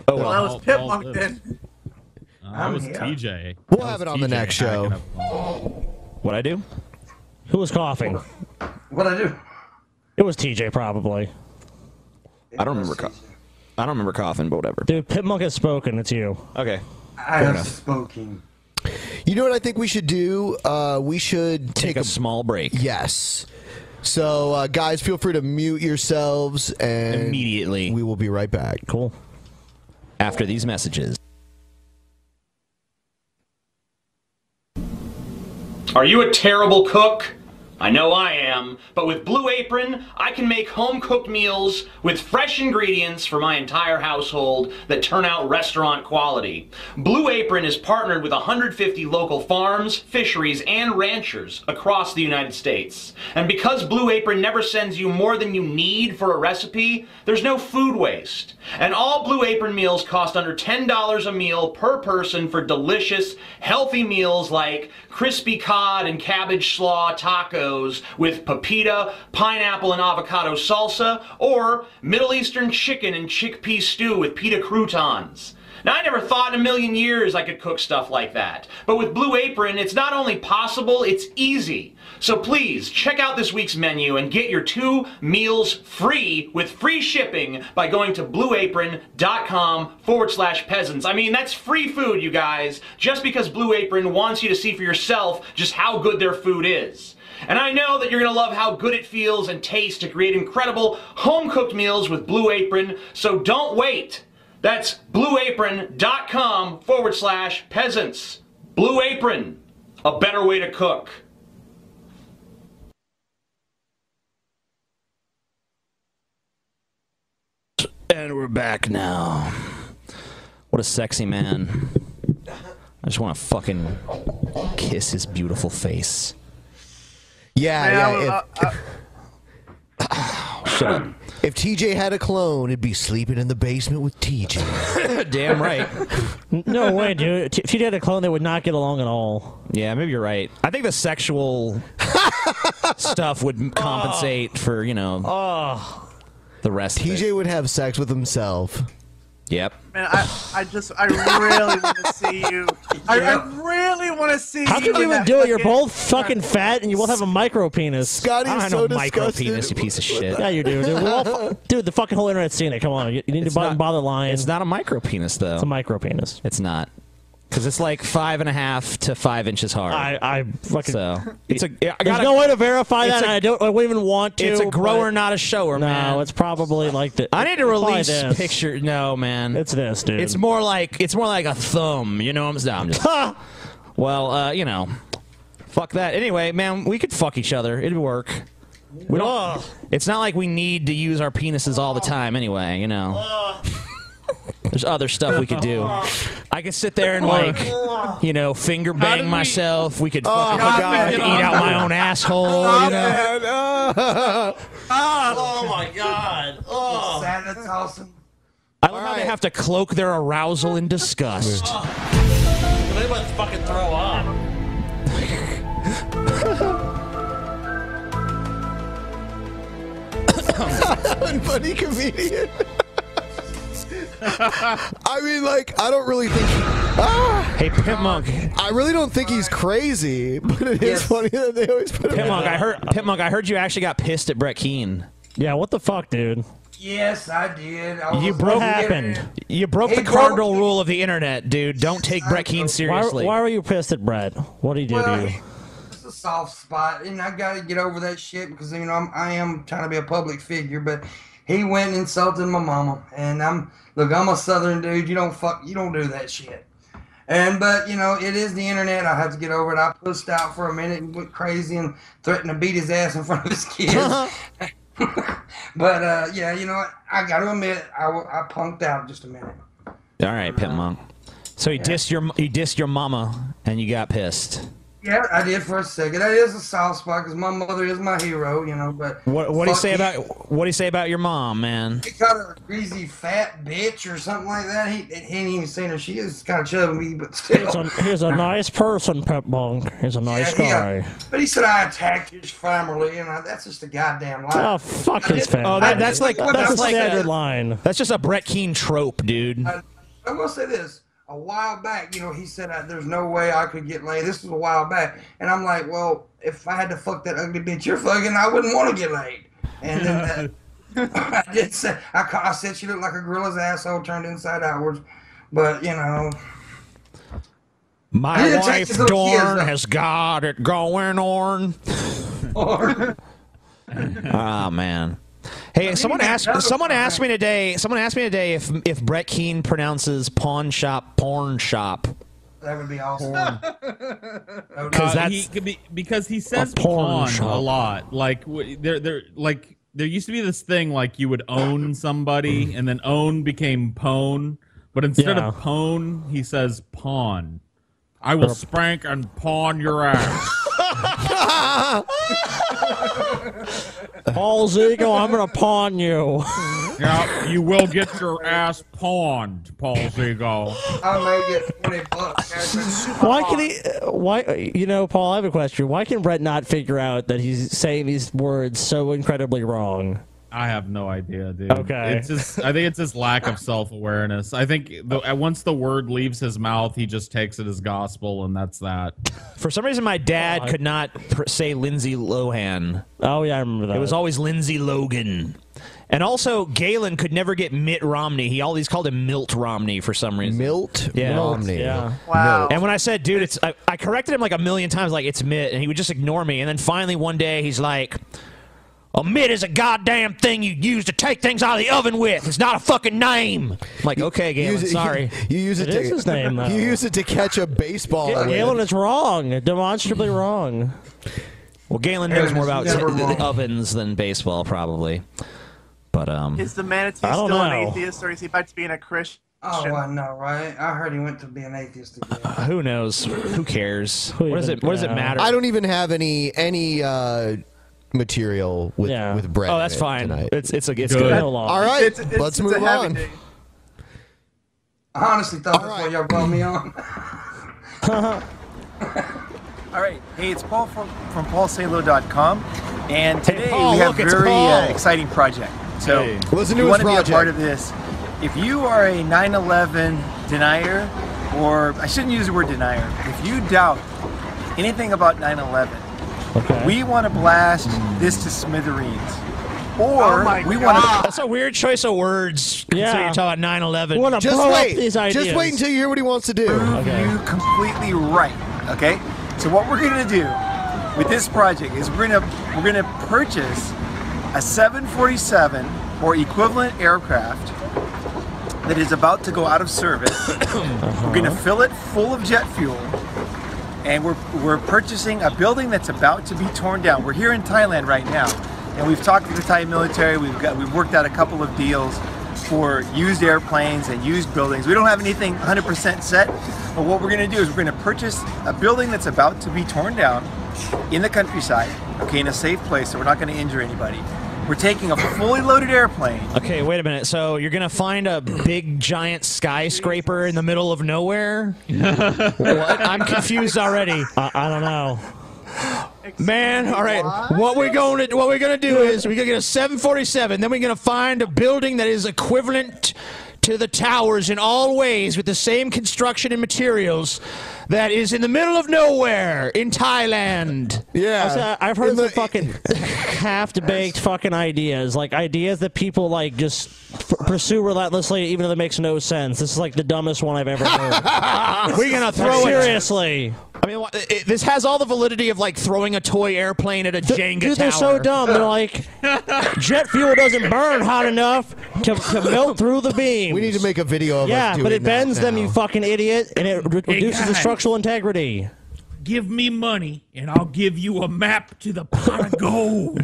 Speaker 6: Oh,
Speaker 17: well, that was Pipmunk then.
Speaker 11: That was TJ.
Speaker 6: We'll have it on the next show.
Speaker 8: What I do?
Speaker 9: Who was coughing?
Speaker 10: What I do?
Speaker 9: It was TJ probably.
Speaker 8: I don't remember. Co- I don't remember coughing, but whatever.
Speaker 9: Dude, Pipmunk has spoken. It's you.
Speaker 8: Okay.
Speaker 10: I have spoken.
Speaker 6: You know what I think we should do? Uh, we should take,
Speaker 8: a small break.
Speaker 6: Yes. So, uh, guys, feel free to mute yourselves and
Speaker 8: immediately.
Speaker 6: We will be right back.
Speaker 9: Cool.
Speaker 8: After these messages.
Speaker 2: Are you a terrible cook? I know I am, but with Blue Apron, I can make home cooked meals with fresh ingredients for my entire household that turn out restaurant quality. Blue Apron is partnered with 150 local farms, fisheries, and ranchers across the United States. And because Blue Apron never sends you more than you need for a recipe, there's no food waste. And all Blue Apron meals cost under $10 a meal per person for delicious, healthy meals like crispy cod and cabbage slaw tacos with papita, pineapple, and avocado salsa, or Middle Eastern chicken and chickpea stew with pita croutons. Now, I never thought in a million years I could cook stuff like that. But with Blue Apron, it's not only possible, it's easy. So please check out this week's menu and get your two meals free with free shipping by going to blueapron.com forward slash peasants. I mean, that's free food, you guys, just because Blue Apron wants you to see for yourself just how good their food is. And I know that you're going to love how good it feels and tastes to create incredible home cooked meals with Blue Apron, so don't wait. That's blueapron.com forward slash peasants. Blue Apron, a better way to cook.
Speaker 8: And we're back now. What a sexy man. I just want to fucking kiss his beautiful face.
Speaker 6: Yeah,
Speaker 17: Man,
Speaker 6: yeah.
Speaker 17: I-
Speaker 10: Uh,
Speaker 6: If, if TJ had a clone, it'd be sleeping in the basement with TJ.
Speaker 8: Damn right.
Speaker 9: no way, dude. If you had a clone, they would not get along at all.
Speaker 8: Yeah, maybe you're right. I think the sexual stuff would compensate for, you know,
Speaker 17: Oh,
Speaker 8: the rest of it.
Speaker 6: TJ would have sex with himself.
Speaker 8: Yep.
Speaker 17: Man, I, I just, I really want to see you. I, I really want to see
Speaker 9: How
Speaker 17: you.
Speaker 9: could
Speaker 17: in
Speaker 9: you even
Speaker 17: that
Speaker 9: do it? You're
Speaker 17: fucking-
Speaker 9: both fucking fat, and you both have a micro penis. Scotty
Speaker 8: I don't have no micro penis, you piece of shit.
Speaker 9: Yeah, you do, dude. We're all fu- dude, the fucking whole internet's seen it. Come on, you, you need
Speaker 8: It's
Speaker 9: to
Speaker 8: not-
Speaker 9: not, bother lying.
Speaker 8: It's not a micro penis though. It's a
Speaker 9: micro penis.
Speaker 8: It's not. Because it's like five and a half to five inches hard.
Speaker 9: I, I fucking.
Speaker 8: so it's a. I
Speaker 9: There's
Speaker 8: gotta-
Speaker 9: no way to verify
Speaker 8: it's
Speaker 9: that.
Speaker 8: a-
Speaker 9: and I don't. I wouldn't even want to.
Speaker 8: It's a grower,
Speaker 9: but-
Speaker 8: not a shower,
Speaker 9: no,
Speaker 8: man.
Speaker 9: it's probably like the.
Speaker 8: I need
Speaker 9: it's
Speaker 8: to
Speaker 9: probably
Speaker 8: release
Speaker 9: this.
Speaker 8: picture. No, man. It's
Speaker 9: this, dude.
Speaker 8: It's more like it's more like a thumb. You know what I'm saying? I'm just, well, uh, you know, fuck that. Anyway, man, we could fuck each other. It'd work. We don't. It's not like we need to use our penises all the time. Anyway, you know. There's other stuff we could do. I could sit there and like, you know, finger bang myself. We, could
Speaker 16: Oh,
Speaker 8: fucking
Speaker 16: God, man.
Speaker 8: eat out my own asshole. you know?
Speaker 9: uh,
Speaker 16: Oh,
Speaker 10: Ah! my God. Oh. That's awesome.
Speaker 8: I love how they have to cloak their arousal in disgust.
Speaker 10: They must fucking throw up.
Speaker 6: Funny comedian. I mean, like, I don't really think. Ah!
Speaker 8: Hey, Pimp Monk.
Speaker 6: I really don't think he's crazy, but it is funny that they always put him.
Speaker 8: Pitmonk, I heard Pitmonk, I heard you actually got pissed at Brett Keane.
Speaker 9: Yeah, what the fuck, dude?
Speaker 10: Yes, I did. I
Speaker 8: You
Speaker 10: was-
Speaker 8: broke
Speaker 10: happened?
Speaker 8: You broke
Speaker 10: He
Speaker 8: the
Speaker 10: broke-
Speaker 8: cardinal rule of the internet, dude. Don't take Brett Keane
Speaker 9: Why,
Speaker 8: seriously.
Speaker 9: why were you pissed at Brett? What did he do
Speaker 10: Well,
Speaker 9: to you?
Speaker 10: It's a soft spot, and I gotta get over that shit because you know I'm, I am trying to be a public figure, but he went and insulted my mama, and I'm look, I'm a southern dude. You don't fuck, you don't do that shit. And but you know, it is the internet. I have to get over it. I pushed out for a minute and went crazy and threatened to beat his ass in front of his kids. but uh, yeah, you know, what? I got to admit, I, w- I punked out just a minute.
Speaker 8: All right, Pimp Monk. So he dissed your he dissed your mama, and you got pissed.
Speaker 10: Yeah, I did for a second. That is a soft spot because my mother is my hero, you know. But
Speaker 8: What what do you
Speaker 10: fuck
Speaker 8: say
Speaker 10: you.
Speaker 8: about what do you say about your mom, man?
Speaker 10: He called her a greasy fat bitch or something like that. He, he ain't even seen her. She is kind of chubby, but still.
Speaker 9: He's a, he's a nice person, Pep Monk. He's a nice guy.
Speaker 10: Yeah, But he said I attacked his family, and I, that's just a goddamn lie.
Speaker 9: Oh, fuck his family.
Speaker 8: Oh, that, that's like
Speaker 10: That's
Speaker 8: that's
Speaker 10: a
Speaker 8: like
Speaker 10: standard
Speaker 9: line.
Speaker 8: That's just a Brett Keen trope, dude.
Speaker 10: I will say this. A while back, you know, he said, uh, there's no way I could get laid. This was a while back. And I'm like, well, if I had to fuck that ugly bitch you're fucking, I wouldn't want to get laid. And then that, I did say, I, ca- I said she looked like a gorilla's asshole turned inside outwards. But, you know, I
Speaker 8: My
Speaker 10: didn't take
Speaker 8: wife
Speaker 10: his little
Speaker 8: Dorn
Speaker 10: kids, though.
Speaker 8: has got it going on.
Speaker 10: or,
Speaker 8: oh man. Hey, someone
Speaker 10: got another
Speaker 8: asked someone asked me today. Someone asked me today if if Brett Keen pronounces pawn shop porn shop.
Speaker 10: that would be awesome. Oh,
Speaker 11: Uh,
Speaker 8: that's-
Speaker 11: he could be, because he says
Speaker 8: porn
Speaker 11: pawn a
Speaker 8: shop.
Speaker 11: lot. Like w- there, there, like there used to be this thing like you would own somebody, and then own became pone. But instead of pone, he says pawn. I will
Speaker 7: Or-
Speaker 11: spank and pawn your ass.
Speaker 9: Paul Ziegel, I'm gonna pawn you.
Speaker 11: yeah, you will get your ass pawned, Paul Ziegel.
Speaker 10: I may get 20 bucks.
Speaker 9: Why can he? uh, Why you know, Paul? I have a question. Why can Brett not figure out that he's saying these words so incredibly wrong?
Speaker 11: I have no idea, dude.
Speaker 9: Okay.
Speaker 11: It's just, I think it's his lack of self awareness. I think the, uh, once the word leaves his mouth, he just takes it as gospel, and that's that.
Speaker 8: For some reason, my dad could not pr- say Lindsay Lohan.
Speaker 9: Oh yeah, I remember that.
Speaker 8: It was always Lindsay Logan. And also, Galen could never get Mitt Romney. He always called him Milt Romney for some reason. Milt
Speaker 6: Romney. Yeah.
Speaker 8: Wow. And when I said, dude, it's I, I corrected him like a million times, like it's Mitt, and he would just ignore me. And then finally one day he's like, a mitt is a goddamn thing you use to take things out of the oven with. It's not a fucking name. I'm like, okay, Galen,
Speaker 6: Use it-
Speaker 8: sorry.
Speaker 6: You use it, to You use it to catch a baseball.
Speaker 9: Ga-
Speaker 6: with.
Speaker 9: Galen is wrong, demonstrably wrong.
Speaker 8: Well, Galen knows more about the, the ovens than baseball, probably. But um,
Speaker 17: Is the manatee
Speaker 8: I
Speaker 17: still
Speaker 8: don't
Speaker 17: an
Speaker 8: know.
Speaker 17: atheist, or is he back to being a Christian?
Speaker 10: Oh, I know, right? I heard he went to be an atheist again.
Speaker 8: who knows? Who cares? What does it? What does it matter?
Speaker 6: I don't even have any any uh, material with with Brett.
Speaker 8: Oh,
Speaker 6: in
Speaker 8: that's
Speaker 6: it
Speaker 8: fine.
Speaker 6: Tonight.
Speaker 8: It's it's a, it's good.
Speaker 6: All right,
Speaker 10: It's- it's-
Speaker 6: let's
Speaker 10: it's
Speaker 6: move
Speaker 10: a heavy
Speaker 6: on.
Speaker 10: day. I honestly thought that's why y'all brought me on.
Speaker 27: All right. Hey, it's Paul from, from PaulSalo.com, and today
Speaker 6: Paul,
Speaker 27: we have
Speaker 6: look, it's
Speaker 27: very
Speaker 6: Paul.
Speaker 27: uh, exciting project. So,
Speaker 6: Hey. Listen to
Speaker 27: if you
Speaker 6: his
Speaker 27: want to be a
Speaker 6: project.
Speaker 27: part of this, if you are a 9/11 denier, or I shouldn't use the word denier, if you doubt anything about 9/11, we want to blast this to smithereens,
Speaker 6: Oh
Speaker 27: or we want to.
Speaker 8: That's a weird choice of words.
Speaker 27: Yeah.
Speaker 8: So you're talking about 9/11.
Speaker 6: Just wait. Just wait until you hear what he wants to do.
Speaker 27: you completely right. Okay. So what we're gonna do with this project is we're gonna we're gonna purchase a 747 or equivalent aircraft that is about to go out of service. We're gonna fill it full of jet fuel, and we're we're purchasing a building that's about to be torn down. We're here in Thailand right now, and we've talked to the Thai military. We've got we've worked out a couple of deals for used airplanes and used buildings. We don't have anything 100% set, but what we're gonna do is we're gonna purchase a building that's about to be torn down in the countryside, okay, in a safe place, so we're not gonna injure anybody. We're taking a fully loaded airplane.
Speaker 8: Okay, wait a minute. So you're gonna find a big giant skyscraper in the middle of nowhere? what? I'm confused already. I, I don't know. Man, all right. What we're going to what we're going to do is we're going to get a 747. Then we're going to find a building that is equivalent to the towers in all ways with the same construction and materials that is in the middle of nowhere in Thailand.
Speaker 9: Also, I've heard some fucking half baked fucking ideas, like ideas that people like just f- pursue relentlessly, even though it makes no sense. This is like the dumbest one I've ever heard.
Speaker 8: We're gonna throw it-
Speaker 9: seriously.
Speaker 8: I mean, wha- it, this has all the validity of like throwing a toy airplane at a Jenga
Speaker 9: Dude, they're so
Speaker 8: tower.
Speaker 9: dumb. They're like, jet fuel doesn't burn hot enough to, to melt through the beams. We need to
Speaker 6: make a video of us
Speaker 9: yeah,
Speaker 6: doing
Speaker 9: but it
Speaker 6: that
Speaker 9: bends them,
Speaker 6: now.
Speaker 9: you fucking idiot, and it re-
Speaker 28: Hey,
Speaker 9: reduces the
Speaker 28: guys.
Speaker 9: structural integrity.
Speaker 28: Give me money, and I'll give you a map to the pot of gold.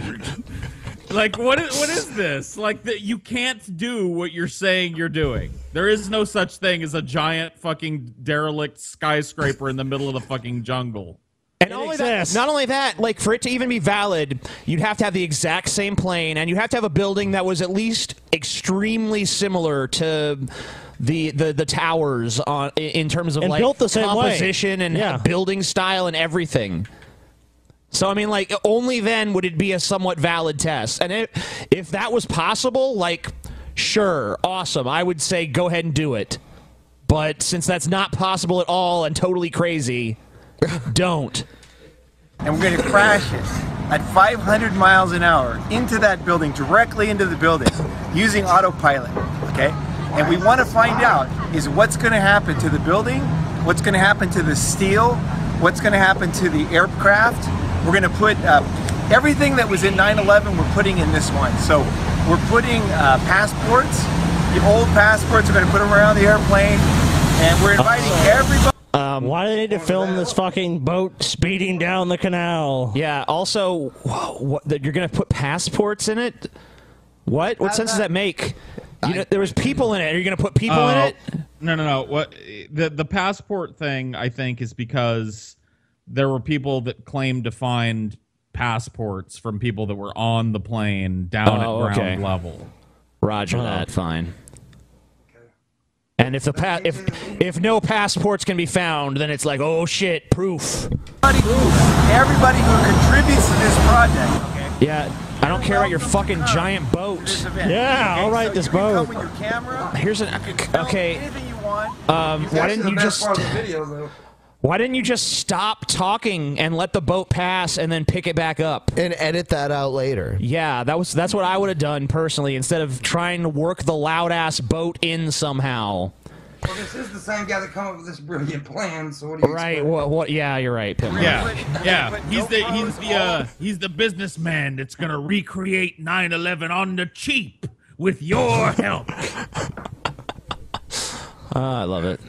Speaker 28: like what? Is, what is this? Like that? You can't do what you're saying you're doing. There is no such thing as a giant fucking derelict skyscraper in the middle of the fucking jungle.
Speaker 8: And not only, that, not only that, like for it to even be valid, you'd have to have the exact same plane, and you have to have a building that was at least extremely similar to the the, the towers on i- in terms of
Speaker 9: And
Speaker 8: like
Speaker 9: built the same way.
Speaker 8: composition and
Speaker 9: Yeah.
Speaker 8: building style and everything. So I mean, like only then would it be a somewhat valid test, and it, if that was possible, like sure, awesome, I would say go ahead and do it. But since that's not possible at all and totally crazy, don't.
Speaker 27: and we're going to crash it at 500 miles an hour into that building, directly into the building, using autopilot. Okay? And we want to find out is what's going to happen to the building, what's going to happen to the steel, what's going to happen to the aircraft. We're going to put uh, everything that was in 9 11, we're putting in this one. So we're putting uh, passports, the old passports, we're going to put them around the airplane, and we're inviting everybody.
Speaker 9: Um, Why do they need to film this fucking boat speeding down the canal?
Speaker 8: Yeah. Also, whoa, what, that you're gonna put passports in it? What? What sense does that make? You know, there was people in it. Are you gonna put people in
Speaker 11: Oh,
Speaker 8: it?
Speaker 11: No, no, no. What the the passport thing? I think is because there were people that claimed to find passports from people that were on the plane down
Speaker 8: Oh,
Speaker 11: at ground
Speaker 8: okay.
Speaker 11: level. Uh, Oh.
Speaker 8: Roger that. Fine. And if the pa- if if no passports can be found, then it's like, oh shit, proof.
Speaker 27: Everybody who contributes to this project, okay?
Speaker 8: Yeah. I don't care about your fucking giant boat.
Speaker 27: event. Yeah, I'll
Speaker 8: right, this boat.
Speaker 27: Your camera,
Speaker 8: Here's an okay. Um, why
Speaker 10: That's
Speaker 8: didn't
Speaker 10: the
Speaker 8: you
Speaker 10: best
Speaker 8: just?
Speaker 10: part of the video, though.
Speaker 8: Why didn't you just stop talking and let the boat pass and then pick it back up
Speaker 6: and edit that out later?
Speaker 8: Yeah, that was that's what I would have done personally instead of trying to work the loud ass boat in somehow.
Speaker 10: Well, this is the same guy that come up with this brilliant plan. So what do you?
Speaker 8: Right? What? What? Yeah, you're right. Pitman.
Speaker 28: Yeah, yeah. He's the he's the uh, he's the businessman that's gonna recreate 9/11 on the cheap with your help.
Speaker 8: Ah, I love it.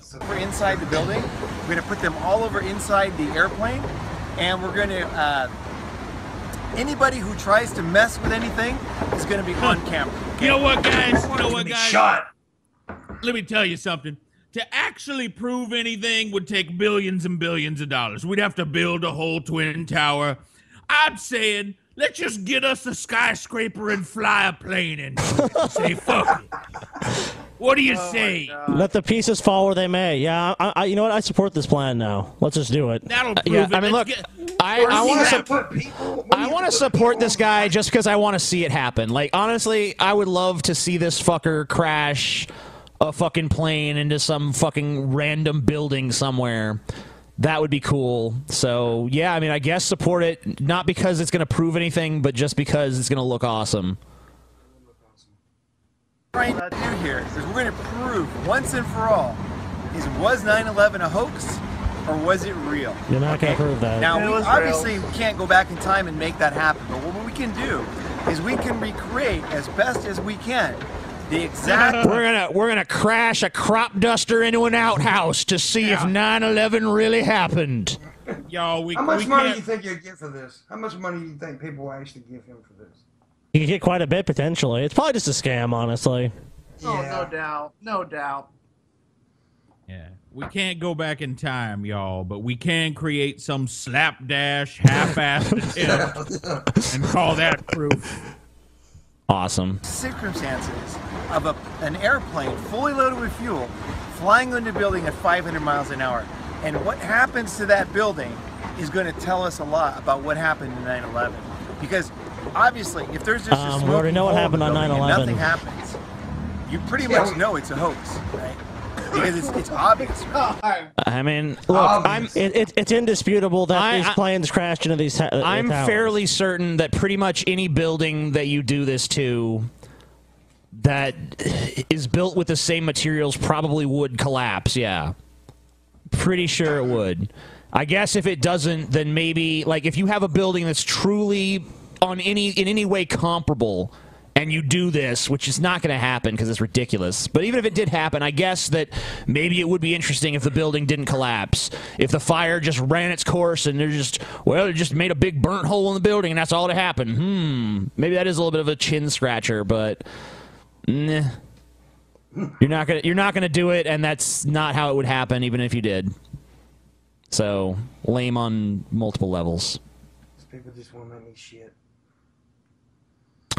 Speaker 27: So we're inside the building. We're gonna put them all over inside the airplane, and we're gonna. Uh, anybody who tries to mess with anything is gonna be on camera.
Speaker 28: You know what, guys? You know what,
Speaker 27: Be
Speaker 28: guys?
Speaker 27: shot.
Speaker 28: Let me tell you something. To actually prove anything would take billions and billions of dollars. We'd have to build a whole twin tower. I'm saying, let's just get us a skyscraper and fly a plane in. it. say, fuck it. What do you
Speaker 4: Oh
Speaker 28: say?
Speaker 9: Let the pieces fall where they may. Yeah, I, I, you know what? I support this plan now. Let's just do it. Uh,
Speaker 28: That'll
Speaker 8: prove yeah, it. I mean, Let's look, get- I- I wanna sup- I want to support this guy just because I want to see it happen. Like honestly, I would love to see this fucker crash a fucking plane into some fucking random building somewhere. That would be cool. So yeah, I mean, I guess support it not because it's gonna prove anything, but just because it's gonna look awesome.
Speaker 27: trying to do here is we're going to prove once and for all is was 9/11 a hoax or was it real?
Speaker 9: You're not gonna prove that.
Speaker 27: Now
Speaker 9: It
Speaker 27: we
Speaker 9: was
Speaker 27: obviously we can't go back in time and make that happen, but what we can do is we can recreate as best as we can the exact
Speaker 8: We're gonna we're gonna crash a crop duster into an outhouse to see if 9/11 really happened.
Speaker 28: Yo, we,
Speaker 10: How much
Speaker 28: we
Speaker 10: money do
Speaker 28: can't-
Speaker 10: you think you'll get for this? How much money do you think people will actually give him for this?
Speaker 9: You could get quite a bit potentially. It's probably just a scam, honestly.
Speaker 17: Oh, no doubt. No doubt.
Speaker 28: We can't go back in time, y'all, but we can create some slapdash, half-assed attempt and call that proof.
Speaker 8: Awesome.
Speaker 27: circumstances of a, an airplane fully loaded with fuel flying into a building at 500 miles an hour. And what happens to that building is going to tell us a lot about what happened in 9 11. Because obviously, if there's just a
Speaker 9: Um, we
Speaker 27: smoking
Speaker 9: already know what
Speaker 27: hole in the
Speaker 9: happened on
Speaker 27: building
Speaker 9: 9/11.
Speaker 27: and Nothing happens. You pretty
Speaker 9: Yeah,
Speaker 27: much
Speaker 9: we-
Speaker 27: know it's a hoax, right? Because it's, it's obvious. Right?
Speaker 8: I mean,
Speaker 9: Look, I'm, it, it, it's indisputable that
Speaker 8: I-
Speaker 9: these
Speaker 8: I-
Speaker 9: planes crashed into these. Ta- uh,
Speaker 8: I'm
Speaker 9: towers.
Speaker 8: fairly certain that pretty much any building that you do this to that is built with the same materials probably would collapse. Yeah. Pretty sure it would. I guess if it doesn't, then maybe like if you have a building that's truly on any in any way comparable, and you do this, which is not going to happen because it's ridiculous. But even if it did happen, I guess that maybe it would be interesting if the building didn't collapse, if the fire just ran its course and they're just well, it just made a big burnt hole in the building and that's all that happened. Hmm, maybe that is a little bit of a chin scratcher, but. Nah. You're not gonna you're not gonna do it, and that's not how it would happen, even if you did. So lame on multiple levels.
Speaker 10: These people just won't let me shit.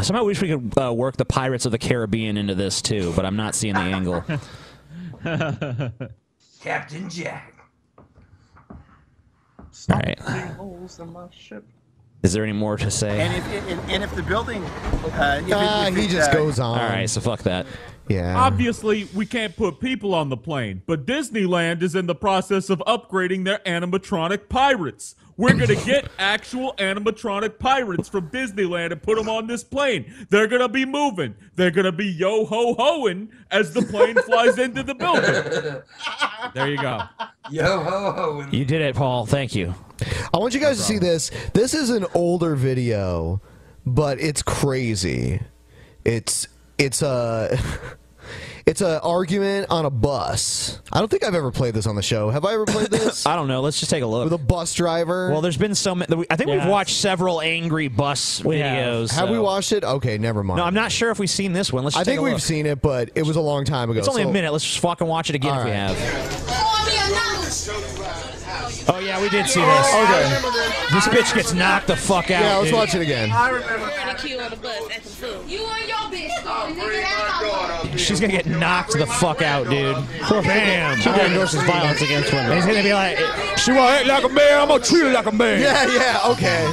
Speaker 8: Somehow, I wish we could uh, work the Pirates of the Caribbean into this too, but I'm not seeing the angle.
Speaker 10: Captain Jack.
Speaker 8: All right,
Speaker 10: Holes in my ship.
Speaker 8: is there any more to
Speaker 27: And
Speaker 8: say?
Speaker 27: if, and, and if the building, uh, if it- if it, uh,
Speaker 8: All right, so fuck that.
Speaker 6: Yeah.
Speaker 8: Um,
Speaker 11: Obviously, we can't put people on the plane, but Disneyland is in the process of upgrading their animatronic pirates. We're going to get actual animatronic pirates from Disneyland and put them on this plane. They're going to be moving. They're going to be yo ho hoing as the plane flies into the building.
Speaker 8: There you go.
Speaker 10: Yo ho ho.
Speaker 8: You did it, Paul. Thank you.
Speaker 6: I want you guys to see this. This is an older video, but it's crazy. It's it's a it's a argument on a bus. I don't think I've ever played this on the show. Have I ever played this?
Speaker 8: I don't know. Let's just take a look.
Speaker 6: With a bus driver.
Speaker 8: Well, there's been so many. I think we've watched several angry bus videos.
Speaker 6: Have we
Speaker 8: so-
Speaker 6: watched it? Okay, never mind.
Speaker 8: No, I'm not sure if we've seen this one. Let's. Just
Speaker 6: I
Speaker 8: take
Speaker 6: think
Speaker 8: a
Speaker 6: we've
Speaker 8: look.
Speaker 6: seen it, but it was a long time ago.
Speaker 8: It's only
Speaker 6: so-
Speaker 8: a minute. Let's just fucking watch it again if we
Speaker 6: All right.
Speaker 8: have.
Speaker 29: Oh
Speaker 8: yeah, we did see this. This bitch gets knocked the fuck out.
Speaker 6: Yeah, let's
Speaker 8: dude.
Speaker 6: watch it again.
Speaker 29: I
Speaker 4: remember. on the bus at the food. You and your bitch story, nigga. That's all.
Speaker 8: She's gonna get knocked the fuck out, dude. Bam.
Speaker 9: She endorses violence
Speaker 8: against women. He's gonna be like, she wanna act like a man. I'm gonna treat her like a man.
Speaker 6: Yeah, yeah, okay.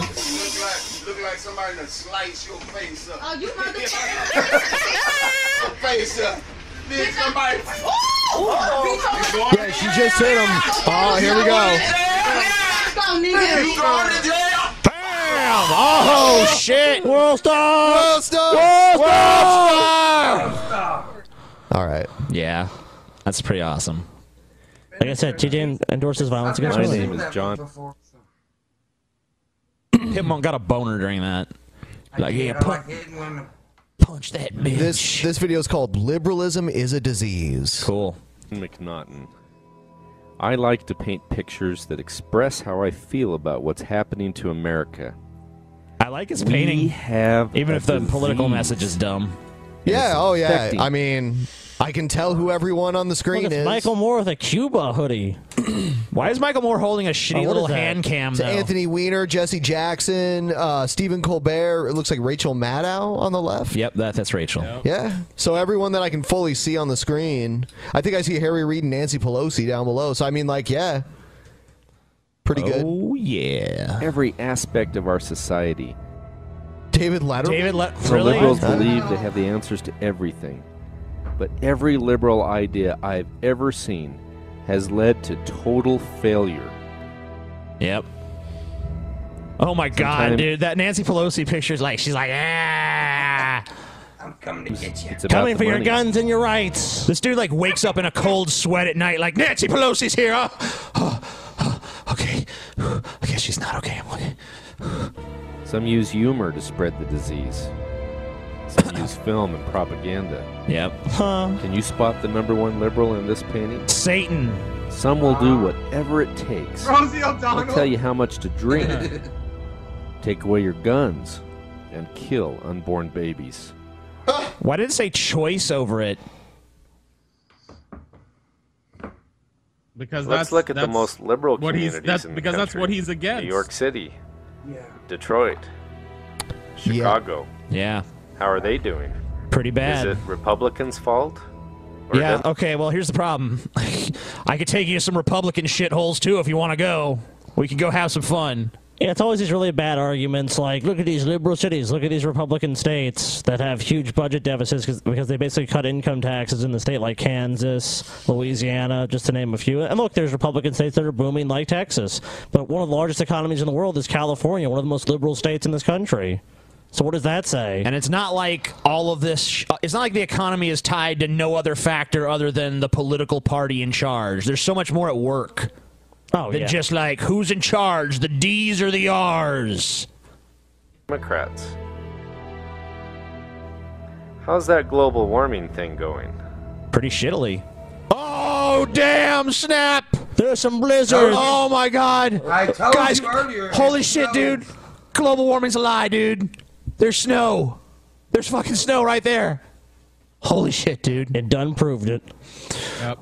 Speaker 4: Look like somebody that slice your face up. Oh, you motherfucker. face up. Then somebody. Oh!
Speaker 6: Yeah, she just hit him. Oh, here we go.
Speaker 4: You going to jail?
Speaker 8: Bam! Oh shit! World star!
Speaker 6: World star!
Speaker 8: World
Speaker 10: Oh,
Speaker 6: All right.
Speaker 8: Yeah, that's pretty awesome.
Speaker 9: Like I said, TJ endorses violence against
Speaker 8: My
Speaker 9: women.
Speaker 8: name is John. Pitmon got a boner during that. Like, yeah,
Speaker 10: I
Speaker 8: punch,
Speaker 10: like hitting women.
Speaker 8: punch that bitch.
Speaker 6: This this video is called "Liberalism is a Disease."
Speaker 8: Cool.
Speaker 30: McNaughton. I like to paint pictures that express how I feel about what's happening to America.
Speaker 8: I like his
Speaker 30: We
Speaker 8: painting.
Speaker 30: have
Speaker 8: even
Speaker 30: a
Speaker 8: if the political
Speaker 30: disease.
Speaker 8: message is dumb.
Speaker 6: Yeah. Oh yeah.
Speaker 8: affecting.
Speaker 6: I mean, I can tell who everyone on the screen
Speaker 8: Look, it's
Speaker 6: is.
Speaker 8: Michael
Speaker 9: Moore with a Cuba hoodie.
Speaker 8: Why is Michael Moore holding a shitty
Speaker 6: Oh, what
Speaker 8: little
Speaker 6: is that?
Speaker 8: hand cam
Speaker 6: It's
Speaker 8: though?
Speaker 6: Anthony Weiner, Jesse Jackson, uh, Stephen Colbert. It looks like Rachel Maddow on the left.
Speaker 8: Yep, that, that's Rachel.
Speaker 6: Yeah. So everyone that I can fully see on the screen. I think I see Harry Reid and Nancy Pelosi down below. So I mean, like, yeah, pretty good.
Speaker 8: Oh yeah.
Speaker 30: Every aspect of our society.
Speaker 6: David Letterman.
Speaker 8: Oh. David Le-
Speaker 30: So liberals believe they have the answers to everything. But every liberal idea I've ever seen has led to total failure.
Speaker 8: Yep. Oh my
Speaker 30: Sometime-
Speaker 8: god, dude! That Nancy Pelosi picture is like she's like, ah,
Speaker 10: I'm coming to get you.
Speaker 30: It's about
Speaker 8: coming
Speaker 30: the
Speaker 8: for your
Speaker 30: money.
Speaker 8: guns and your rights. This dude like wakes up in a cold sweat at night, like Nancy Pelosi's here. huh? okay, I guess she's not okay. I'm okay.
Speaker 30: Some use humor to spread the disease. Some use film and propaganda.
Speaker 8: Yep. Huh.
Speaker 30: Can you spot the number one liberal in this painting?
Speaker 8: Satan.
Speaker 30: Some will do whatever it takes.
Speaker 31: Rosie
Speaker 30: They'll
Speaker 31: O'Donnell.
Speaker 30: tell you how much to drink, take away your guns, and kill unborn babies.
Speaker 8: Why did it say choice over it?
Speaker 11: Because
Speaker 30: Let's
Speaker 11: that's,
Speaker 30: look at the
Speaker 11: that's
Speaker 30: most liberal
Speaker 11: what he's-
Speaker 30: communities
Speaker 11: that's-
Speaker 30: in the
Speaker 11: Because that's what
Speaker 30: country.
Speaker 11: he's against.
Speaker 30: New York City,
Speaker 10: Yeah.
Speaker 30: Detroit, Chicago.
Speaker 8: Yeah.
Speaker 30: How are they doing?
Speaker 8: Pretty bad.
Speaker 30: Is it Republicans' fault?
Speaker 8: yeah. Okay. Well, here's the problem. I could take you to some Republican shitholes too if you want to go. We can go have some fun.
Speaker 9: Yeah, it's always these really bad arguments like, look at these liberal cities, look at these Republican states that have huge budget deficits 'cause- because they basically cut income taxes in the state like Kansas, Louisiana, just to name a few. And look, there's Republican states that are booming like Texas. But one of the largest economies in the world is California, one of the most liberal states in this country. So what does that say?
Speaker 8: And it's not like all of this. Sh- it's not like the economy is tied to no other factor other than the political party in charge. There's so much more at work. Oh,
Speaker 12: yeah.
Speaker 8: than just like who's in charge, the D's or the R's.
Speaker 14: Democrats. How's that global warming thing going?
Speaker 8: Pretty shittily.
Speaker 6: Oh damn! Snap!
Speaker 8: There's some blizzards.
Speaker 6: Oh my god!
Speaker 8: I told
Speaker 6: Guys,
Speaker 8: you earlier, holy it's shit, snowing. dude. Global warming's a lie, dude. There's snow. There's fucking snow right there. Holy shit, dude.
Speaker 9: It done proved it.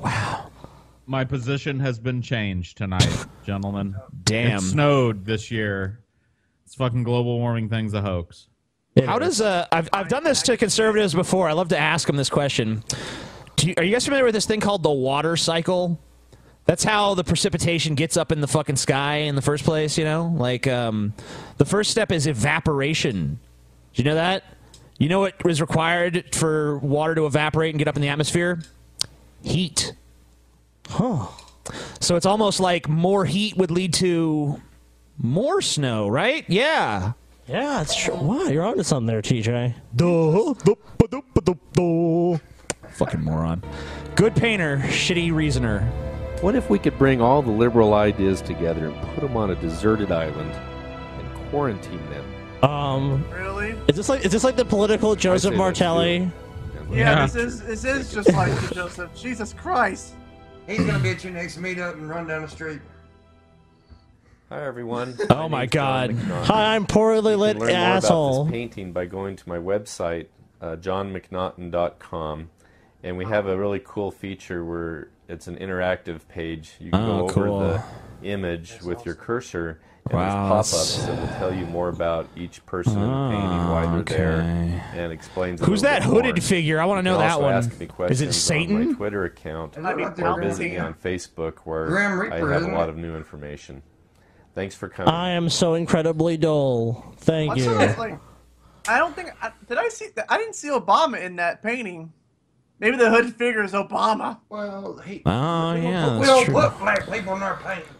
Speaker 28: Wow. My position has been changed tonight, gentlemen.
Speaker 8: Damn.
Speaker 28: It snowed this year. This fucking global warming thing's a hoax.
Speaker 8: How does uh? I've I've done this to conservatives before. I love to ask them this question. Do you, are you guys familiar with this thing called the water cycle? That's how the precipitation gets up in the fucking sky in the first place. You know, like um, the first step is evaporation. Do you know that? You know what is required for water to evaporate and get up in the atmosphere? Heat. Huh. So it's almost like more heat would lead to more snow, right? Yeah.
Speaker 9: Yeah, it's true. Wow, you're onto something there, TJ.
Speaker 8: Fucking moron. Good painter, shitty reasoner.
Speaker 14: What if we could bring all the liberal ideas together and put them on a deserted island and quarantine them?
Speaker 9: Um,
Speaker 17: really?
Speaker 9: Is this like is this like the political Joseph
Speaker 14: say let's do
Speaker 9: Martelli?
Speaker 17: Yeah, this is this is just like the Joseph. Jesus Christ.
Speaker 10: He's gonna be at your next meetup and run down the street.
Speaker 14: Hi everyone.
Speaker 8: Oh my god.
Speaker 9: Hi, I'm poorly
Speaker 14: You
Speaker 9: lit
Speaker 14: can learn more about
Speaker 9: asshole.
Speaker 14: this painting by going to my website, uh, johnmcnaughton.com, and we have a really cool feature where it's an interactive page. You can
Speaker 8: Oh,
Speaker 14: go over
Speaker 8: cool.
Speaker 14: the image with your cursor, and
Speaker 8: Wow,
Speaker 14: there's
Speaker 8: that's- Ah,
Speaker 14: pop-ups that will tell you more about each person in the painting, why they're there, and explains. a
Speaker 8: Who's
Speaker 14: little
Speaker 8: that
Speaker 14: bit more.
Speaker 8: hooded figure? I wanna
Speaker 14: You
Speaker 8: know
Speaker 14: can
Speaker 8: that
Speaker 14: also
Speaker 8: one.
Speaker 14: ask me
Speaker 8: Is it
Speaker 14: questions On
Speaker 8: Satan?
Speaker 14: my Twitter account,
Speaker 17: I love that
Speaker 14: or visit
Speaker 17: Palpatine.
Speaker 14: me on Facebook, where
Speaker 17: Grim Reaper,
Speaker 14: I have a
Speaker 17: isn't
Speaker 14: lot
Speaker 17: it?
Speaker 14: of new information. Thanks for coming.
Speaker 9: I am so incredibly dull. Thank
Speaker 17: Also,
Speaker 9: you.
Speaker 17: it's like, I don't think I, did I see I didn't see Obama in that painting. Maybe the hood figure is Obama.
Speaker 10: Well, he.
Speaker 8: Oh yeah, that's
Speaker 10: we don't
Speaker 8: true.
Speaker 10: put black people in our paintings.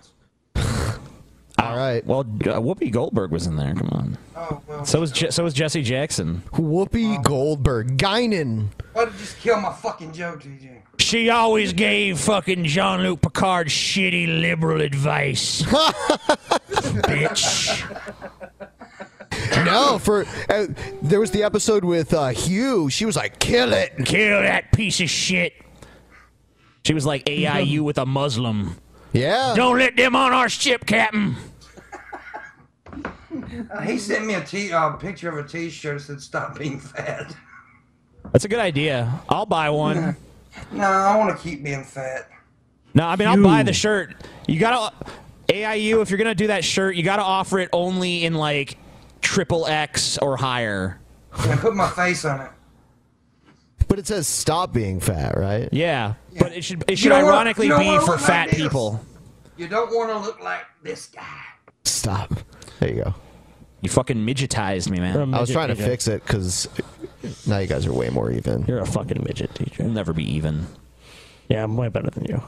Speaker 8: All right. Well, uh, Whoopi Goldberg was in there. Come on.
Speaker 10: Oh, well.
Speaker 8: So was Je- so was Jesse Jackson.
Speaker 6: Whoopi Goldberg, Guinan.
Speaker 10: Why did you just kill my fucking joke, DJ?
Speaker 8: She always gave fucking Jean Luc Picard shitty liberal advice. Bitch.
Speaker 6: No, for uh, there was the episode with uh, Hugh. She was like, "Kill it,
Speaker 8: kill that piece of shit." She was like AIU with a Muslim.
Speaker 6: Yeah.
Speaker 8: Don't let them on our ship, Captain.
Speaker 10: Uh, he sent me a t- uh, picture of a T-shirt that said "Stop being fat."
Speaker 8: That's a good idea. I'll buy one.
Speaker 10: No, I want to keep being fat.
Speaker 8: No, I mean I'll buy the shirt. You gotta AIU if you're gonna do that shirt, you gotta offer it only in like triple X or higher.
Speaker 10: And put my face on it.
Speaker 6: But it says stop being fat, right?
Speaker 8: Yeah, but it should
Speaker 10: You
Speaker 8: it should
Speaker 10: don't wanna-
Speaker 8: ironically
Speaker 10: you don't
Speaker 8: be
Speaker 10: wanna
Speaker 8: for
Speaker 10: look like
Speaker 8: fat
Speaker 10: this.
Speaker 8: people.
Speaker 10: You don't want to look like this guy.
Speaker 6: Stop. There you go.
Speaker 8: You fucking midgetized me, man.
Speaker 6: I was trying to fix it because now you guys are way more even.
Speaker 9: You're a fucking midget, teacher.
Speaker 8: We'll never be even.
Speaker 9: Yeah, I'm way better than you.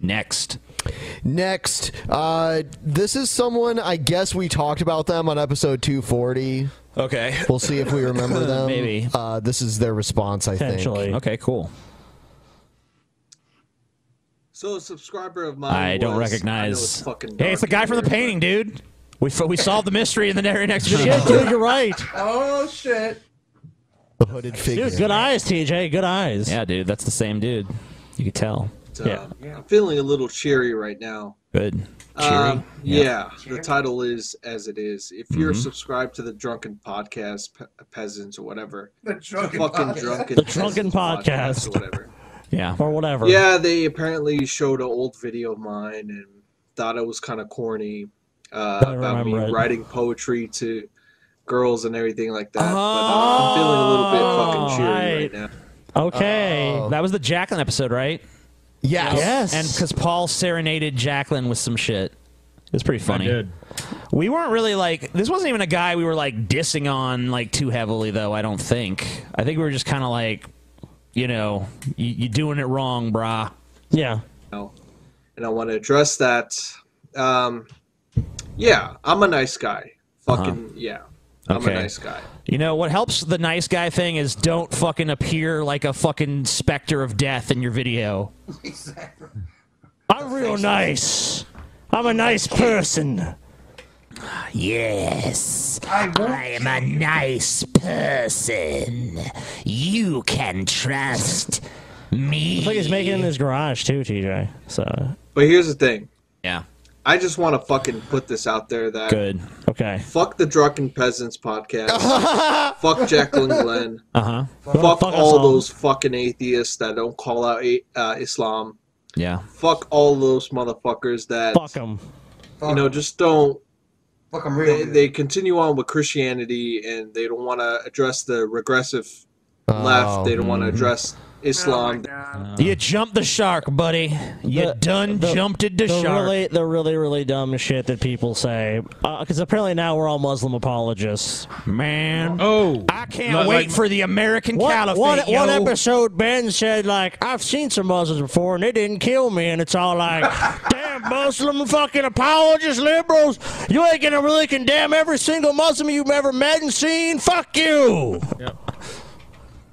Speaker 8: Next.
Speaker 6: Next, uh, this is someone I guess we talked about them on episode 240.
Speaker 8: Okay.
Speaker 6: We'll see if we remember them.
Speaker 8: Maybe.
Speaker 6: Uh, this is their response, I think.
Speaker 8: Potentially. Okay, cool.
Speaker 32: So a subscriber of mine.
Speaker 8: I
Speaker 32: was-
Speaker 8: don't
Speaker 32: I know it's
Speaker 8: recognize.
Speaker 32: fucking
Speaker 8: hey, it's the
Speaker 32: dark
Speaker 8: guy
Speaker 32: in
Speaker 8: from the
Speaker 32: here,
Speaker 8: painting, dude. We f- we solved the mystery in the very next
Speaker 9: Shit,
Speaker 8: video.
Speaker 9: dude, you're right.
Speaker 32: Oh shit.
Speaker 6: The hooded figure.
Speaker 9: Dude, good eyes, TJ. Good eyes.
Speaker 8: Yeah, dude, that's the same dude. You could tell.
Speaker 32: but, uh, I'm feeling a little cheery right now.
Speaker 8: Good. Cheery.
Speaker 32: Um,
Speaker 8: Yeah.
Speaker 32: yeah, the title is as it is. If you're
Speaker 8: Mhm.
Speaker 32: subscribed to the Drunken Podcast pe- Peasants or whatever,
Speaker 10: The Drunken
Speaker 32: fucking
Speaker 10: Podcast.
Speaker 32: drunken
Speaker 9: The Drunken
Speaker 32: Peasants
Speaker 9: Podcast.
Speaker 32: or whatever.
Speaker 8: Yeah.
Speaker 9: Or whatever.
Speaker 32: Yeah, they apparently showed an old video of mine and thought it was kind of corny uh,
Speaker 9: I
Speaker 32: about me
Speaker 9: remember it.
Speaker 32: writing poetry to girls and everything like that.
Speaker 8: Oh,
Speaker 32: but I'm feeling a little bit fucking cheery right now.
Speaker 9: Oh, Okay.
Speaker 8: Oh. That was the Jacqueline episode, right?
Speaker 6: Yes.
Speaker 9: Yes.
Speaker 8: And because Paul serenaded Jacqueline with some shit. It was pretty funny.
Speaker 28: did.
Speaker 8: We weren't really like this wasn't even a guy we were like dissing on like too heavily though, I don't think. I think we were just kinda like you know, you, you doing it wrong, brah.
Speaker 9: Yeah.
Speaker 32: know, and I want to address that. Um, yeah, I'm a nice guy. Fucking yeah, I'm
Speaker 8: Okay.
Speaker 32: a nice guy.
Speaker 8: You know, what helps the nice guy thing is don't fucking appear like a fucking specter of death in your video.
Speaker 10: Exactly.
Speaker 9: I'm real nice. I'm a nice person.
Speaker 4: Yes, I am a nice person. You can trust me.
Speaker 9: Looks like he's making it in his garage too, TJ. So
Speaker 32: But here's the thing.
Speaker 8: Yeah.
Speaker 32: I just want to fucking put this out there that
Speaker 8: Good. Okay.
Speaker 32: fuck the Drunken Peasants podcast. fuck Jacqueline Glenn.
Speaker 8: Uh
Speaker 9: Uh-huh.
Speaker 8: huh.
Speaker 32: Fuck, all those fucking atheists that don't call out uh, Islam.
Speaker 8: Yeah.
Speaker 32: Fuck all those motherfuckers that
Speaker 9: fuck them.
Speaker 32: You know, just don't.
Speaker 10: Fuck
Speaker 32: them real. They, they continue on with Christianity and they don't want to address the regressive left. They don't want to
Speaker 8: mhm.
Speaker 32: address Islam.
Speaker 8: You jumped the shark, buddy. You done jumped it to
Speaker 9: the
Speaker 8: shark.
Speaker 9: Really, the really, really dumb shit that people say. Because apparently now we're all Muslim apologists.
Speaker 8: Man.
Speaker 9: Oh.
Speaker 8: I can't wait for the American
Speaker 9: One
Speaker 8: Caliphate. yo.
Speaker 9: one episode, Ben said, like, I've seen some Muslims before and they didn't kill me. And it's all like, damn, Muslim fucking apologists, liberals. You ain't going to really condemn every single Muslim you've ever met and seen. Fuck you.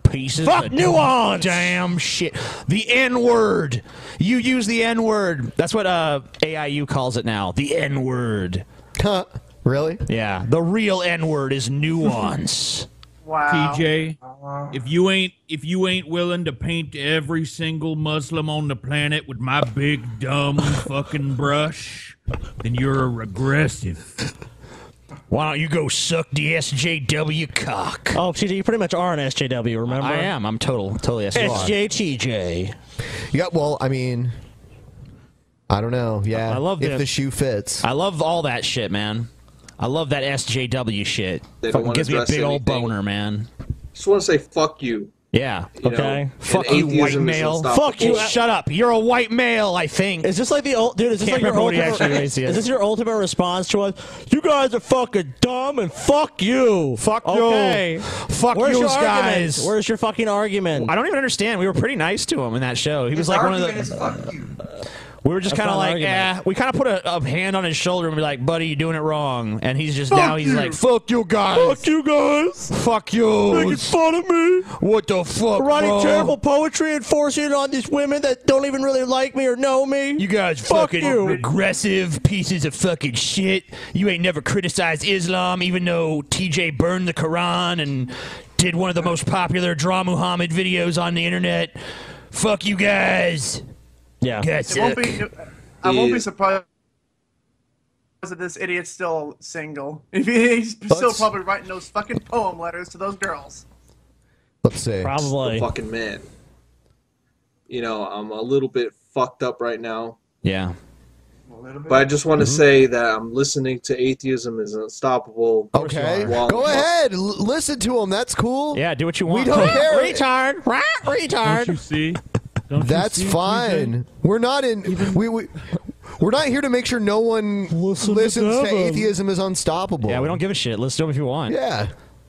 Speaker 8: pieces.
Speaker 9: Fuck
Speaker 8: of
Speaker 9: nuance.
Speaker 8: Damn shit. The N word. You use the N word. That's what uh, AIU calls it now. The N word. Huh?
Speaker 6: Really?
Speaker 8: Yeah. The real N word is nuance.
Speaker 17: Wow.
Speaker 11: TJ, if you ain't if you ain't willing to paint every single Muslim on the planet with my big dumb fucking brush, then you're a regressive.
Speaker 8: Why don't you go suck the SJW cock?
Speaker 9: Oh, TJ, you pretty much are an SJW, remember?
Speaker 8: I am. I'm total, totally
Speaker 9: SJTJ.
Speaker 6: Yeah, well, I mean, I don't know. Yeah.
Speaker 8: I love
Speaker 6: if
Speaker 8: this.
Speaker 6: the shoe fits.
Speaker 8: I love all that shit, man. I love that SJW shit.
Speaker 32: They don't
Speaker 8: Fucking
Speaker 32: wanna
Speaker 8: gives me a
Speaker 32: address
Speaker 8: big old
Speaker 32: anything.
Speaker 8: boner, man.
Speaker 32: Just want to say fuck you.
Speaker 8: Yeah.
Speaker 32: You know, Okay. and
Speaker 8: Fuck you, white
Speaker 32: atheism is
Speaker 8: male.
Speaker 32: unstoppable.
Speaker 8: Fuck you. Shut up. You're a white male, I think.
Speaker 9: Is this like the old dude? Is this
Speaker 8: Can't
Speaker 9: like your
Speaker 8: remember what he
Speaker 9: ultimate?
Speaker 8: actually
Speaker 9: is
Speaker 8: raised he is.
Speaker 9: this your ultimate response to us? You guys are fucking dumb and fuck you. Fuck
Speaker 8: you. Fuck
Speaker 9: Where's
Speaker 8: yous
Speaker 9: your argument?
Speaker 8: guys.
Speaker 9: Where's your fucking argument?
Speaker 8: I don't even understand. We were pretty nice to him in that show. He was like one of the. We were just
Speaker 9: That's
Speaker 8: kind of
Speaker 9: not an
Speaker 8: like,
Speaker 9: argument.
Speaker 8: eh. We kind of put a, a hand on his shoulder and be like, "Buddy, you're doing it wrong." And he's just
Speaker 9: Fuck
Speaker 8: now he's
Speaker 9: you.
Speaker 8: like, "Fuck you guys,
Speaker 9: Fuck you guys.
Speaker 8: fuck you,
Speaker 9: Making fun of me.
Speaker 8: What the fuck,
Speaker 9: Writing
Speaker 8: bro?
Speaker 9: terrible poetry and forcing it on these women that don't even really like me or know me.
Speaker 8: You guys
Speaker 9: fuck
Speaker 8: fucking
Speaker 9: you.
Speaker 8: regressive pieces of fucking shit. You ain't never criticized Islam, even though TJ burned the Quran and did one of the most popular Draw Muhammad videos on the internet. Fuck you guys.
Speaker 9: Yeah.
Speaker 8: Guys
Speaker 17: It won't
Speaker 8: suck.
Speaker 17: be, I won't
Speaker 8: Yeah.
Speaker 17: be surprised if this idiot's still single. If he's still
Speaker 6: Let's-
Speaker 17: probably writing those fucking poem letters to those girls.
Speaker 6: Let's see.
Speaker 32: The fucking man. You know, I'm a little bit fucked up right now.
Speaker 8: Yeah.
Speaker 32: But I just
Speaker 6: Mm-hmm.
Speaker 32: want to say that I'm listening to atheism is unstoppable.
Speaker 6: Okay. Go ahead. L- listen to him. That's cool.
Speaker 8: Yeah, do what you
Speaker 6: We don't care.
Speaker 8: Retard. Right? Retard.
Speaker 6: Don't you
Speaker 11: see?
Speaker 6: That's
Speaker 8: see,
Speaker 6: fine. We're not in. We, we we're not here to make sure no one listens to,
Speaker 8: them.
Speaker 6: atheism is unstoppable.
Speaker 8: Yeah, we don't give a shit. Listen to him if you want.
Speaker 6: Yeah.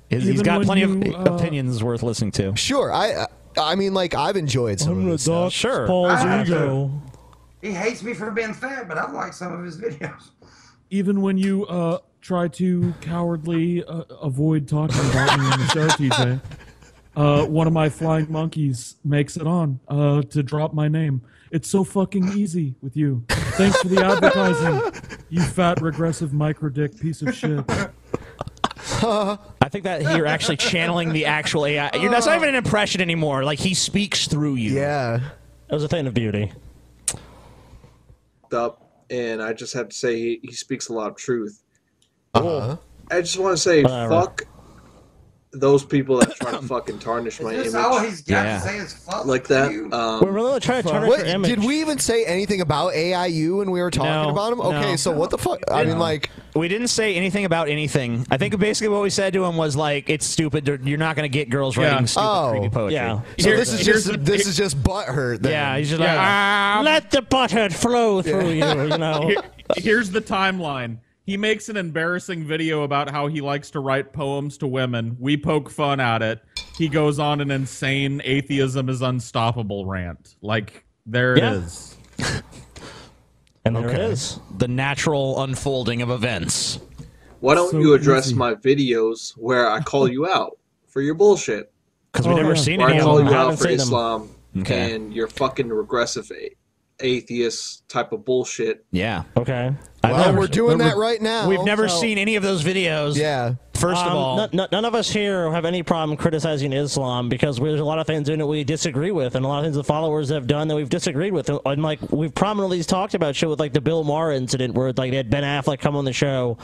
Speaker 8: He's- he's
Speaker 6: Even
Speaker 8: got
Speaker 6: when
Speaker 8: plenty of
Speaker 6: you, uh,
Speaker 8: opinions worth listening to.
Speaker 6: Sure. I I mean, like I've enjoyed some of this stuff.
Speaker 8: Sure.
Speaker 9: Paul's
Speaker 10: Ah,
Speaker 9: ego.
Speaker 10: He hates me for being fat, but I like some of his videos.
Speaker 28: Even when you uh, try to cowardly uh, avoid talking about me on the show, TJ, uh, one of my flying monkeys makes it on uh, to drop my name. It's so fucking easy with you. Thanks for the advertising, you fat regressive micro dick piece of shit.
Speaker 8: I think that you're actually channeling the actual AI. You're, that's not even an impression anymore. Like he speaks through you.
Speaker 6: Yeah.
Speaker 9: That was a thing of beauty.
Speaker 32: fucked up, and I just have to say he, he speaks a lot of truth.
Speaker 6: Uh-huh.
Speaker 32: I just want to say
Speaker 10: Whatever.
Speaker 32: fuck those people that try to fucking tarnish my
Speaker 10: That's
Speaker 32: image.
Speaker 10: all he's got to say is fuck.
Speaker 32: like that. Um,
Speaker 6: What- Did we even say anything about AIU when we were talking
Speaker 8: No,
Speaker 6: about him?
Speaker 8: no.
Speaker 6: Okay, so what the fuck? I mean,
Speaker 8: No.
Speaker 6: like,
Speaker 8: we didn't say anything about anything. I think basically what we said to him was like, "It's stupid. They're- You're not going to get girls writing stupid
Speaker 6: oh,
Speaker 8: creepy poetry."
Speaker 6: So
Speaker 8: Here's-
Speaker 6: this is
Speaker 8: here's
Speaker 6: just
Speaker 8: the-
Speaker 6: this is just butthurt. Then.
Speaker 8: Yeah, he's just like, "Ah,
Speaker 9: Let the butthead flow through you, you know.
Speaker 11: Here- here's the timeline. He makes an embarrassing video about how he likes to write poems to women. We poke fun at it. He goes on an insane atheism is unstoppable rant. Like there
Speaker 8: Yeah.
Speaker 11: it is.
Speaker 9: and
Speaker 8: there it is. The natural unfolding of events.
Speaker 32: why don't
Speaker 8: So
Speaker 32: you address
Speaker 8: easy.
Speaker 32: my videos where I call you out for your bullshit?
Speaker 8: 'Cause we've Oh, never yeah. seen
Speaker 32: where
Speaker 8: any
Speaker 32: I
Speaker 8: of
Speaker 32: call
Speaker 8: them.
Speaker 32: you
Speaker 8: I
Speaker 32: out
Speaker 8: haven't
Speaker 32: for
Speaker 8: seen them.
Speaker 32: Islam
Speaker 8: Okay.
Speaker 32: and your fucking regressive a- atheist type of bullshit.
Speaker 8: Yeah.
Speaker 9: Okay.
Speaker 8: I've
Speaker 6: Well, we're doing that right now.
Speaker 8: We've never
Speaker 9: So-
Speaker 8: seen any of those videos.
Speaker 6: Yeah.
Speaker 8: First of
Speaker 9: Um,
Speaker 8: all,
Speaker 9: no- no- none of us here have any problem criticizing Islam because there's a lot of things in it we disagree with, and a lot of things the followers have done that we've disagreed with. And like we've prominently talked about shit with like the Bill Maher incident, where like they had Ben Affleck come on the show,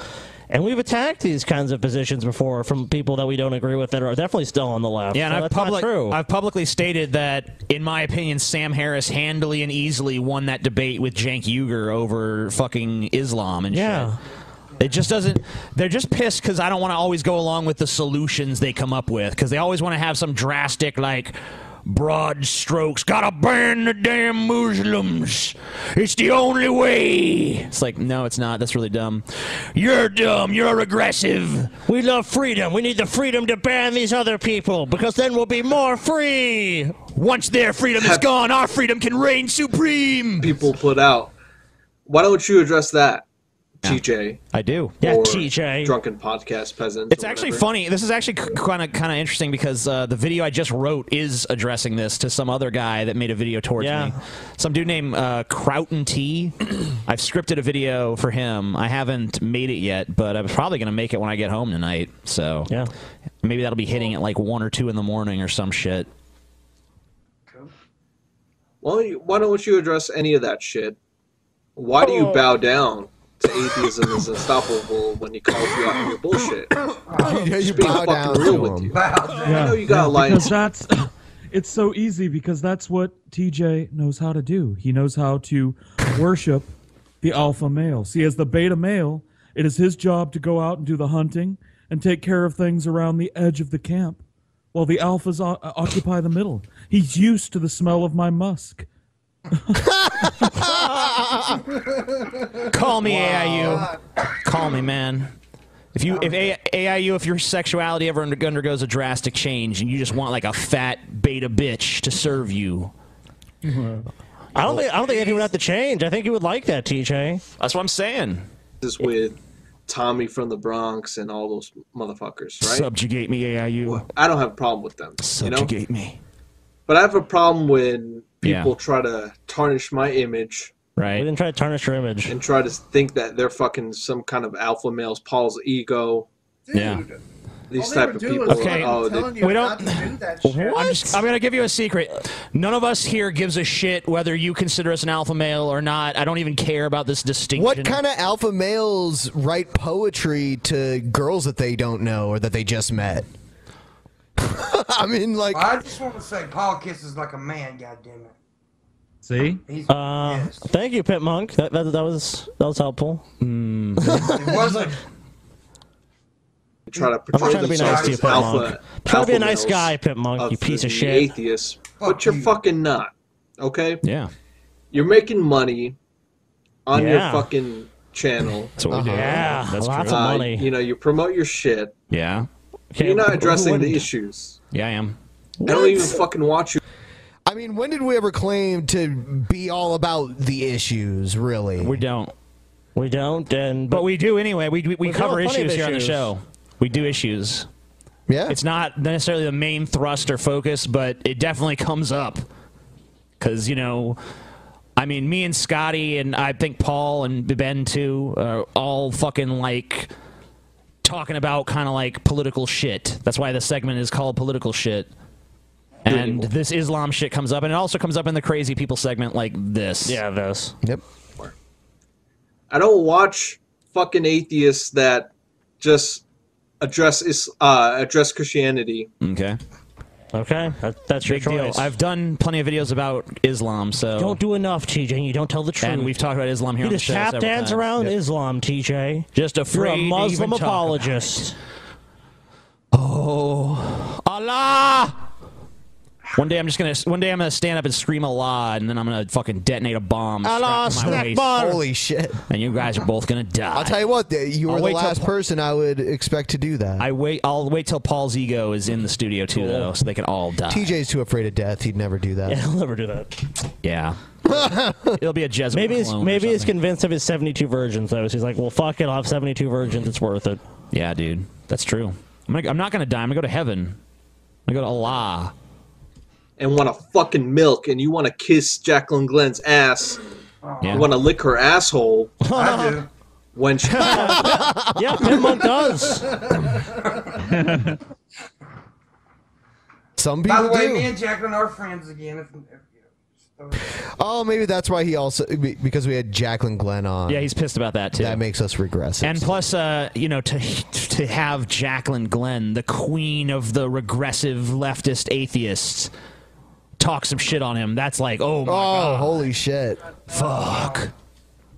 Speaker 9: and we've attacked these kinds of positions before from people that we don't agree with that are definitely still on the left. So
Speaker 8: yeah, and I've,
Speaker 9: that's not
Speaker 8: public,
Speaker 9: true.
Speaker 8: I've publicly stated that, in my opinion, Sam Harris handily and easily won that debate with Jank Uger over fucking Islam and yeah. shit. It just doesn't. They're just pissed because I don't want to always go along with the solutions they come up with because they always want to have some drastic, like, broad strokes. Gotta ban the damn Muslims. It's the only way. It's like, no, it's not. That's really dumb. You're dumb. You're regressive.
Speaker 9: We love freedom. We need the freedom to ban these other people because then we'll be more free.
Speaker 8: Once their freedom is gone, our freedom can reign supreme.
Speaker 32: People put out. Why don't you address that, TJ?
Speaker 8: I do.
Speaker 9: Yeah,
Speaker 32: or
Speaker 9: TJ.
Speaker 32: Drunken podcast peasant.
Speaker 8: It's actually funny. This is actually kind of kind of interesting because uh, the video I just wrote is addressing this to some other guy that made a video towards me. Some dude named uh, Crouton T. I've scripted a video for him. I haven't made it yet, but I'm probably gonna make it when I get home tonight. So yeah, maybe that'll be hitting at like one or two in the morning or some shit.
Speaker 32: Why don't, you, why don't you address any of that shit? Why do you
Speaker 9: Oh.
Speaker 32: bow down to atheism as unstoppable when he calls you out on your bullshit? Oh.
Speaker 6: you
Speaker 32: being
Speaker 6: bow
Speaker 32: fucking
Speaker 6: down
Speaker 32: real
Speaker 6: to
Speaker 32: with
Speaker 6: him.
Speaker 32: you. I know you gotta lie.
Speaker 11: Because that's it's so easy because that's what TJ knows how to do. He knows how to worship the alpha male. See, as the beta male, it is his job to go out and do the hunting and take care of things around the edge of the camp, while the alphas o- uh, occupy the middle. He's used to the smell of my musk.
Speaker 8: Call me
Speaker 11: Wow.
Speaker 8: AIU. Call me, man. If you if A- AIU if your sexuality ever under- undergoes a drastic change and you just want like a fat beta bitch to serve you,
Speaker 9: I don't think I don't think anyone would have to change. I think you would like that, TJ.
Speaker 8: that's what I'm saying.
Speaker 32: This with Tommy from the Bronx and all those motherfuckers, right?
Speaker 8: Subjugate me, AIU.
Speaker 32: I don't have a problem with them. you know?
Speaker 8: Subjugate me.
Speaker 32: But I have a problem when people
Speaker 9: Yeah.
Speaker 32: try to tarnish my image
Speaker 8: Right.
Speaker 9: We didn't try to tarnish your image.
Speaker 32: and try to think that they're fucking some kind of alpha male's Paul's ego.
Speaker 8: Yeah.
Speaker 32: These
Speaker 8: All they
Speaker 32: type
Speaker 8: were
Speaker 32: of
Speaker 8: doing
Speaker 32: people.
Speaker 8: was
Speaker 32: are,
Speaker 8: Okay.
Speaker 32: oh, they-
Speaker 8: telling you We not don't- I'm, just, I'm gonna give you a secret. None of us here gives a shit whether you consider us an alpha male or not. I don't even care about this distinction.
Speaker 6: What kind of alpha males write poetry to girls that they don't know or that they just met? I mean, like.
Speaker 10: I just want to say, Paul kisses like a man. Goddamn it.
Speaker 11: See?
Speaker 9: Uh, Thank you, Pit Monk. That, that, that was that was helpful.
Speaker 10: It wasn't.
Speaker 32: try to
Speaker 9: I'm
Speaker 32: portray
Speaker 9: trying to be nice
Speaker 32: themselves
Speaker 9: to you,
Speaker 32: as
Speaker 9: Pit Monk.
Speaker 32: alpha.
Speaker 9: Try to be a
Speaker 32: alpha
Speaker 9: nice
Speaker 32: males
Speaker 9: guy, Pit Monk. You piece of
Speaker 32: the
Speaker 9: shit.
Speaker 32: Atheists, but you're fucking not. Okay.
Speaker 8: Yeah.
Speaker 32: You're making money on
Speaker 8: Yeah.
Speaker 32: your fucking channel.
Speaker 8: That's what we do. Uh-huh. Yeah, That's lots true. of
Speaker 32: Uh,
Speaker 8: money.
Speaker 32: you know, you promote your shit.
Speaker 8: Yeah.
Speaker 6: Okay,
Speaker 32: you're not
Speaker 6: who
Speaker 32: addressing the
Speaker 6: wouldn't?
Speaker 32: issues.
Speaker 8: Yeah, I am.
Speaker 32: I don't
Speaker 6: What?
Speaker 32: even fucking watch you.
Speaker 6: I mean, when did we ever claim to be all about the issues, really? We
Speaker 8: don't.
Speaker 9: We don't, and
Speaker 8: But we do anyway. We we, we
Speaker 9: We've
Speaker 8: cover
Speaker 9: got plenty of
Speaker 8: issues here on the
Speaker 9: issues.
Speaker 8: show. We do issues.
Speaker 6: Yeah.
Speaker 8: It's not necessarily the main thrust or focus, but it definitely comes up. Cause you know, I mean, me and Scotty and I think Paul and Ben too are all fucking like talking about kind of like political shit. That's why the segment is called political shit. And this Islam shit comes up, and it also comes up in the crazy people segment like this. Yeah,
Speaker 9: this.
Speaker 6: Yep.
Speaker 32: I don't watch fucking atheists that just address is uh, address Christianity.
Speaker 8: Okay.
Speaker 9: Okay, that, that's your
Speaker 8: Big deal.
Speaker 9: choice.
Speaker 8: I've done plenty of videos about Islam, so
Speaker 9: Don't do enough, TJ. You don't tell the truth.
Speaker 8: And we've talked about Islam here
Speaker 9: You
Speaker 8: on the
Speaker 9: just
Speaker 8: show
Speaker 9: tap
Speaker 8: several
Speaker 9: dance
Speaker 8: times.
Speaker 9: around
Speaker 8: Yep.
Speaker 9: Islam, TJ.
Speaker 8: Just
Speaker 9: You're a
Speaker 8: afraid to
Speaker 9: Muslim
Speaker 8: even talk about
Speaker 9: apologist.
Speaker 8: Oh, Allah! One day I'm just gonna. One day I'm gonna stand up and scream Allah, and then I'm gonna fucking detonate a bomb. strapped
Speaker 6: Allah,
Speaker 8: to my
Speaker 6: snack
Speaker 8: waist.
Speaker 6: bar. Holy shit!
Speaker 8: And you guys are both gonna die.
Speaker 6: I'll tell you what, th- you were
Speaker 8: I'll
Speaker 6: the
Speaker 8: wait till
Speaker 6: last person I would expect to do that.
Speaker 8: I wait. I'll wait till Paul's ego is in the studio too, though, so they can all die.
Speaker 6: TJ's too afraid of death. He'd never do that.
Speaker 9: I'll never do that.
Speaker 8: yeah. It'll be a Jesuit.
Speaker 9: Maybe he's
Speaker 8: clone or
Speaker 9: maybe he's
Speaker 8: something.
Speaker 9: convinced of his seventy-two virgins though. So he's like, well, fuck it, I'll have seventy-two virgins. It's worth it.
Speaker 8: Yeah, dude. That's true. I'm, gonna, I'm not gonna die. I'm gonna go to heaven. I'm gonna go to Allah.
Speaker 32: and want to fucking milk and you want to kiss Jacqueline Glenn's ass, you want to lick her asshole. I do. When she,
Speaker 9: yeah, Pitmonk does.
Speaker 6: Some
Speaker 10: By the
Speaker 6: people
Speaker 10: way,
Speaker 6: do.
Speaker 10: me and Jacqueline are friends again. If, if
Speaker 6: Oh, maybe that's why he also be- because we had Jacqueline Glenn on.
Speaker 8: Yeah, he's pissed about that too.
Speaker 6: That makes us regressive.
Speaker 8: And plus, uh, you know, to to have Jacqueline Glenn, the queen of the regressive leftist atheists, talk some shit on him. That's like, oh my god,
Speaker 6: holy shit,
Speaker 8: fuck.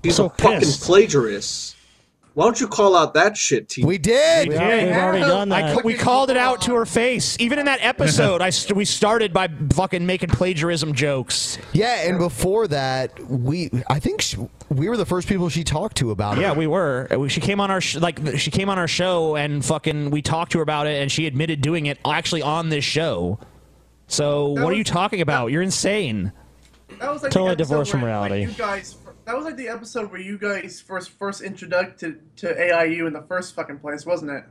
Speaker 32: he's
Speaker 8: So
Speaker 32: a fucking
Speaker 8: pissed.
Speaker 32: plagiarist. Why don't you call out that shit, T? We
Speaker 6: did.
Speaker 8: We did. I ca- we called it out to her face. Even in that episode, I st- we started by fucking making plagiarism jokes.
Speaker 6: Yeah, and before that, we I think sh we were the first people she talked to about it.
Speaker 8: Yeah, we were. Uh, we- She came on our sh- like th- she came on our show and fucking we talked to her about it and she admitted doing it actually on this show. So what are you talking about? You're insane.
Speaker 17: That was like
Speaker 8: Totally
Speaker 17: the episode
Speaker 8: divorced from
Speaker 17: where, like,
Speaker 8: reality.
Speaker 17: you guys, that was like the episode where you guys first first introduced to, to AIU in the first fucking place, wasn't it?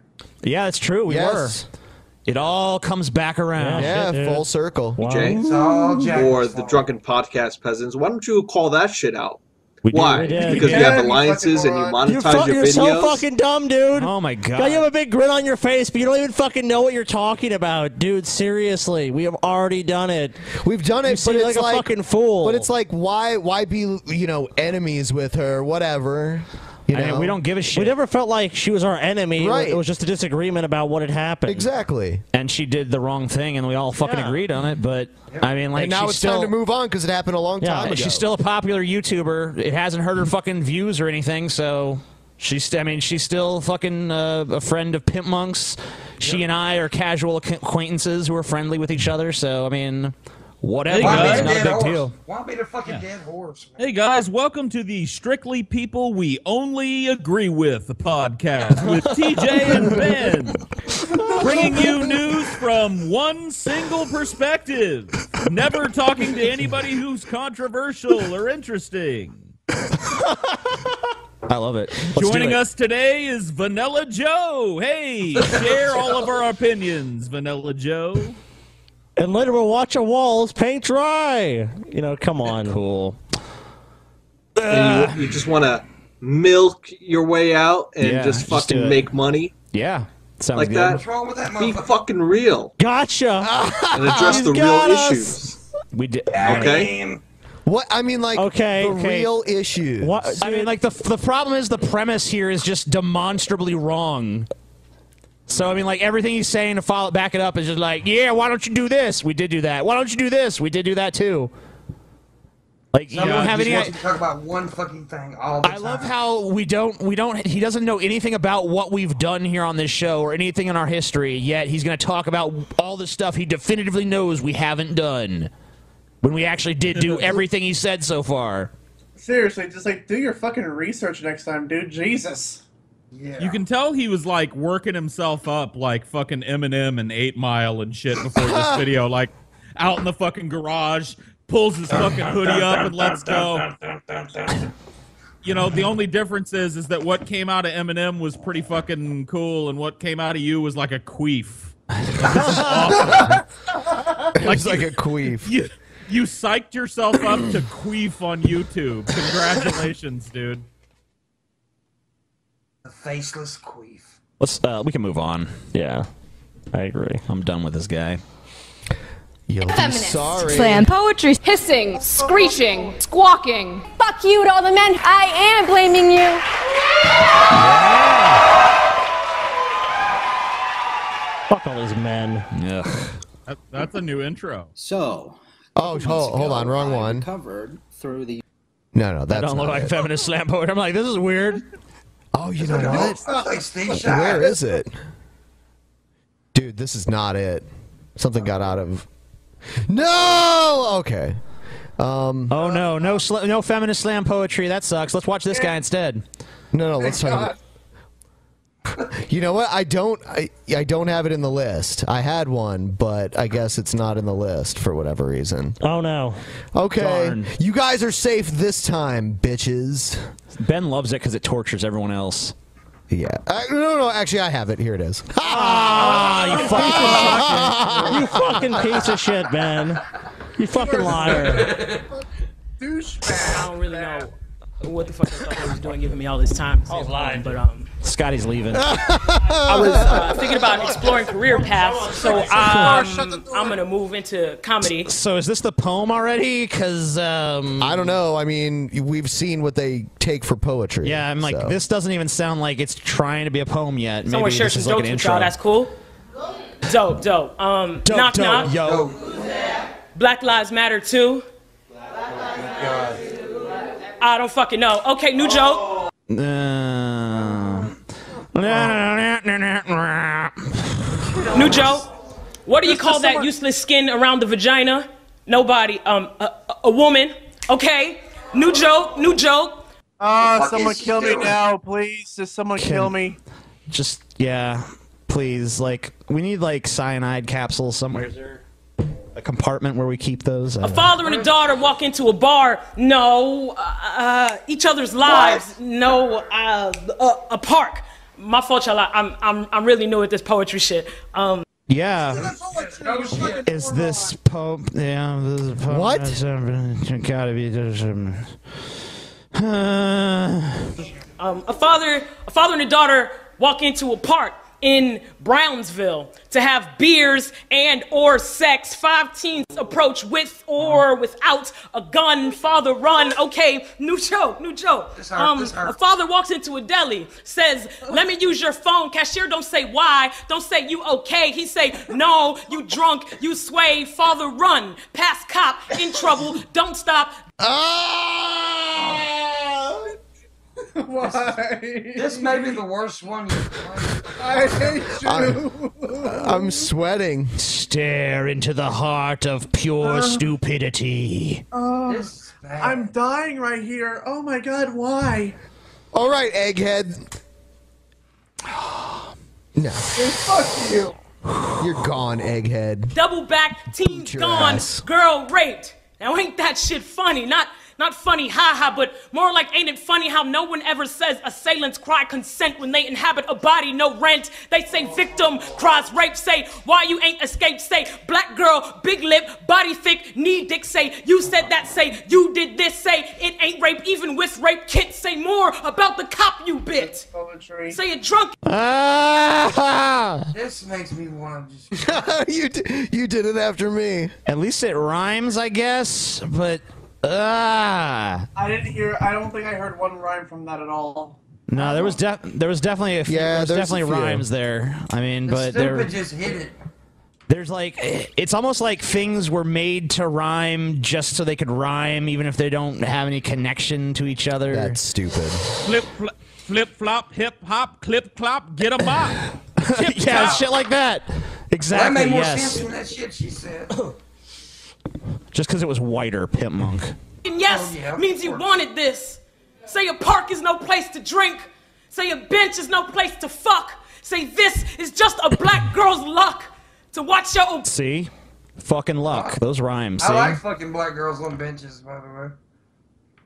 Speaker 8: Yeah, that's true. We
Speaker 6: Yes.
Speaker 8: were. It all comes back around.
Speaker 6: Yeah, Yeah, full circle.
Speaker 32: Jay, or the drunken podcast peasants. Why don't you call that shit out? Why?
Speaker 9: We did.
Speaker 32: Because
Speaker 9: Yeah,
Speaker 32: you have
Speaker 9: you
Speaker 32: alliances and you
Speaker 9: You're,
Speaker 32: monetize
Speaker 9: fu-
Speaker 32: your
Speaker 9: you're
Speaker 32: videos.
Speaker 9: so fucking dumb, dude.
Speaker 8: Oh my god.
Speaker 9: you have a big grin on your face, but you don't even fucking know what you're talking about, dude. Seriously, we have already done it.
Speaker 6: We've done it,
Speaker 9: you seem
Speaker 6: but
Speaker 9: like
Speaker 6: it's
Speaker 9: a
Speaker 6: like
Speaker 9: fucking fool.
Speaker 6: But it's like why why be you know enemies with her? Whatever. You know?
Speaker 9: We never felt like she was our enemy.
Speaker 6: Right.
Speaker 9: It was just a disagreement about what had happened.
Speaker 6: Exactly.
Speaker 8: And she did the wrong thing, and we all fucking
Speaker 9: Yeah.
Speaker 8: agreed on it. But I mean, like,
Speaker 6: and now
Speaker 8: she's
Speaker 6: it's
Speaker 8: still,
Speaker 6: time to move on because it happened a long time
Speaker 8: Yeah,
Speaker 6: ago.
Speaker 8: she's still a popular YouTuber. It hasn't hurt her fucking views or anything. So she's, st- I mean, she's still fucking uh, a friend of Pimp Monks. She and I are casual acqu- acquaintances who are friendly with each other. So I mean, whatever.
Speaker 10: Why
Speaker 8: It's
Speaker 10: beat a
Speaker 8: not a
Speaker 10: dead
Speaker 8: big
Speaker 10: horse?
Speaker 8: deal.
Speaker 10: Why beat a fucking dead horse?
Speaker 11: Hey guys, welcome to the Strictly People We Only Agree With podcast with TJ and Ben, bringing you news from one single perspective, never talking to anybody who's controversial or interesting.
Speaker 8: I love it.
Speaker 11: Joining us today is Vanilla Joe. Hey, share all of our opinions, Vanilla Joe.
Speaker 9: And later we'll watch our walls paint dry. You know, come on. Cool.
Speaker 32: and you, you just want to milk your way out and
Speaker 9: Yeah,
Speaker 32: just
Speaker 9: just do
Speaker 32: fucking
Speaker 9: it.
Speaker 32: make money.
Speaker 8: Yeah, sounds
Speaker 32: like
Speaker 8: good.
Speaker 32: that.
Speaker 8: What's
Speaker 32: wrong with that? Be fucking real
Speaker 9: Gotcha.
Speaker 32: and address
Speaker 6: He's
Speaker 32: the
Speaker 6: got
Speaker 32: real
Speaker 6: us.
Speaker 32: issues.
Speaker 8: We did.
Speaker 32: Okay.
Speaker 6: What I mean, like
Speaker 8: Okay,
Speaker 6: the
Speaker 8: okay.
Speaker 6: real issues.
Speaker 8: I mean, like the the problem is the premise here is just demonstrably wrong. So I mean, like everything he's saying to follow back it up is just like, yeah, why don't you do this? We did do that. Why don't you do this? We did do that too. Like you
Speaker 10: Someone
Speaker 8: don't have
Speaker 10: just
Speaker 8: any.
Speaker 10: wants to talk about one fucking thing all the
Speaker 8: I
Speaker 10: time.
Speaker 8: love how we don't we don't he doesn't know anything about what we've done here on this show or anything in our history yet he's going to talk about all the stuff he definitively knows we haven't done when we actually did do everything he said so far.
Speaker 17: Seriously, just like do your fucking research next time, dude. Jesus.
Speaker 11: You can tell he was like working himself up like fucking Eminem and 8 Mile and shit before this video. Like out in the fucking garage, pulls his fucking hoodie up and lets go. You know, the only difference is is that what came out of Eminem was pretty fucking cool and what came out of you was like a queef.
Speaker 6: it was like a queef.
Speaker 11: You, you psyched yourself up to queef on YouTube. Congratulations, dude.
Speaker 10: The faceless queef.
Speaker 8: Let's uh we can move on. Yeah. I agree. I'm done with this guy.
Speaker 6: You'll
Speaker 3: Feminist.
Speaker 6: sorry.
Speaker 3: Slam poetry. Hissing, screeching, squawking. Fuck you to all the men. I am blaming you.
Speaker 9: Fuck all those men.
Speaker 8: Yeah.
Speaker 11: That, that's a new intro.
Speaker 33: So.
Speaker 6: Oh, hold, hold on, wrong one.
Speaker 33: Covered through the.
Speaker 6: No, no, that's
Speaker 8: I don't
Speaker 6: not
Speaker 8: look like
Speaker 6: it.
Speaker 8: feminist slam poet. I'm like, this is weird.
Speaker 6: Oh, you know what?
Speaker 10: It's not like Steve Shire.
Speaker 6: Where is it? Dude, this is not it. Something got out of. No. Okay. Um.
Speaker 8: Oh no, no, sl- no feminist slam poetry. That sucks. Let's watch this guy instead.
Speaker 6: No, no. Let's talk. About... You know what? I don't. I, I don't have it in the list. I had one, but I guess it's not in the list for whatever reason.
Speaker 9: Oh no.
Speaker 6: Okay.
Speaker 8: Darn.
Speaker 6: You guys are safe this time, bitches.
Speaker 8: Ben loves it because it tortures everyone else.
Speaker 6: Yeah. Uh, no, no, no, actually, I have it. Here it is.
Speaker 9: Ah, you fucking piece of shit, man. You fucking liar.
Speaker 15: I don't really know what the fuck this fucker was doing, giving me all this time. I was lying, but um,
Speaker 8: Scotty's leaving.
Speaker 15: I was uh, thinking about exploring career paths, so um, I'm gonna move into comedy.
Speaker 8: So is this the poem already? Because um,
Speaker 6: I don't know. I mean, we've seen uh, what they take for poetry.
Speaker 8: Yeah, I'm like,
Speaker 6: so.
Speaker 8: this doesn't even sound like it's trying to be a poem yet. Maybe
Speaker 15: Someone share
Speaker 8: this
Speaker 15: some
Speaker 8: is like
Speaker 15: jokes
Speaker 8: an
Speaker 15: with
Speaker 8: intro.
Speaker 15: y'all. That's cool. Dope, dope. Um,
Speaker 8: Dope,
Speaker 15: knock,
Speaker 8: dope,
Speaker 15: knock.
Speaker 8: yo.
Speaker 15: Black Lives Matter too. I don't fucking know. Okay, new joke.
Speaker 8: Uh,
Speaker 15: New joke. What do you call that useless skin around the vagina? Nobody. Um, a, a woman. Okay. New joke. New joke.
Speaker 17: Ah,
Speaker 15: What the fuck
Speaker 17: someone
Speaker 15: is she
Speaker 17: kill me
Speaker 15: doing?
Speaker 17: now, please. Just someone kill me.
Speaker 8: Just yeah, please. Like we need like cyanide capsules somewhere. Is there a compartment where we keep those?
Speaker 15: A father and a daughter walk into a bar. No. Uh, each other's lives. No. Uh, a, a park. My fault, y'all. I- I'm, I'm, I'm really new at this poetry shit. Um.
Speaker 8: yeah. Uh, Is this poem? Yeah. This is poem.
Speaker 15: What?
Speaker 8: Gotta be. there's, um,
Speaker 15: Um, a father, a father and a daughter walk into a park in Brownsville to have beers and or sex. Five teens approach with or without a gun. Father run. Okay, new joke, new joke. hurt, this hurt. a father walks into a deli, says, "Let me use your phone." Cashier don't say why, don't say you okay. He say, "No, you drunk, you sway." Father run, pass cop in trouble. Don't stop.
Speaker 10: Why? This may be the worst one you've played. I hate
Speaker 6: you. I'm sweating.
Speaker 8: Stare into the heart of pure
Speaker 17: Uh.
Speaker 8: stupidity.
Speaker 17: Oh, I'm dying right here. Oh my god, why?
Speaker 6: All right, Egghead. No.
Speaker 15: Fuck you.
Speaker 6: You're gone, Egghead.
Speaker 15: double back, teen
Speaker 6: your
Speaker 15: gone,
Speaker 6: ass.
Speaker 15: girl raped. Now ain't that shit funny? Not not funny, haha, but more like ain't it funny how no one ever says assailants cry consent when they inhabit a body, no rent. They say victim cries rape, say why you ain't escaped, say black girl, big lip, body thick, knee dick, say you said that, say you did this, say it ain't rape, even with rape kit, say more about the cop you bit. Say it drunk.
Speaker 6: Ah!
Speaker 10: This makes me want to just.
Speaker 6: you d- you did it after me.
Speaker 8: At least it rhymes, I guess. But ah,
Speaker 17: I didn't hear. I don't think I heard one rhyme from that at all.
Speaker 8: no, there was def- there was definitely a few, there was
Speaker 6: there's a
Speaker 8: definitely
Speaker 6: few.
Speaker 8: rhymes there. I mean, but there
Speaker 10: just hit it.
Speaker 8: there's like it's almost like things were made to rhyme just so they could rhyme, even if they don't have any connection to each other. That's
Speaker 6: stupid.
Speaker 28: Flip, fl- flip, flop, hip hop, clip, clop, get a bop.
Speaker 8: yeah, shit like that. Exactly.
Speaker 10: That made more
Speaker 8: yes.
Speaker 10: sense than that shit she said.
Speaker 8: Just because it was whiter, Pimp Monk.
Speaker 15: And yes means you wanted this. Say a park is no place to drink. Say a bench is no place to fuck. Say this is just a black girl's luck to watch your. Ob-
Speaker 8: See, fucking luck. Those rhymes. See,
Speaker 10: I like fucking black girls on benches, by the way.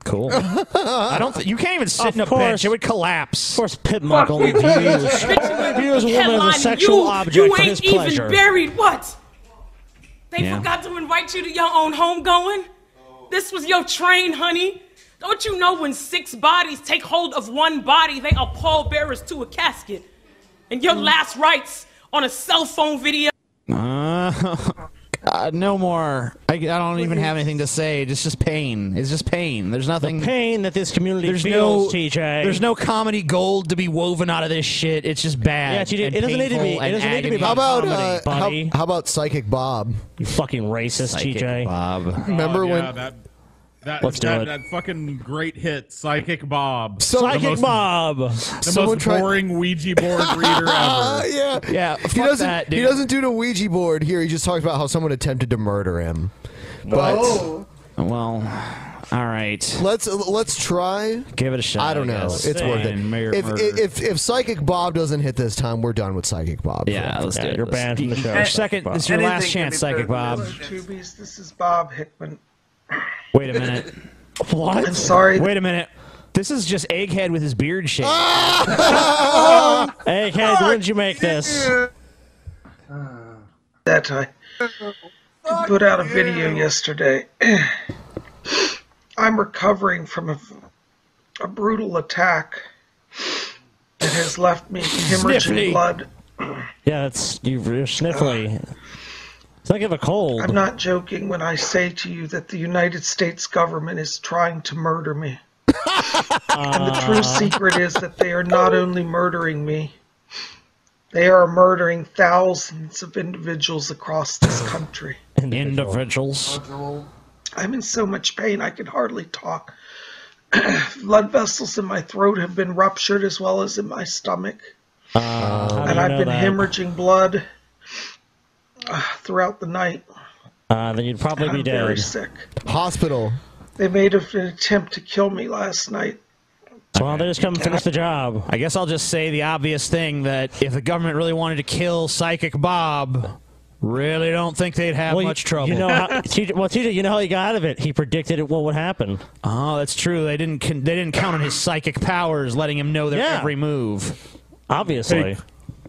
Speaker 8: cool. I don't. Th- you can't even sit
Speaker 9: Of
Speaker 8: in a
Speaker 9: course.
Speaker 8: bench. It would collapse. Of
Speaker 9: course, Pitmonk only views, views women as a
Speaker 15: Headline,
Speaker 9: sexual
Speaker 15: you,
Speaker 9: object
Speaker 15: you
Speaker 9: for
Speaker 15: ain't
Speaker 9: his
Speaker 15: even
Speaker 9: pleasure.
Speaker 15: buried what? They
Speaker 9: Yeah.
Speaker 15: forgot to invite you to your own homegoing. This was your train, honey. Don't you know when six bodies take hold of one body, they are pallbearers to a casket, and
Speaker 9: Mm.
Speaker 15: your last rites on a cell phone video.
Speaker 8: Uh, God, no more. I, I don't even have anything to say. It's just pain. It's just pain. There's nothing.
Speaker 9: pain that this community
Speaker 8: there's
Speaker 9: feels,
Speaker 8: no
Speaker 9: TJ.
Speaker 8: There's no comedy gold to be woven out of this shit. It's just bad.
Speaker 9: Yeah, TJ,
Speaker 8: and
Speaker 9: it doesn't need to
Speaker 8: painful
Speaker 9: be- it
Speaker 8: and
Speaker 9: doesn't need to be
Speaker 8: agony.
Speaker 9: about How about, comedy, uh,
Speaker 6: how-
Speaker 9: buddy.
Speaker 6: How, about Psychic Bob?
Speaker 9: You fucking racist,
Speaker 6: Psychic
Speaker 9: TJ.
Speaker 6: Bob. Remember
Speaker 28: Oh, yeah,
Speaker 6: when?
Speaker 28: that that,
Speaker 6: Let's do
Speaker 28: that,
Speaker 6: it.
Speaker 28: that fucking great hit, Psychic Bob.
Speaker 6: So-
Speaker 28: The
Speaker 6: Psychic
Speaker 28: most-
Speaker 6: Bob.
Speaker 28: The
Speaker 6: Someone
Speaker 28: most
Speaker 6: tried-
Speaker 28: boring Ouija board reader ever.
Speaker 6: yeah, He doesn't. He doesn't do the Ouija board here. He just talks about how someone attempted to murder him. But
Speaker 8: Oh. Well, all right.
Speaker 6: Let's let's try.
Speaker 8: Give it a shot.
Speaker 6: I don't know.
Speaker 8: guess.
Speaker 6: It's worth it.
Speaker 8: And Mayor
Speaker 6: If,
Speaker 8: Murder.
Speaker 6: if if Psychic Bob doesn't hit this time, we're done with Psychic Bob.
Speaker 8: Yeah, let's do it. Let's-
Speaker 6: Your
Speaker 8: Your second. This is your last chance, Psychic Bob.
Speaker 10: Tubies, this is Bob Hickman.
Speaker 8: Wait a minute.
Speaker 10: What? I'm sorry.
Speaker 8: Wait a minute. This is just Egghead with his beard shaved. Egghead, when did you make this?
Speaker 34: That I put out a video yesterday. I'm recovering from a, a brutal attack that has left me hemorrhaging
Speaker 9: Sniffly.
Speaker 34: blood.
Speaker 9: Yeah, it's you're sniffly. It's like you have a cold.
Speaker 34: I'm not joking when I say to you that the United States government is trying to murder me. and the
Speaker 8: Uh.
Speaker 23: um,
Speaker 34: true secret is that they are not only murdering me, they are murdering thousands of individuals across this country.
Speaker 8: Individuals.
Speaker 34: I'm in so much pain I can hardly talk. Blood vessels in my throat have been ruptured as well as in my stomach.
Speaker 9: Uh,
Speaker 34: and I've been hemorrhaging blood uh, throughout the night.
Speaker 9: Uh, then you'd probably
Speaker 34: I'm
Speaker 9: be dead.
Speaker 34: very sick.
Speaker 6: Hospital.
Speaker 34: They made an attempt to kill me last night.
Speaker 8: Well, they just come
Speaker 34: finish
Speaker 8: the job. I guess I'll just say the obvious thing that if the government really wanted to kill Psychic Bob, really don't think they'd have
Speaker 9: Well, you-
Speaker 8: much trouble.
Speaker 9: You know how, TJ, well, TJ, you know how he got out of it. He predicted it, what would happen.
Speaker 8: Oh, that's true. They didn't con- they didn't count on his psychic powers, letting him know their
Speaker 28: Yeah.
Speaker 8: every move.
Speaker 28: Hey,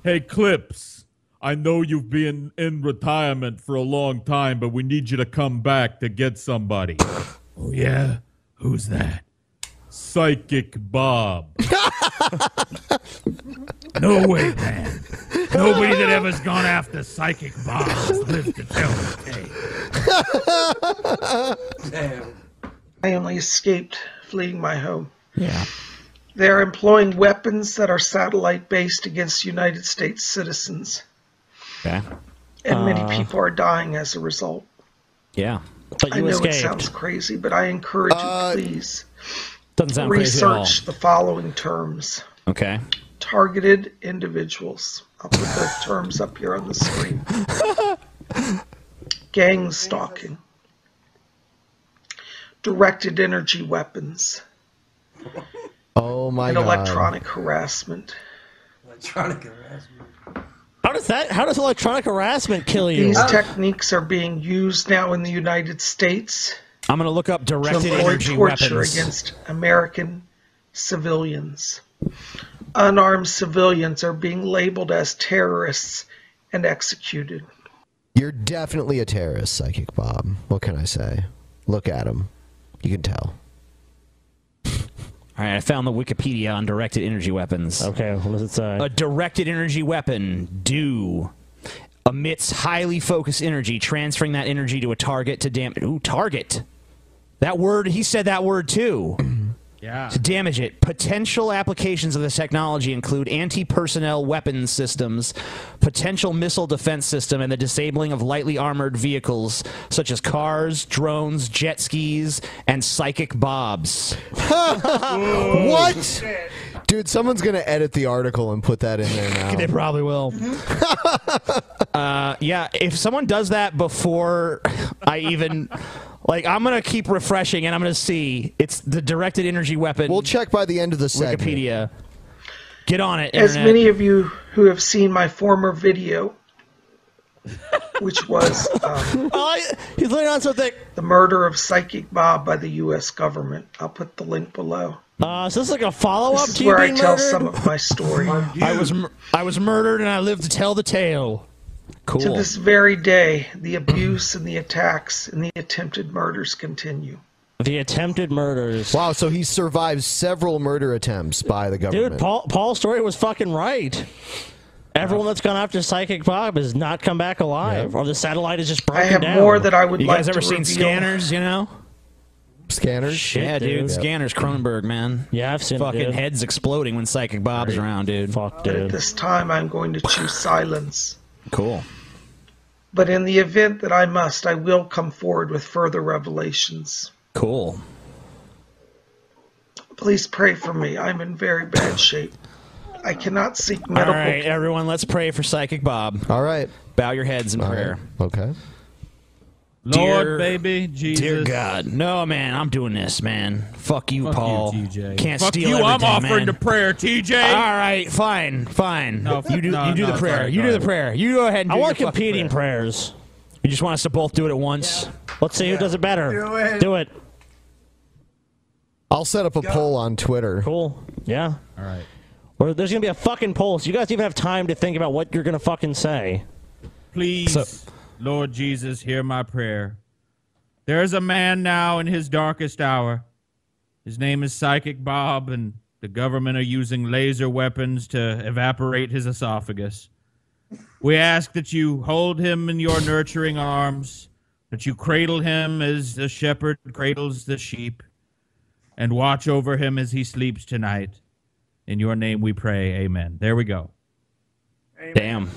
Speaker 28: hey, Clips. I know you've been in retirement for a long time, but we need you to come back to get somebody. oh yeah, who's that? Psychic Bob. no way, man. Nobody that ever's gone after Psychic Bob has lived to tell the
Speaker 34: I only escaped fleeing my home.
Speaker 8: Yeah.
Speaker 34: They're employing weapons that are satellite based against United States citizens,
Speaker 8: Okay.
Speaker 34: and many
Speaker 8: Uh,
Speaker 34: people are dying as a result.
Speaker 8: Yeah. But
Speaker 34: I
Speaker 8: you
Speaker 34: know
Speaker 8: escaped.
Speaker 34: it sounds crazy, but I encourage you, please
Speaker 8: Doesn't sound
Speaker 34: research
Speaker 8: crazy at all.
Speaker 34: the following terms
Speaker 8: Okay.
Speaker 34: targeted individuals. I'll put the terms up here on the screen. Gang stalking. Directed energy weapons.
Speaker 6: Oh my
Speaker 34: and
Speaker 6: god.
Speaker 34: electronic harassment. Electronic harassment.
Speaker 9: How does that? How does electronic harassment kill you?
Speaker 34: These techniques are being used now in the United States
Speaker 8: I'm gonna look up directed
Speaker 34: to employ
Speaker 8: energy
Speaker 34: torture
Speaker 8: weapons.
Speaker 34: against American civilians. Unarmed civilians are being labeled as terrorists and executed.
Speaker 6: You're definitely a terrorist, Psychic Bob. What can I say? Look at him. You can tell.
Speaker 8: All right, I found the Wikipedia on directed energy weapons.
Speaker 9: Okay, uh, what does it say?
Speaker 8: A directed energy weapon, do, emits highly focused energy, transferring that energy to a target to damage. Ooh, target. That word, he said that word too.
Speaker 28: Yeah.
Speaker 8: To damage it, potential applications of this technology include anti personnel weapons systems, potential missile defense system, and the disabling of lightly armored vehicles such as cars, drones, jet skis, and psychic bobs.
Speaker 6: what? Dude, someone's going to edit the article and put that in there now.
Speaker 8: They probably will. uh, yeah, if someone does that before I even. Like I'm gonna keep refreshing, and I'm gonna see it's the directed energy weapon. We'll
Speaker 6: check by the end of the segment.
Speaker 8: Wikipedia. Get on it,
Speaker 34: As
Speaker 8: internet.
Speaker 34: many of you who have seen my former video, which was um,
Speaker 9: he's laying on something.
Speaker 34: The murder of Psychic Bob by the U.S. government. I'll put the link below.
Speaker 9: Uh, is this like a follow up
Speaker 34: This is
Speaker 9: to you
Speaker 34: where I
Speaker 9: being
Speaker 34: tell
Speaker 9: murdered?
Speaker 34: some of my story.
Speaker 8: I was mur- I was murdered, and I lived to tell the tale. Cool.
Speaker 34: To this very day, the abuse and the attacks and the attempted murders continue.
Speaker 9: The attempted murders.
Speaker 6: Wow, so he survived several murder attempts by the government.
Speaker 9: Dude, Paul Paul's story was fucking right. Everyone that's gone after Psychic Bob has not come back alive, or the satellite is just broken
Speaker 34: I have
Speaker 9: down.
Speaker 34: more that I would like to reveal.
Speaker 8: You know,
Speaker 6: Scanners?
Speaker 8: yeah, dude. Scanners, Cronenberg, man.
Speaker 9: Yeah, I've seen
Speaker 8: fucking
Speaker 34: dude.
Speaker 8: heads exploding when Psychic Bob's around, dude.
Speaker 9: Fuck,
Speaker 34: But at this time, I'm going to choose silence.
Speaker 8: Cool.
Speaker 34: But in the event that I must, I will come forward with further revelations.
Speaker 8: Cool.
Speaker 34: Please pray for me. I'm in very bad shape. I cannot seek
Speaker 8: All
Speaker 34: medical
Speaker 8: right, everyone, let's pray for Psychic Bob.
Speaker 6: All right.
Speaker 8: Bow your heads in prayer.
Speaker 6: Okay.
Speaker 28: Lord,
Speaker 8: Dear-
Speaker 28: baby, Jesus.
Speaker 8: Dear God, no, man, I'm doing this, man. Fuck you,
Speaker 28: Fuck you,
Speaker 8: Paul.
Speaker 28: TJ.
Speaker 8: Can't
Speaker 28: Fuck
Speaker 8: steal
Speaker 28: you,
Speaker 8: every
Speaker 28: I'm
Speaker 8: day,
Speaker 28: offering
Speaker 8: man.
Speaker 28: the prayer, TJ.
Speaker 8: All right, fine, fine.
Speaker 28: No,
Speaker 8: you do,
Speaker 28: no,
Speaker 8: you do
Speaker 28: no,
Speaker 8: the prayer.
Speaker 28: sorry,
Speaker 8: you
Speaker 28: go
Speaker 8: do the
Speaker 28: ahead.
Speaker 8: prayer. You go ahead and
Speaker 9: I
Speaker 8: do
Speaker 9: want
Speaker 8: your fucking
Speaker 9: competing
Speaker 8: prayer.
Speaker 9: prayers.
Speaker 8: You just want us to both do it at once?
Speaker 9: Let's see who does it better. Do it.
Speaker 6: I'll set up a poll on Twitter.
Speaker 9: Cool. Yeah.
Speaker 11: All right.
Speaker 9: Or there's gonna be a fucking poll, so you guys even have time to think about what you're gonna fucking say.
Speaker 11: Please, Lord Jesus, hear my prayer. There is a man now in his darkest hour. His name is Psychic Bob, and the government are using laser weapons to evaporate his esophagus. We ask that you hold him in your nurturing arms, that you cradle him as the shepherd cradles the sheep, and watch over him as he sleeps tonight. In your name we pray, amen. There we go.
Speaker 8: Damn.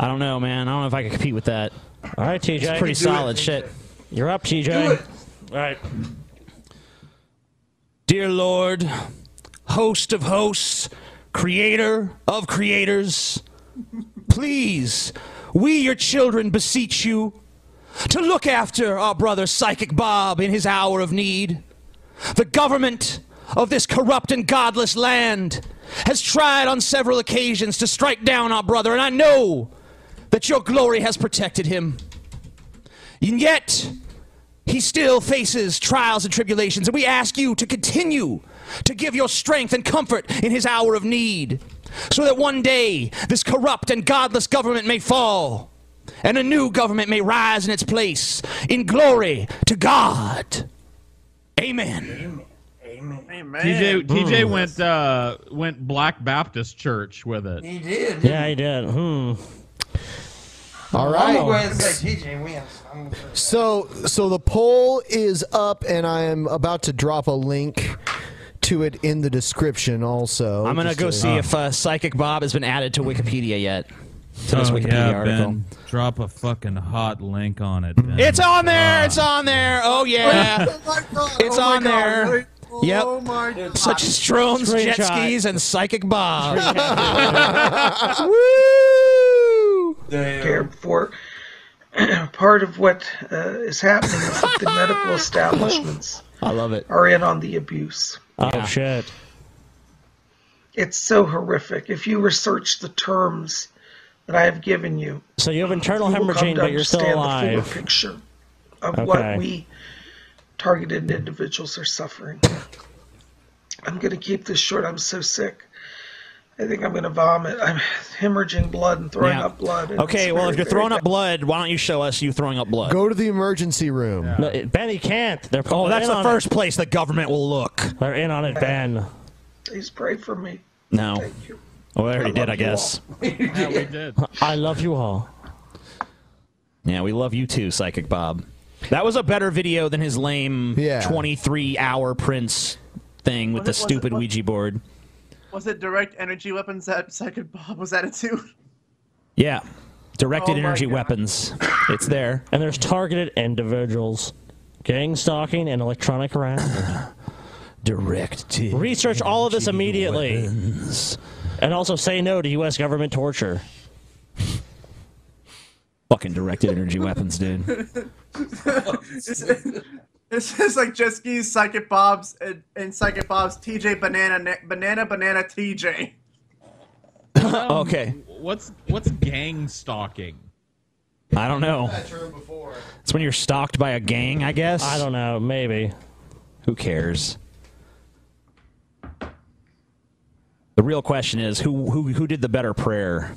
Speaker 8: I don't know, man. I don't know if I can compete with that.
Speaker 9: All right, TJ.
Speaker 8: It's pretty
Speaker 9: Do it.
Speaker 8: solid shit.
Speaker 9: You're up, TJ.
Speaker 8: All right. Dear Lord, host of hosts, creator of creators, please, we your children beseech you to look after our brother Psychic Bob in his hour of need. The government of this corrupt and godless land has tried on several occasions to strike down our brother, and I know that your glory has protected him. And yet, he still faces trials and tribulations, and we ask you to continue to give your strength and comfort in his hour of need, so that one day this corrupt and godless government may fall, and a new government may rise in its place in glory to God. Amen.
Speaker 10: Amen.
Speaker 17: Amen.
Speaker 11: TJ
Speaker 4: Hmm.
Speaker 8: Hmm.
Speaker 11: TJ went uh, went Black Baptist Church with it.
Speaker 10: He did.
Speaker 9: Yeah, he did. Hmm.
Speaker 6: All
Speaker 10: I'm
Speaker 6: right.
Speaker 10: gonna go ahead and say TJ wins. I'm gonna-
Speaker 6: So, so the poll is up, and I am about to drop a link to it in the description. Also,
Speaker 8: I'm going to
Speaker 6: Just
Speaker 8: go see if uh, Psychic Bob has been added to Wikipedia yet, to this
Speaker 11: Oh,
Speaker 8: Wikipedia
Speaker 11: yeah,
Speaker 8: article.
Speaker 11: Ben. Drop a fucking hot link on it. Ben.
Speaker 8: It's on there. It's
Speaker 11: Ah.
Speaker 8: on there. Oh yeah, it's
Speaker 11: Oh, my
Speaker 8: on there. Yep.
Speaker 17: Oh, my God.
Speaker 8: Such as drones, jet
Speaker 17: Screenshot.
Speaker 8: skis, and psychic bombs.
Speaker 34: Care for part of what uh, is happening is that the medical establishments
Speaker 8: I love it. Uh,
Speaker 34: are in on the abuse.
Speaker 9: Oh shit.
Speaker 34: It's so horrific. If you research the terms that I have given you,
Speaker 9: So you have internal
Speaker 34: you will come
Speaker 9: hemorrhaging,
Speaker 34: to
Speaker 9: but you're still
Speaker 34: understand The
Speaker 9: alive.
Speaker 34: fuller picture of what
Speaker 9: Okay.
Speaker 34: we targeted individuals are suffering. I'm going to keep this short. I'm so sick. I think I'm going to vomit. I'm hemorrhaging blood and throwing
Speaker 8: Yeah.
Speaker 34: up blood. and
Speaker 8: Okay,
Speaker 34: it's
Speaker 8: well,
Speaker 34: very,
Speaker 8: if you're
Speaker 34: very
Speaker 8: throwing
Speaker 34: bad.
Speaker 8: up blood, why don't you show us you throwing up blood?
Speaker 6: Go to the emergency room.
Speaker 9: No, it- ben, he can't. They're
Speaker 8: Oh,
Speaker 9: they're
Speaker 8: that's
Speaker 9: in
Speaker 8: the
Speaker 9: on
Speaker 8: first
Speaker 9: it.
Speaker 8: place the government will look.
Speaker 9: They're in on it, Ben.
Speaker 34: Please pray for me.
Speaker 8: No. Well, they already did, I guess.
Speaker 11: Yeah, we did.
Speaker 9: I love you all.
Speaker 8: Yeah, we love you too, Psychic Bob. That was a better video than his lame 23 hour Prince thing with
Speaker 17: Was
Speaker 8: the
Speaker 17: it- was it-
Speaker 8: stupid
Speaker 17: was-
Speaker 8: Ouija board.
Speaker 17: Was it direct energy weapons that Psychic Bob was added to?
Speaker 8: Yeah. Directed
Speaker 17: Oh my
Speaker 8: energy
Speaker 17: God.
Speaker 8: weapons. It's there.
Speaker 9: And there's targeted individuals. Gang stalking and electronic harassment.
Speaker 8: Directed.
Speaker 9: Research all of this immediately. And also say no to U.S. government torture.
Speaker 8: Fucking directed energy weapons, dude.
Speaker 17: this, is, this is like jet skis, Psychic Bob's, and, and Psychic Bob's TJ Banana Na- Banana Banana TJ.
Speaker 8: okay.
Speaker 11: What's what's gang stalking?
Speaker 8: I don't know. It's when you're stalked by a gang, I guess. I don't
Speaker 9: know. Maybe.
Speaker 8: Who cares? The real question is who who who did the better prayer?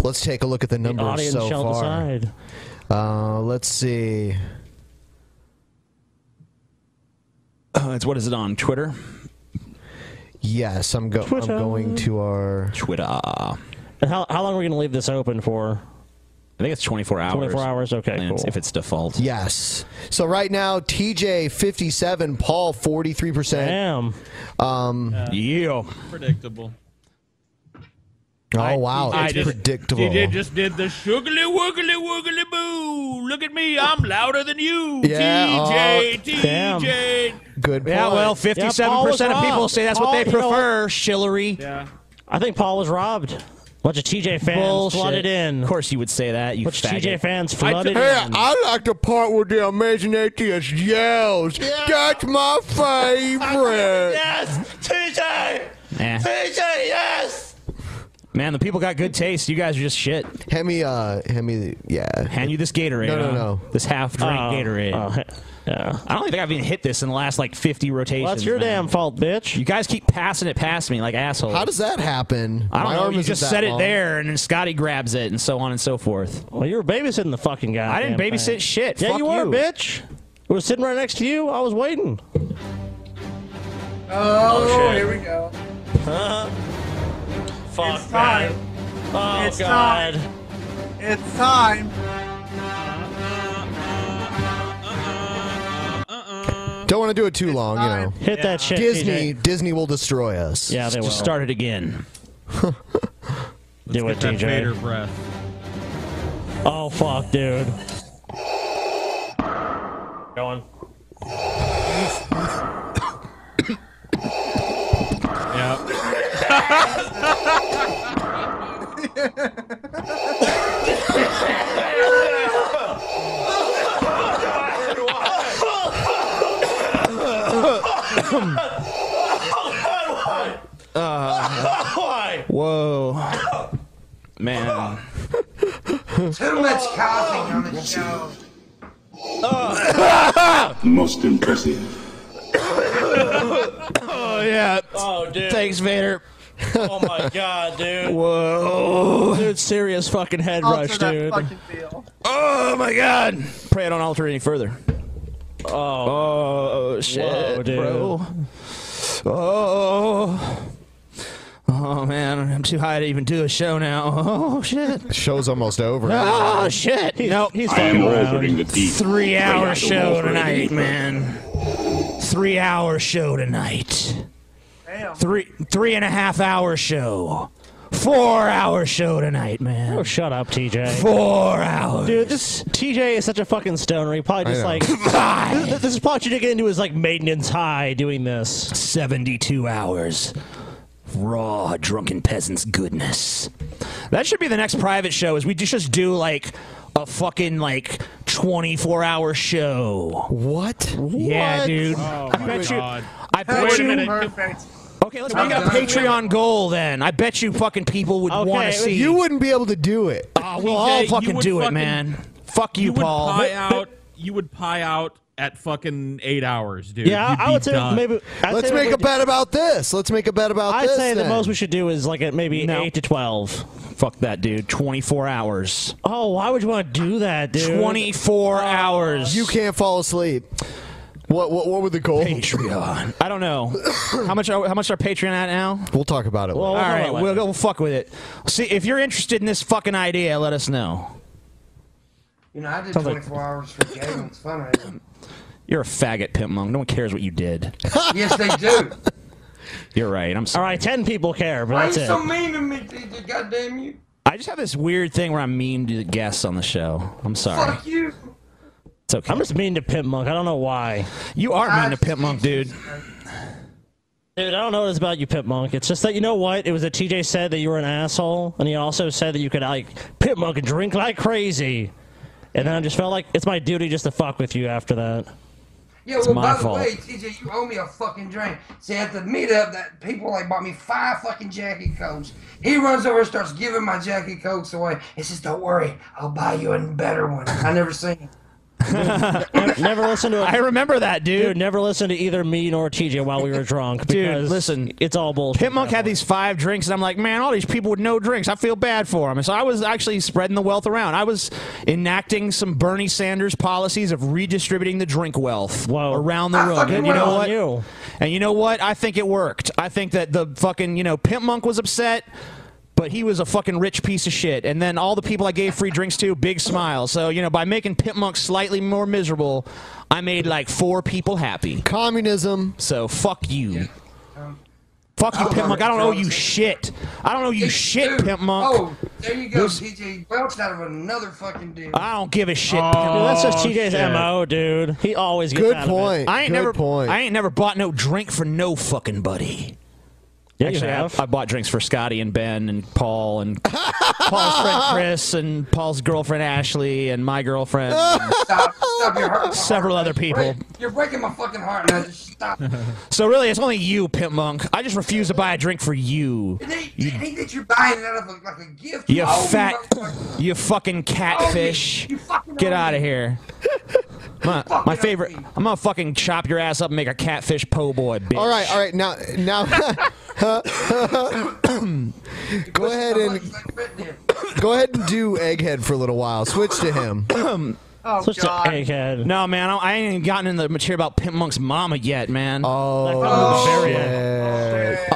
Speaker 6: Let's take a look at the numbers
Speaker 9: audience
Speaker 6: so
Speaker 9: shall
Speaker 6: far.
Speaker 9: decide.
Speaker 6: Uh, let's see.
Speaker 8: Uh, it's what is it on Twitter?
Speaker 6: Yes, I'm, go- I'm
Speaker 9: Twitter.
Speaker 6: going to our
Speaker 8: Twitter. I
Speaker 9: And how, how long are we going to leave this open for?
Speaker 8: think it's 24 hours.
Speaker 9: 24 hours, okay,
Speaker 8: And it's-
Speaker 9: cool.
Speaker 8: If it's default.
Speaker 6: Yes. So right now, TJ 57, Paul 43%.
Speaker 9: Damn.
Speaker 6: Um,
Speaker 8: yeah.
Speaker 11: Predictable.
Speaker 6: Oh, wow.
Speaker 11: I
Speaker 6: It's
Speaker 11: just-
Speaker 6: predictable.
Speaker 11: TJ just did the sugly wuggly wuggly boo. Look at me, I'm louder than you.
Speaker 6: Yeah,
Speaker 11: TJ,
Speaker 6: oh,
Speaker 11: TJ.
Speaker 6: damn. Good
Speaker 8: Yeah,
Speaker 6: point.
Speaker 8: well, 57% of people say that's what they prefer, Shillery.
Speaker 11: Yeah.
Speaker 9: I think Paul was robbed. Bunch of TJ fans
Speaker 8: Bullshit.
Speaker 9: flooded in. Of
Speaker 8: course you would say that, you
Speaker 9: Bunch of
Speaker 8: faggot.
Speaker 9: TJ fans
Speaker 8: I
Speaker 9: flooded
Speaker 8: took-
Speaker 9: in.
Speaker 6: I like the part where the amazing atheist yells. That's my favorite.
Speaker 9: TJ!
Speaker 8: Eh.
Speaker 9: yes!
Speaker 8: Man, the people got good taste. You guys are just shit.
Speaker 6: Hand me, uh, hand me, yeah.
Speaker 8: Hand you this Gatorade.
Speaker 6: No, no,
Speaker 8: huh?
Speaker 6: no.
Speaker 8: This half drink
Speaker 9: Oh,
Speaker 8: Gatorade.
Speaker 9: oh,
Speaker 8: I don't think I've even hit this in the last like 50 rotations.
Speaker 9: Well, it's your damn
Speaker 8: fault, bitch. You guys keep passing it past me like assholes.
Speaker 6: How does that happen?
Speaker 8: I don't
Speaker 6: My
Speaker 8: know.
Speaker 6: arm
Speaker 8: You
Speaker 6: isn't
Speaker 8: just
Speaker 6: that
Speaker 8: set it
Speaker 6: long.
Speaker 8: there, and then Scotty grabs it, and so on and so forth.
Speaker 9: Well, you were babysitting the fucking guy.
Speaker 8: I didn't babysit shit.
Speaker 9: Yeah,
Speaker 8: Fuck
Speaker 9: you were,
Speaker 8: you.
Speaker 9: bitch. It was sitting right next to you. I was waiting.
Speaker 17: Oh,
Speaker 9: Oh, shit.
Speaker 17: here we go.
Speaker 9: Fuck,
Speaker 17: it's time.
Speaker 9: Oh,
Speaker 17: it's
Speaker 9: God.
Speaker 17: Time. It's time.
Speaker 6: Don't want to do it too long, you know.
Speaker 9: Hit that shit,
Speaker 6: Disney. Disney will destroy us.
Speaker 9: Yeah, they Just will. start it again. Do it,
Speaker 28: Get that
Speaker 9: TJ.
Speaker 28: Vader breath.
Speaker 9: Oh fuck, dude. Going.
Speaker 8: Uh, whoa, man.
Speaker 10: Too much coughing on the show.
Speaker 1: Most impressive.
Speaker 8: Oh yeah.
Speaker 9: Oh, dude.
Speaker 8: Thanks, Vader.
Speaker 9: Oh my god, dude.
Speaker 8: Whoa.
Speaker 9: Dude, serious fucking head
Speaker 8: Alter
Speaker 9: rush,
Speaker 8: that
Speaker 9: dude.
Speaker 8: fucking
Speaker 17: deal.
Speaker 8: Oh my god. Pray I don't alter any further.
Speaker 9: Oh,
Speaker 8: oh shit,
Speaker 9: Whoa, dude.
Speaker 8: bro. Oh. Oh man, I'm too high to even do a show now. Oh shit.
Speaker 6: Show's almost over.
Speaker 8: Oh shit. nope.
Speaker 6: he's fucking I'm around. altering the deep.
Speaker 8: Three
Speaker 6: Wait,
Speaker 8: hour
Speaker 6: I'm
Speaker 8: show
Speaker 6: altering the
Speaker 8: tonight,
Speaker 6: deep.
Speaker 8: man. Three hour show tonight. Three three and a half hour show. Four hour show tonight, man.
Speaker 9: Oh, shut up, TJ.
Speaker 8: Four hours.
Speaker 9: Dude, this TJ is such a fucking stoner. He probably just
Speaker 8: I
Speaker 9: like this, this is probably should get into his like maintenance high doing this.
Speaker 8: Seventy-two hours. Raw drunken peasants goodness. That should be the next private show. Is we ju- just do like a fucking like twenty-four hour show?
Speaker 6: What?
Speaker 8: Yeah,
Speaker 17: What?
Speaker 8: dude.
Speaker 17: Oh,
Speaker 8: I
Speaker 17: my
Speaker 8: bet you.
Speaker 17: God.
Speaker 8: I bet
Speaker 17: Wait a
Speaker 8: you.
Speaker 17: minute. Perfect.
Speaker 8: Okay, let's make a Patreon goal then. I bet you fucking people would want to see.
Speaker 6: You wouldn't be able to do it.
Speaker 8: Ah, we'll all fucking do it, man. Fuck you,
Speaker 28: you would
Speaker 8: Paul.
Speaker 28: Pie out, you would pie out at fucking eight hours, dude.
Speaker 9: Yeah,
Speaker 28: You'd
Speaker 9: I
Speaker 28: be
Speaker 9: would say
Speaker 28: done.
Speaker 9: maybe- I'd
Speaker 6: Let's
Speaker 9: say
Speaker 6: make
Speaker 9: we-
Speaker 6: a bet about this. Let's make a bet about
Speaker 9: I'd
Speaker 6: this.
Speaker 9: say the
Speaker 6: then.
Speaker 9: most we should do is like at maybe eight to twelve.
Speaker 8: Fuck that, dude. Twenty-four hours.
Speaker 9: Oh, why would you want to do that, dude?
Speaker 8: 24 hours.
Speaker 6: You can't fall asleep. What what what would the goal?
Speaker 8: Patreon. I don't know. how much are how much are Patreon at now?
Speaker 6: We'll talk about it.
Speaker 8: All
Speaker 6: later.
Speaker 8: right, we'll go fuck with it. See if you're interested in this fucking idea. Let us know.
Speaker 10: You know, I did
Speaker 8: Sounds like-
Speaker 10: 24 hours for Galen's fundraiser.
Speaker 8: You're a faggot, pimp monk. No one cares what you did.
Speaker 10: yes, they do.
Speaker 8: You're right. I'm sorry.
Speaker 9: All right, ten people care, but
Speaker 10: Why you
Speaker 9: that's it.
Speaker 10: so mean to me, DJ? Goddamn you.
Speaker 8: I just have this weird thing where I'm mean to the guests on the show. I'm sorry.
Speaker 10: Fuck you.
Speaker 8: It's okay.
Speaker 9: I'm just mean to Pimp Monk. I don't know why.
Speaker 8: You are mean to Pimp Monk, dude.
Speaker 9: Dude, I don't know what it's about you, Pimp Monk. It's just that you know what? It was that TJ said that you were an asshole, and he also said that you could like Pimp Monk and drink like crazy. And then I just felt like it's my duty just to fuck with you after that.
Speaker 10: Yeah,
Speaker 9: It's
Speaker 10: well,
Speaker 9: my
Speaker 10: by
Speaker 9: fault.
Speaker 10: the way, TJ, you owe me a fucking drink. See, at the meetup, that people like bought me five fucking jacket coats. He runs over and starts giving my jacket coats away. He says, "Don't worry, I'll buy you a better one." I never seen. it.
Speaker 9: never listen to. I
Speaker 8: remember that, dude.
Speaker 9: Never listen to either me nor TJ while we were drunk. Because
Speaker 8: listen,
Speaker 9: it's all bullshit.
Speaker 8: Pimp Monk had these five drinks, and I'm like, man, all these people with no drinks. I feel bad for them. And so I was actually spreading the wealth around. I was enacting some Bernie Sanders policies of redistributing the drink wealth around the
Speaker 9: I
Speaker 8: room.
Speaker 9: fucking
Speaker 8: And you
Speaker 9: will.
Speaker 8: know what?
Speaker 9: You.
Speaker 8: And you know what? I think it worked. I think that the fucking, you know, Pimp Monk was upset. But he was a fucking rich piece of shit. And then all the people I gave free drinks to, big smile. So, you know, by making Pimp Monk slightly more miserable, I made like four people happy.
Speaker 6: Communism.
Speaker 8: So, fuck you. Fuck you, Pimp Monk. I don't owe you shit. I don't owe you shit, Pimp Monk.
Speaker 10: Oh, there you go,
Speaker 8: This-
Speaker 10: TJ. Bounced out of another fucking deal.
Speaker 8: I don't give a shit.
Speaker 10: Oh,
Speaker 8: Pimp Monk.
Speaker 9: that's just TJ's mo, dude. He always gets
Speaker 8: Good
Speaker 9: out Of
Speaker 8: point.
Speaker 9: it.
Speaker 8: I ain't never. I ain't never bought no drink for no fucking buddy.
Speaker 9: Yeah, you
Speaker 8: Actually, I-
Speaker 9: have.
Speaker 8: I, bought drinks for Scotty and Ben and Paul and Paul's friend Chris and Paul's girlfriend Ashley and my girlfriend. and
Speaker 10: Stop, stop your heart.
Speaker 8: several other people.
Speaker 10: You're breaking my fucking heart now. Just stop.
Speaker 8: So really, it's only you, Pimp Monk. I just refuse to buy a drink for you.
Speaker 10: And they, they think that you're buying it out of a, like a gift.
Speaker 8: You
Speaker 10: Oh,
Speaker 8: fat,
Speaker 10: motherfucker.
Speaker 8: you fucking catfish.
Speaker 10: Oh, you- you fucking
Speaker 8: Get
Speaker 10: owe
Speaker 8: out of
Speaker 10: me.
Speaker 8: here. I'm gonna, my favorite. I'm gonna fucking chop your ass up and make a catfish po' boy, bitch.
Speaker 6: All right, all right. Now, now, go ahead and go ahead and do Egghead for a little while. Switch to him.
Speaker 17: Oh
Speaker 8: Switch
Speaker 17: God.
Speaker 8: to Egghead. No, man, I, I ain't even gotten in the material about Pimp Monk's mama yet, man.
Speaker 6: Oh,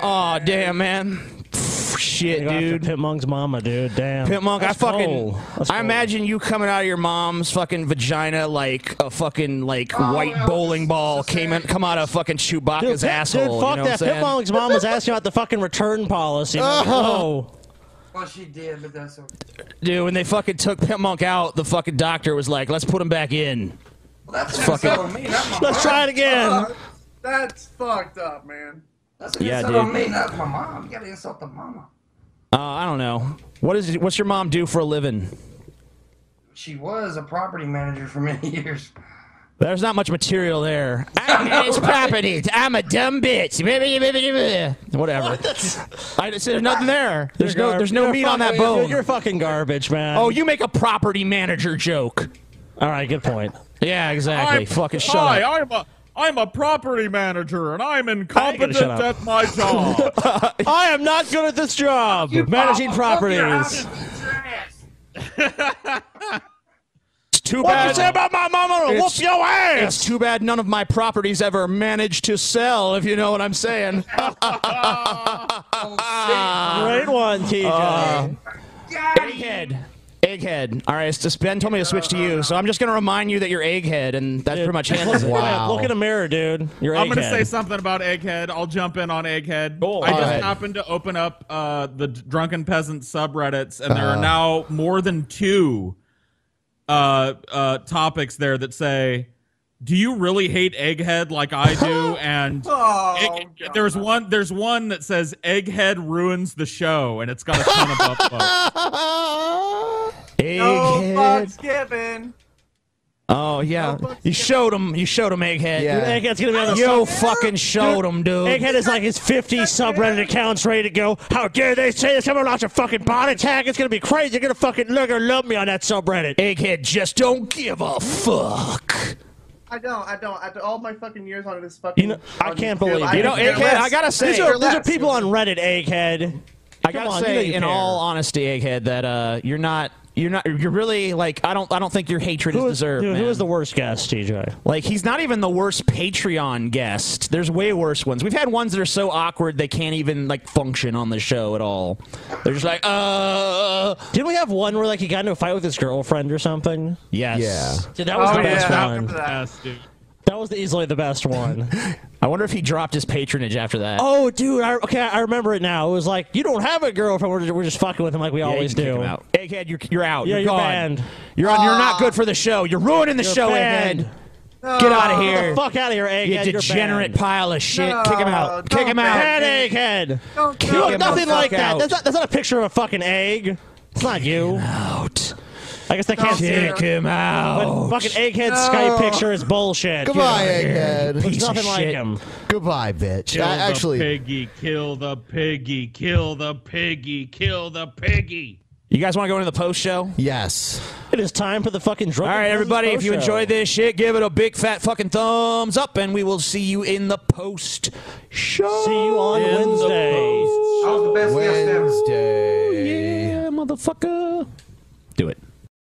Speaker 8: oh damn, man. Shit, dude.
Speaker 9: Pit Monk's mama, dude. Damn.
Speaker 8: Pimp Monk,
Speaker 9: That's
Speaker 8: I fucking,
Speaker 9: cold. That's
Speaker 8: I
Speaker 9: cold.
Speaker 8: imagine you coming out of your mom's fucking vagina like a fucking like white bowling ball came in, come out of fucking
Speaker 9: Dude,
Speaker 8: Chewbacca's
Speaker 9: Pit-
Speaker 8: asshole.
Speaker 9: Dude,
Speaker 8: you
Speaker 9: fuck
Speaker 8: know
Speaker 9: that.
Speaker 8: What I'm
Speaker 9: Pit Monk's mom was asking about the fucking return policy. Man.
Speaker 8: Oh.
Speaker 10: Well, she did, but that's okay.
Speaker 8: saying? Dude, when they fucking took Pimp Monk out, the fucking doctor was like, "Let's put him back in."
Speaker 10: That's
Speaker 8: fucking. Let's try it again.
Speaker 17: That's fucked up, man.
Speaker 10: That's
Speaker 8: Yeah,
Speaker 10: insult on
Speaker 8: dude.
Speaker 10: me, not my mom. You gotta insult the mama.
Speaker 8: Uh, I don't know. What is? What's your mom do for a living?
Speaker 10: She was a property manager for many years.
Speaker 8: There's not much material there.
Speaker 3: I manage properties. I'm a dumb bitch.
Speaker 8: Whatever. I, there's nothing there. There's
Speaker 9: You're
Speaker 8: no.
Speaker 9: gar-
Speaker 8: There's no
Speaker 9: you're
Speaker 8: meat on that
Speaker 9: fucking-
Speaker 8: bone.
Speaker 9: You're, you're fucking garbage, man.
Speaker 8: Oh, you make a property manager joke.
Speaker 9: All right, good point.
Speaker 8: Yeah, exactly.
Speaker 9: I'm-
Speaker 8: Fucking shut
Speaker 28: Hi,
Speaker 8: up.
Speaker 28: I'm a I'm a property manager and I'm
Speaker 9: gonna
Speaker 28: incompetent
Speaker 9: shut up.
Speaker 28: at my job.
Speaker 9: I am not good at this
Speaker 8: Oh,
Speaker 9: job. Managing properties.
Speaker 8: It's too
Speaker 9: What
Speaker 8: bad.
Speaker 9: you say about my mama? I'll whoop
Speaker 8: It's-
Speaker 9: your ass.
Speaker 8: It's too bad none of my properties ever managed to sell, if you know what I'm saying.
Speaker 9: Oh, Great one, TJ.
Speaker 8: Uh, egghead. Egghead. All right, so Ben told me to switch to you, so I'm just going to remind you that you're egghead, and that pretty much handles it.
Speaker 9: Look in a mirror, dude. You're
Speaker 28: I'm gonna
Speaker 9: egghead.
Speaker 28: say something about Egghead. I'll jump in on Egghead. I
Speaker 9: All
Speaker 28: just
Speaker 9: right.
Speaker 28: happened to open up uh, the Drunken Peasant subreddits, and there
Speaker 11: Uh.
Speaker 28: are now more than two uh, uh, topics there that say, "Do you really hate Egghead like I do?" and Egg- there's one. There's one that says Egghead ruins the show, and it's got a ton of upvotes.
Speaker 17: No
Speaker 8: Egghead.
Speaker 17: fucks given.
Speaker 8: Oh yeah, you showed him. You showed him, egghead.
Speaker 9: Dude, Egghead's gonna be on the
Speaker 8: You
Speaker 9: sub-
Speaker 8: fucking showed him, dude.
Speaker 9: Egghead is like his 50 subreddit accounts ready to go. How dare they say this? I'm gonna launch a fucking bot attack. It's gonna be crazy. You're gonna fucking look or love me on that subreddit.
Speaker 8: Egghead just don't give a fuck.
Speaker 17: I don't. I don't. After all my fucking years on this fucking. You know,
Speaker 9: I can't believe it.
Speaker 8: You know, Egghead, I gotta say,
Speaker 9: these are, these are people on Reddit, Egghead.
Speaker 8: I gotta say, in all honesty, egghead, that uh, you're not. You're not. You're really like. I don't. I don't think your hatred is deserved.
Speaker 9: dude, who
Speaker 8: man.
Speaker 9: is the worst guest, TJ?
Speaker 8: Like he's not even the worst Patreon guest. There's way worse ones. We've had ones that are so awkward they can't even like function on the show at all. They're just like, uh.
Speaker 9: Didn't we have one where like he got into a fight with his girlfriend or something?
Speaker 8: Yes.
Speaker 9: Yeah. Dude, that was
Speaker 8: Oh,
Speaker 9: the best
Speaker 8: yeah.
Speaker 9: one.
Speaker 28: Yes, dude.
Speaker 9: That was easily the best one.
Speaker 8: I wonder if he dropped his patronage after that.
Speaker 9: Oh, dude! I, okay, I remember it now. It was like you don't have a girlfriend. We're just, we're just fucking with him like we
Speaker 8: Yeah, you
Speaker 9: always
Speaker 8: can
Speaker 9: do.
Speaker 8: kick him out. Egghead, you're, you're out.
Speaker 9: Yeah,
Speaker 8: you're,
Speaker 9: you're
Speaker 8: gone.
Speaker 9: banned. Ah.
Speaker 8: You're on. You're not good for the show. You're ruining the
Speaker 9: You're
Speaker 8: show,
Speaker 9: banned. Ah.
Speaker 8: Egghead. Get out of
Speaker 9: Get the
Speaker 8: here.
Speaker 9: fuck outta here, Egghead,
Speaker 8: You
Speaker 9: you're
Speaker 8: degenerate
Speaker 9: banned. Ah,
Speaker 8: pile of shit. Kick him out. Kick him out.
Speaker 9: Head egghead.
Speaker 8: Don't
Speaker 9: You
Speaker 8: ban
Speaker 9: look
Speaker 8: him
Speaker 9: nothing
Speaker 8: the
Speaker 9: like
Speaker 8: fuck
Speaker 9: that.
Speaker 8: out.
Speaker 9: That's not, that's not a picture of a fucking egg. It's not you. Out. I guess they can't see
Speaker 8: Kick
Speaker 9: it.
Speaker 8: him
Speaker 9: But
Speaker 8: out.
Speaker 9: fucking egghead
Speaker 6: No.
Speaker 9: Skype picture is bullshit.
Speaker 6: Goodbye,
Speaker 9: Get out of here, you
Speaker 6: egghead.
Speaker 9: There's nothing like him.
Speaker 6: Goodbye, bitch.
Speaker 28: Kill
Speaker 6: I
Speaker 28: the
Speaker 6: actually,
Speaker 28: piggy, kill the piggy, kill the piggy, kill the piggy.
Speaker 8: You guys want to go into the post show?
Speaker 6: Yes.
Speaker 9: It is time for the fucking drunk.
Speaker 8: All right, everybody. If you enjoyed this shit, give it a big fat fucking thumbs up, and we will see you in the post show. See you
Speaker 9: on Wednesday.
Speaker 8: That
Speaker 10: was the best guest ever.
Speaker 6: Wednesday.
Speaker 8: Yeah, Oh, motherfucker. Do it.